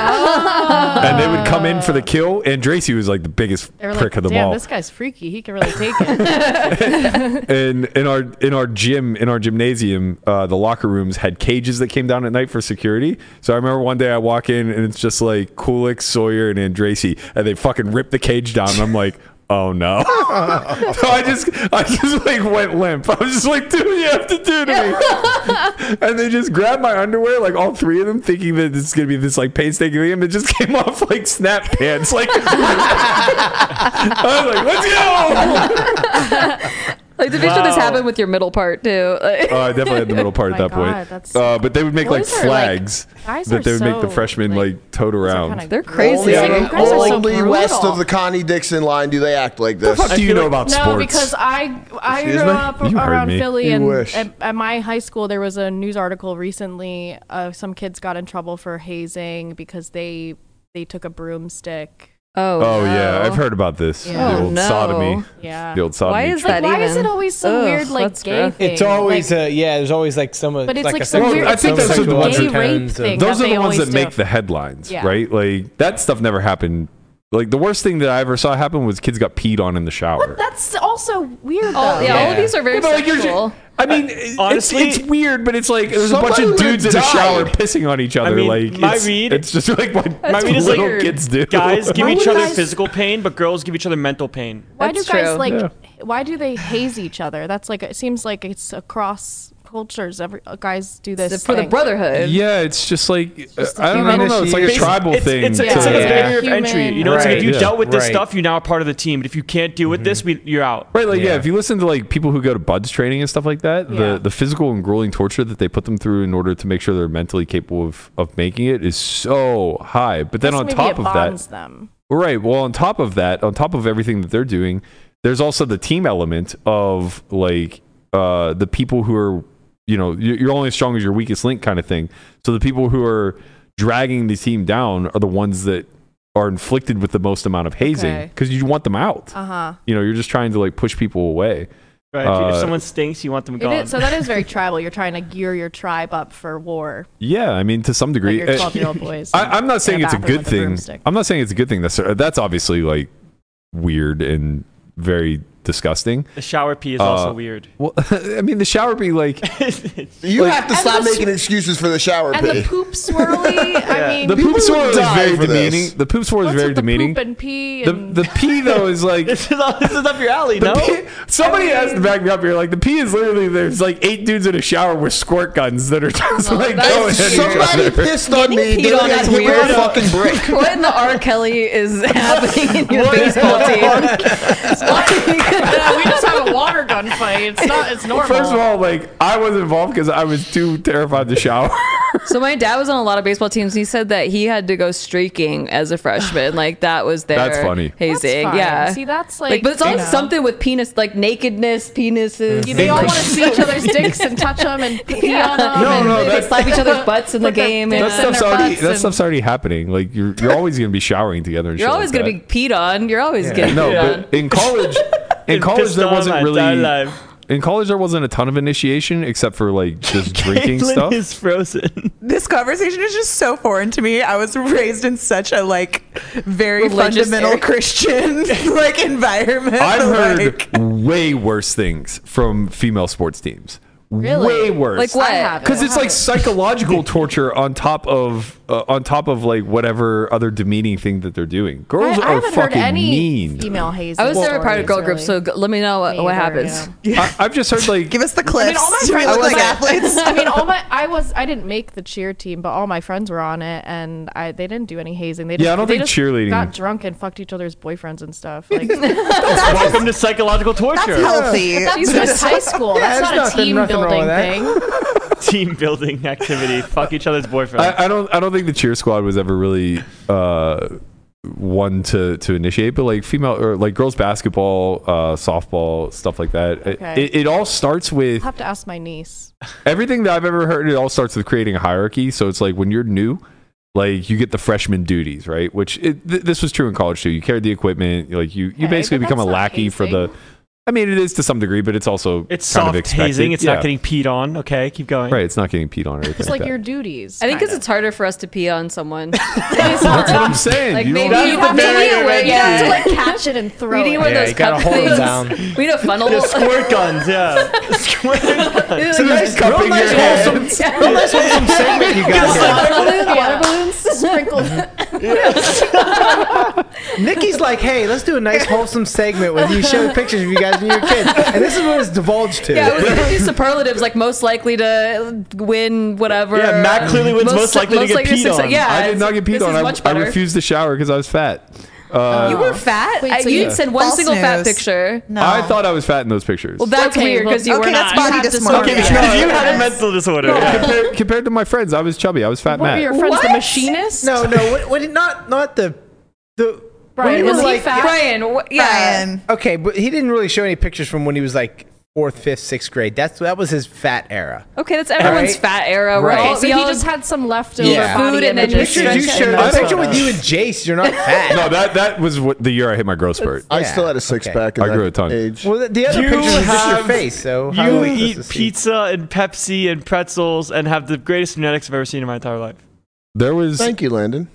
S7: And they would come in for the kill, and Dracy was like the biggest
S8: Uh, They were
S7: prick
S8: like,
S7: of them
S8: damn,
S7: all.
S8: this guy's freaky. He can really take it.
S7: and in our in our gym in our gymnasium uh, the locker rooms had cages that came down at night for security so i remember one day i walk in and it's just like kulik sawyer and andracy and they fucking rip the cage down and i'm like Oh no! [laughs] so I just, I just like went limp. I was just like, "Dude, you have to do to me." and they just grabbed my underwear, like all three of them, thinking that it's gonna be this like painstaking thing. And it just [laughs] came off like snap pants. Like [laughs] I was like, "Let's go!"
S5: Like the picture this
S3: Wow.
S5: happened with your middle part
S7: [laughs]
S5: too. [laughs] Like,
S7: Oh, I definitely had the middle
S8: [laughs]
S7: part at
S8: my
S7: that point.
S8: God, that's
S7: uh, but they would make like
S8: Boys are, like-
S7: flags
S8: guys
S7: that
S8: are
S7: they would make the
S8: so,
S7: freshmen like,
S8: like,
S7: toad around.
S8: kinda-
S5: they're crazy.
S8: Yeah.
S2: Only,
S8: You guys are so
S2: only
S8: brutal.
S2: west of the Connie Dixon line do they act like this.
S7: What the fuck do you know about
S8: No,
S7: [laughs] sports?
S8: because I I
S2: Excuse
S8: grew
S2: me?
S8: up
S7: You heard
S8: around
S7: me.
S8: Philly,
S2: You
S8: and
S2: wish.
S8: at, at my high school there was a news article recently. Uh, some kids got in trouble for hazing because they they took a broomstick.
S5: Oh,
S7: oh
S5: no.
S7: yeah, I've heard about this.
S8: Yeah.
S7: The
S5: Oh,
S7: old
S5: no.
S7: sodomy.
S8: Yeah.
S7: The old sodomy.
S5: Why is
S7: trick.
S5: that
S8: Like, why
S5: even?
S8: is it always some
S5: Ugh,
S8: weird like
S5: that's
S8: gay
S5: rough.
S8: thing?
S4: It's always
S8: like,
S4: uh yeah. There's always like some.
S8: But it's, like,
S4: a
S8: some
S4: sexual-
S8: weird-
S7: I think those are the
S4: sexual
S7: ones that-
S4: undertones
S8: Gay rape
S4: of- uh,
S8: thing.
S7: Those
S8: that
S7: are the
S8: they
S7: ones that
S8: always
S7: make
S8: do.
S7: the headlines,
S8: Yeah.
S7: right? Like that stuff never happened. Like the worst thing that I ever saw happen was kids got peed on in the shower.
S8: That's also weird. Though.
S5: All, Oh, yeah, all
S4: Yeah.
S5: of these are very
S7: Yeah, but, like, you're ju-
S5: sexual.
S7: I mean, it-
S3: Honestly-
S7: it's, it's weird, but it's like there's a bunch
S2: Somebody
S7: of
S2: would've
S7: dudes in a shower
S2: died.
S7: pissing on each other.
S3: mean,
S7: like
S3: my
S7: it's,
S3: read-
S7: it's just like what
S3: My read is
S7: little
S3: like
S7: kids do.
S3: guys give
S8: Why
S3: each
S8: would
S3: other
S8: guys-
S3: physical pain, but girls give each other mental pain.
S8: Why do
S5: That's
S8: guys
S5: true.
S8: like?
S7: Yeah.
S8: Why do they haze each other? That's like it seems like it's across cultures. Every uh, guys do this
S5: For the
S8: thing.
S5: brotherhood.
S7: Yeah, it's just like
S4: just a
S7: I, don't, I don't
S4: human
S7: know. It's like a
S4: issue.
S7: tribal
S3: it's,
S7: thing.
S3: It's,
S7: to-
S3: it's, like a
S4: Yeah.
S3: barrier of
S8: Human.
S3: entry. You know, it's like if you
S7: Right. Mm-hmm.
S3: dealt with this
S4: Right.
S3: stuff, you're now a part of the team. But if you can't deal with this, we, you're out.
S7: Right, like yeah.
S4: Yeah.
S7: if you listen to like people who go to buds training and stuff like that,
S8: Yeah.
S7: the the physical and grueling torture that they put them through in order to make sure they're mentally capable of, of making it is so high. But then
S8: Plus
S7: on
S8: maybe
S7: top
S8: it
S7: of
S8: bonds
S7: that,
S8: them.
S7: right? Well, on top of that, on top of everything that they're doing, there's also the team element of like uh, the people who are you know you- you're only as strong as your weakest link kind of thing. So the people who are dragging the team down are the ones that are inflicted with the most amount of hazing
S8: Okay.
S7: because you want them out.
S8: Uh huh.
S7: You know, you're just trying to like push people away.
S3: Right. If-
S7: Uh,
S3: if someone stinks, you want them
S8: It
S3: gone.
S8: is, so that is very tribal. You're trying to gear your tribe up for war.
S7: Yeah, I mean, to some
S8: Like
S7: degree.
S8: your
S7: Uh,
S8: 12 year old boys.
S7: [laughs] I, I'm not saying
S8: in a
S7: it's a
S8: bathroom
S7: good
S8: with a
S7: thing.
S8: broomstick.
S7: I'm not saying it's a good thing. That's uh, that's obviously like weird and very disgusting.
S3: the shower pee is also
S7: Uh,
S3: weird. [laughs]
S7: Well, [laughs] I mean, the shower be like
S2: You have to
S8: and
S2: stop
S8: the-
S2: making excuses for the shower
S7: [laughs]
S8: and the
S2: pee.
S8: poop swirly. [laughs] I mean,
S7: the
S2: People
S7: poop swirl
S2: would
S7: is
S2: die
S7: very
S2: for this.
S7: demeaning. The poop swirl is
S8: what's
S7: very
S8: with the
S7: demeaning.
S8: poop and pee
S7: The
S8: and
S7: the pee though is like.
S3: this is all- this is up your alley.
S7: The
S3: No.
S7: [laughs] pee, somebody
S8: I mean-
S7: has to back me up here. Like the pee is literally there's like eight dudes in a shower with squirt guns that are [laughs] just
S2: [laughs]
S7: like going. at each
S2: Oh, Somebody
S7: other.
S2: pissed on me.
S5: Getting
S2: They
S5: peed on
S2: got
S5: is
S2: hit with
S5: weird.
S2: a fucking brick.
S6: [laughs]
S5: What in the R. Kelly
S8: [laughs]
S5: is happening in your baseball team?
S6: [laughs]
S8: we just have [laughs] a water gun fight. It's not. It's
S7: [laughs]
S8: normal.
S7: First of all, like I was involved because I was too terrified to shower.
S5: So my dad was on a lot of baseball teams. He said that he had to go streaking as a freshman. Like that was their
S7: That's funny.
S8: That's
S5: hazing.
S8: fine.
S5: Yeah.
S8: See, that's like.
S5: like, but it's always
S8: you know.
S5: something with penis, like nakedness, penises. [laughs]
S8: You- They all want to see each other's dicks and touch them and [laughs] pee on them.
S7: No,
S8: and
S7: no,
S5: they
S7: that-
S5: slap each other's butts in the
S8: Put their
S5: game.
S8: dicks
S5: And
S7: that
S8: That's in
S7: stuff's
S8: their
S7: already
S8: butts
S7: that
S8: and-
S7: stuff's already happening. Like you're you're always gonna be showering together. And
S5: you're
S7: shit
S5: always
S7: like
S5: gonna
S7: that.
S5: be peed on. You're always getting
S7: [laughs] no,
S5: peed on.
S7: but
S3: [laughs]
S7: in college, in college
S3: Pissed
S7: there
S3: on my
S7: wasn't
S3: entire
S7: really
S3: life.
S7: in college there wasn't a ton of initiation except
S3: [laughs]
S7: for like just drinking
S3: Caitlin
S7: stuff.
S3: is [laughs] frozen.
S6: This conversation is just so foreign to me. I was raised in such a like very
S5: Religious
S6: fundamental
S5: area.
S6: Christian [laughs] like environment.
S7: I've
S6: [laughs]
S7: heard
S6: Like,
S7: way worse things from female sports teams.
S8: Really?
S7: Way worse.
S5: Like
S8: I
S5: what?
S8: haven't.
S7: because it's
S8: [laughs]
S7: like psychological torture on top of uh, on top of like whatever other demeaning thing that they're doing. Girls
S8: I, I
S7: are
S8: haven't heard
S7: fucking
S8: any
S7: mean.
S8: female hazing.
S5: I was never part of girl groups,
S8: stories,
S5: so go- let me know what,
S8: really.
S5: what
S8: Neither,
S5: happens.
S8: yeah.
S7: I, I've just heard
S3: [laughs]
S7: like
S6: give us the clips. [laughs]
S8: all my
S6: Do we
S8: friends
S6: look
S8: were
S6: like
S8: like-
S6: athletes?
S8: [laughs] I mean, all my I was I didn't make the cheer team, but all my friends were on it, and I they didn't do any hazing. They just,
S7: I don't
S8: they
S7: think
S8: just
S7: cheerleading-
S8: Got drunk and fucked each other's boyfriends
S7: [laughs]
S8: and stuff. Like [laughs]
S3: Welcome to psychological
S6: That's
S3: torture.
S6: healthy.
S8: that's just high school.
S4: Yeah,
S8: that's
S4: there's
S8: not a
S4: nothing-
S8: team
S4: nothing wrong
S8: building
S4: with
S7: [laughs]
S8: thing.
S3: [laughs] Team building activity. Fuck each other's boyfriend.
S7: I, I don't I don't think the cheer squad was ever really uh, one to to initiate, but like female or like girls basketball, uh, softball, stuff like that. It-
S8: Okay.
S7: It, it all starts with
S8: I'll have to ask my niece.
S7: everything that I've ever heard. It all starts with creating a hierarchy. So it's like when you're new. Like you get the freshman duties, right? Which it, th- this was true in college too. You carried the equipment, like you you
S8: Okay,
S7: basically
S8: but
S7: become a
S8: that's not
S7: lackey for the. I mean, it is to some degree, but it's also
S3: It's
S7: kind
S3: soft
S7: of expected.
S3: hazing. It's
S7: Yeah.
S3: not getting peed on. Okay, keep going.
S7: right. It's not getting peed on or anything.
S8: It's like
S7: that.
S8: your duties.
S5: I think
S8: kinda.
S5: because it's harder for us to pee on someone.
S7: That's what I'm saying.
S5: Like
S7: You don't-
S5: maybe you have to be aware.
S8: You have to
S5: Yeah.
S8: [laughs] like catch it and throw
S5: We need
S8: it.
S5: one of
S4: Yeah,
S5: those
S4: you gotta
S5: cup
S4: hold 'em
S5: things.
S4: down.
S5: [laughs] We need a funnel.
S3: The [laughs] squirt guns. [laughs] Yeah. squirt guns.
S5: It's like-
S4: cup in your hand. [laughs]
S5: Yeah.
S4: Some segment you got here.
S8: water balloon, water
S5: [laughs]
S8: balloons sprinkled.
S4: Nikki's like, hey, let's do a nice wholesome segment with you show pictures of you guys when you were kids. And this is what it's divulged to.
S5: Yeah, I was [laughs] gonna do superlatives like most likely to win whatever.
S3: Yeah, Matt clearly wins most likely to get peed
S5: success-
S3: on.
S5: Yeah,
S7: I did not get
S5: this
S7: peed on.
S5: Is much
S7: I, I
S5: better.
S7: refused to shower because I was fat. Uh,
S6: You were fat.
S8: Wait,
S5: I-
S8: so
S5: you
S8: you-
S5: didn't send one
S6: False
S5: single fat
S6: news.
S5: picture.
S6: No.
S7: I
S8: [laughs]
S7: thought I was fat in those pictures.
S5: Oh. Well, that's
S8: Okay,
S5: weird because
S8: well,
S5: you
S6: okay,
S5: were
S6: that's
S5: not.
S6: body
S8: have
S6: dysmorphia.
S8: Okay,
S3: Because
S8: Yeah.
S3: you had a mental disorder. yeah.
S7: compared, compared to my friends, I was chubby. I was fat
S8: What
S7: Matt.
S8: were your friends? The
S5: What?
S4: [laughs]
S8: machinist?
S4: No, no, what, what, not not the the when
S8: Brian, was
S4: was
S8: he
S4: like
S8: fat?
S5: Brian, wh- yeah.
S6: Brian.
S4: okay, but he didn't really show any pictures from when he was like fourth, fifth, sixth grade. That's that was his fat era.
S5: Okay, that's everyone's
S4: Right.
S5: fat era. We're
S4: Right.
S5: all-
S8: So
S5: we
S8: Oh, he
S5: all-
S8: just had some leftover
S4: Yeah.
S8: body
S5: Food and then
S4: The
S5: just
S8: images.
S4: pictures you
S5: stretch it
S4: showed,
S7: out.
S4: the picture with you and Jace,
S3: [laughs]
S4: you're not fat.
S7: no, that that was what the year I hit my growth spurt.
S2: I
S4: Yeah,
S2: still had a six
S4: okay.
S2: pack. In
S7: I
S2: that
S7: grew a ton.
S2: Age.
S4: Well, the- the other
S3: You
S4: pictures was just your
S3: have-
S4: face. So how
S3: You
S4: are we supposed
S3: eat
S4: to see?
S3: pizza and Pepsi and pretzels and have the greatest genetics I've ever seen in my entire life.
S7: There was
S2: Thank you, Landon.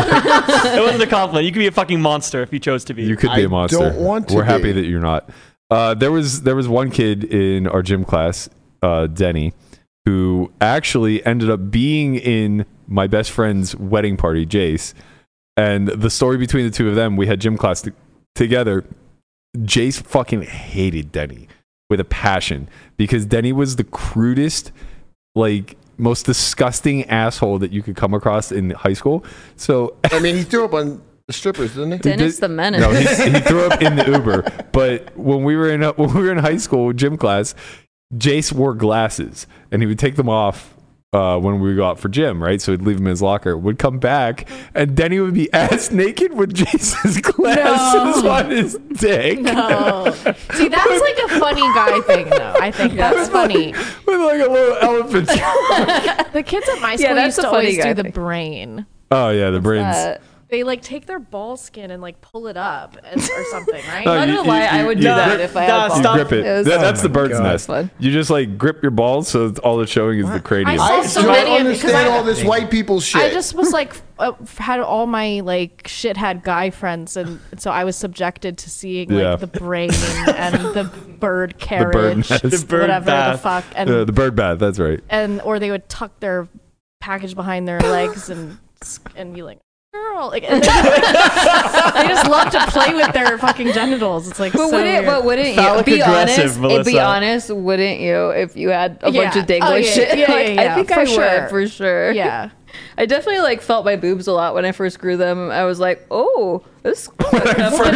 S3: It wasn't a compliment. You could be a fucking monster if you chose to be.
S7: you could
S2: I
S7: be a monster.
S2: don't want to
S7: We're happy
S2: be.
S7: that you're not. Uh, there was there was one kid in our gym class, uh, Denny, who actually ended up being in my best friend's wedding party, Jace. And the story between the two of them, we had gym class t- together. Jace fucking hated Denny with a passion because Denny was the crudest, like most disgusting asshole that you could come across in high school. So
S2: I mean, he threw up on the strippers, didn't he?
S5: Dennis
S7: did-
S5: the Menace.
S7: [laughs] No, he, he threw up in the Uber. But when we were in [laughs] when we were in high school gym class, Jace wore glasses, and he would take them off. Uh, when we go out for gym, right? So he'd leave them in his locker, would come back, and Denny would be [laughs] ass naked with Jace's glasses on his dick.
S8: No. See, that's like a funny guy thing, though. I think that's funny.
S7: With like a little elephant.
S8: The kids at my school
S5: that's
S8: used
S5: a
S8: to
S5: funny
S8: always
S5: guy
S8: do the
S5: thing.
S8: brain.
S7: oh, yeah, the brains.
S5: Uh,
S8: They like take their ball skin and like pull it up and, [laughs] or something, right?
S7: No,
S5: I don't know why I would do
S7: you
S5: that
S7: grip-
S5: if I had
S3: nah,
S5: a ball.
S7: You
S3: Stop.
S7: grip it.
S5: It was-
S7: That-
S5: Oh
S7: that's the bird's
S4: God.
S7: nest.
S5: Fun.
S7: You just like grip your balls so it's- all it's showing is the cranium.
S8: saw
S2: I
S8: So
S2: don't
S8: many of-
S2: understand
S8: because I-
S2: all this white people shit.
S8: I just was like, f- uh, f- had all my like shithead guy friends, and so I was subjected to seeing like
S7: Yeah.
S8: the brain and the bird
S7: the bird
S8: carriage,
S7: nest.
S3: The bird
S8: whatever
S3: bath.
S8: the fuck, and
S7: Uh, the bird bath. That's right.
S8: and or they would tuck their package behind their legs and and be like, girl, like, [laughs] they just love to play with their fucking genitals. It's like,
S5: but
S8: so
S5: wouldn't
S8: weird.
S5: but wouldn't you
S3: Phallic
S5: be
S3: aggressive,
S5: honest? and Be
S3: Melissa.
S5: honest, wouldn't you if you had a bunch
S8: Yeah.
S5: of dangly
S8: Oh, yeah,
S5: shit?
S8: yeah, yeah,
S5: Like, I
S8: yeah,
S5: think
S8: for
S5: I
S8: sure.
S5: would for sure.
S8: yeah.
S5: I definitely like felt my boobs a lot when I first grew them. I was like, oh, this.
S8: But it, hurt- but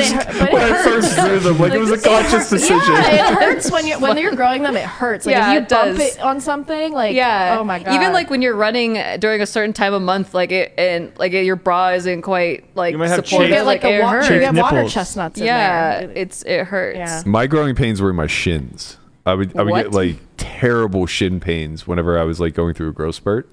S8: it
S7: when I
S8: hurts.
S7: first drew them, like it was a conscious decision.
S5: [laughs]
S8: Yeah, it hurts when you when you're growing them. It hurts. Like
S5: Yeah,
S8: if you
S5: it
S8: bump
S5: does.
S8: it on something, like
S5: yeah.
S8: oh my god.
S5: Even like when you're running during a certain time of month, like it and like your bra isn't quite like
S3: You might have
S8: you
S5: supported.
S3: chafed-
S8: get like,
S5: it
S8: a water, you
S5: hurts.
S8: have water
S3: nipples.
S8: chestnuts.
S5: Yeah,
S8: in there.
S5: it's it hurts.
S8: yeah.
S7: My growing pains were in my shins. I would I would get
S5: What?
S7: like terrible shin pains whenever I was like going through a growth spurt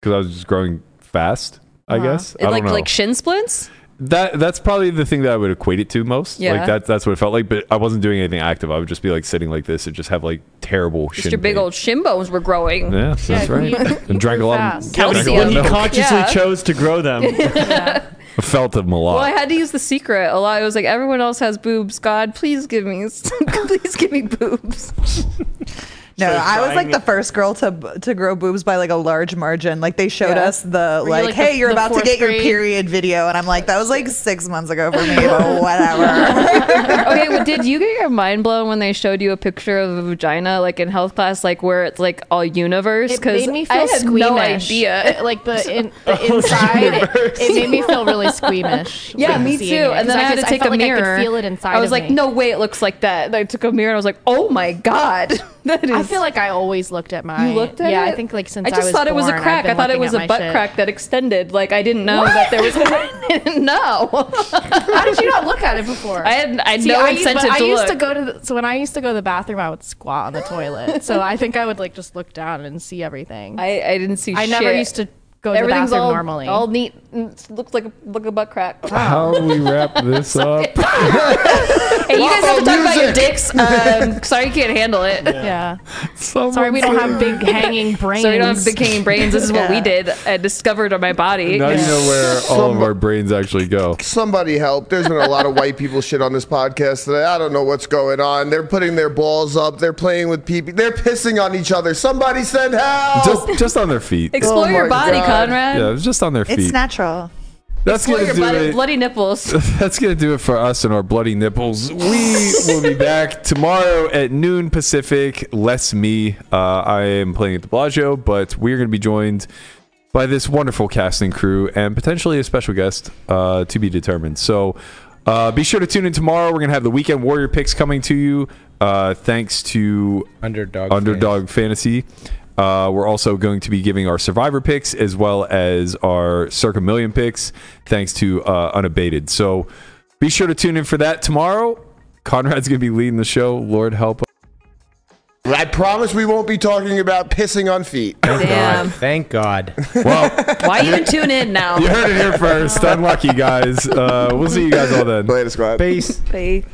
S7: because I was just growing fast. I guess I
S5: Uh-huh. It,
S7: don't
S5: like
S7: know.
S5: like shin splints.
S7: that that's probably the thing that I would equate it to most.
S5: Yeah.
S7: Like that that's what it felt like. But I wasn't doing anything active. I would just be like sitting like this and just have like terrible
S5: Just
S7: shin.
S5: your big
S7: pain.
S5: old shin bones were growing.
S7: Yeah, that's
S8: Yeah,
S7: right. [laughs]
S8: you- you
S7: and drank a
S8: grew
S7: lot. Of,
S8: fast.
S7: drank
S5: Calcium.
S7: a lot of
S3: When you
S7: milk.
S3: consciously
S5: Yeah.
S3: chose to grow them.
S7: felt them a lot.
S5: Well, I had to use the secret a lot. It was like everyone else has boobs. God, please give me, [laughs] please give me boobs.
S6: No,
S3: So
S6: I was
S3: trying-
S6: like the first girl to to grow boobs by like a large margin. Like they showed
S5: Yeah.
S6: us the
S8: you,
S6: like,
S8: like, the-
S6: hey, you're
S8: the
S6: about to
S8: fourth
S6: get your
S8: grade?"
S6: period video, and I'm like, that was
S8: [laughs]
S6: like six months ago for me, but whatever.
S5: okay, well, did you get your mind blown when they showed you a picture of a vagina, like in health class, like where it's like all universe?
S8: It made me feel
S5: I had
S8: squeamish.
S5: no idea.
S8: It-
S5: [laughs]
S8: like the in, [laughs] Oh, the inside, it, it made me feel really
S5: [laughs]
S8: squeamish.
S5: Yeah,
S8: like,
S5: me too.
S8: seeing it,
S5: And then
S8: 'cause
S5: I, had
S8: could-
S5: to take
S8: felt
S5: a
S8: like
S5: mirror.
S8: I could feel it inside.
S5: I was
S8: of
S5: like,
S8: me.
S5: no way, it looks like that. And I took a mirror and I was like, oh my god, [laughs] that is.
S8: I feel like I always looked at mine.
S5: you looked at
S8: yeah,
S5: it.
S8: I think like since
S5: I
S8: I
S5: just
S8: was
S5: thought it was a
S8: born, I've
S5: crack.
S8: been
S5: I thought it
S8: looking
S5: was
S8: at
S5: a
S8: my
S5: butt
S8: shit.
S5: crack that extended. Like I didn't know that there was. [laughs] I didn't
S8: [laughs]
S5: know.
S8: How did you not look at it before?
S5: [laughs] I had I had
S8: See,
S5: no
S8: I used,
S5: incentive
S8: but I
S5: to
S8: used
S5: look.
S8: to go to the, so when I used to go to the bathroom, I would squat on the toilet. So I think I would like just look down and see everything. I,
S5: I, I didn't see. shit.
S8: never used to go to the
S5: Everything's
S8: bathroom
S5: all,
S8: normally.
S5: all neat. and it's- looks like a, like a butt crack.
S7: How do we wrap
S5: [laughs]
S7: this up?
S5: Hey, you guys have to talk about your
S2: music.
S5: dicks. Um, sorry, you can't handle [laughs] it.
S8: yeah. Sorry, we don't have big hanging brains.
S5: So we don't have big hanging brains. This is what we did. I discovered on my body.
S7: Now you know where all of
S2: Some-
S7: our brains actually go.
S2: Somebody help. There's been a lot
S7: [laughs]
S2: of white people shit on this podcast today. I don't know what's going on. They're putting their balls up. They're playing with pee pee. They're pissing on each other. Somebody send help.
S7: Just, just on their feet.
S5: Explore
S2: Oh
S5: your
S2: my
S5: body,
S2: God.
S5: Conrad.
S7: Yeah, it was just on their feet.
S6: It's natural.
S7: That's
S5: Explore
S7: gonna
S5: your
S7: do
S5: bloody,
S7: it.
S5: bloody nipples.
S7: [laughs] That's gonna do it for us and our bloody nipples. We will be back tomorrow at noon Pacific. Less me. Uh, I am playing at the Bellagio, but we're gonna be joined by this wonderful casting crew and potentially a special guest uh, to be determined. So uh, be sure to tune in tomorrow. We're gonna have the weekend warrior picks coming to you. Uh, thanks to
S4: Underdog.
S7: Underdog Fantasy. Uh, we're also going to be giving our Survivor picks as well as our Circa Million picks, thanks to uh, Unabated. So be sure to tune in for that tomorrow. Conrad's going to be leading the show. Lord help us.
S2: I promise we won't be talking about pissing on feet.
S5: Damn.
S4: Thank God.
S7: Well,
S5: Why even tune in now?
S7: you heard it here first. Unlucky, guys. Uh, we'll see you guys all then.
S2: Later, squad.
S4: Peace.
S5: Bye.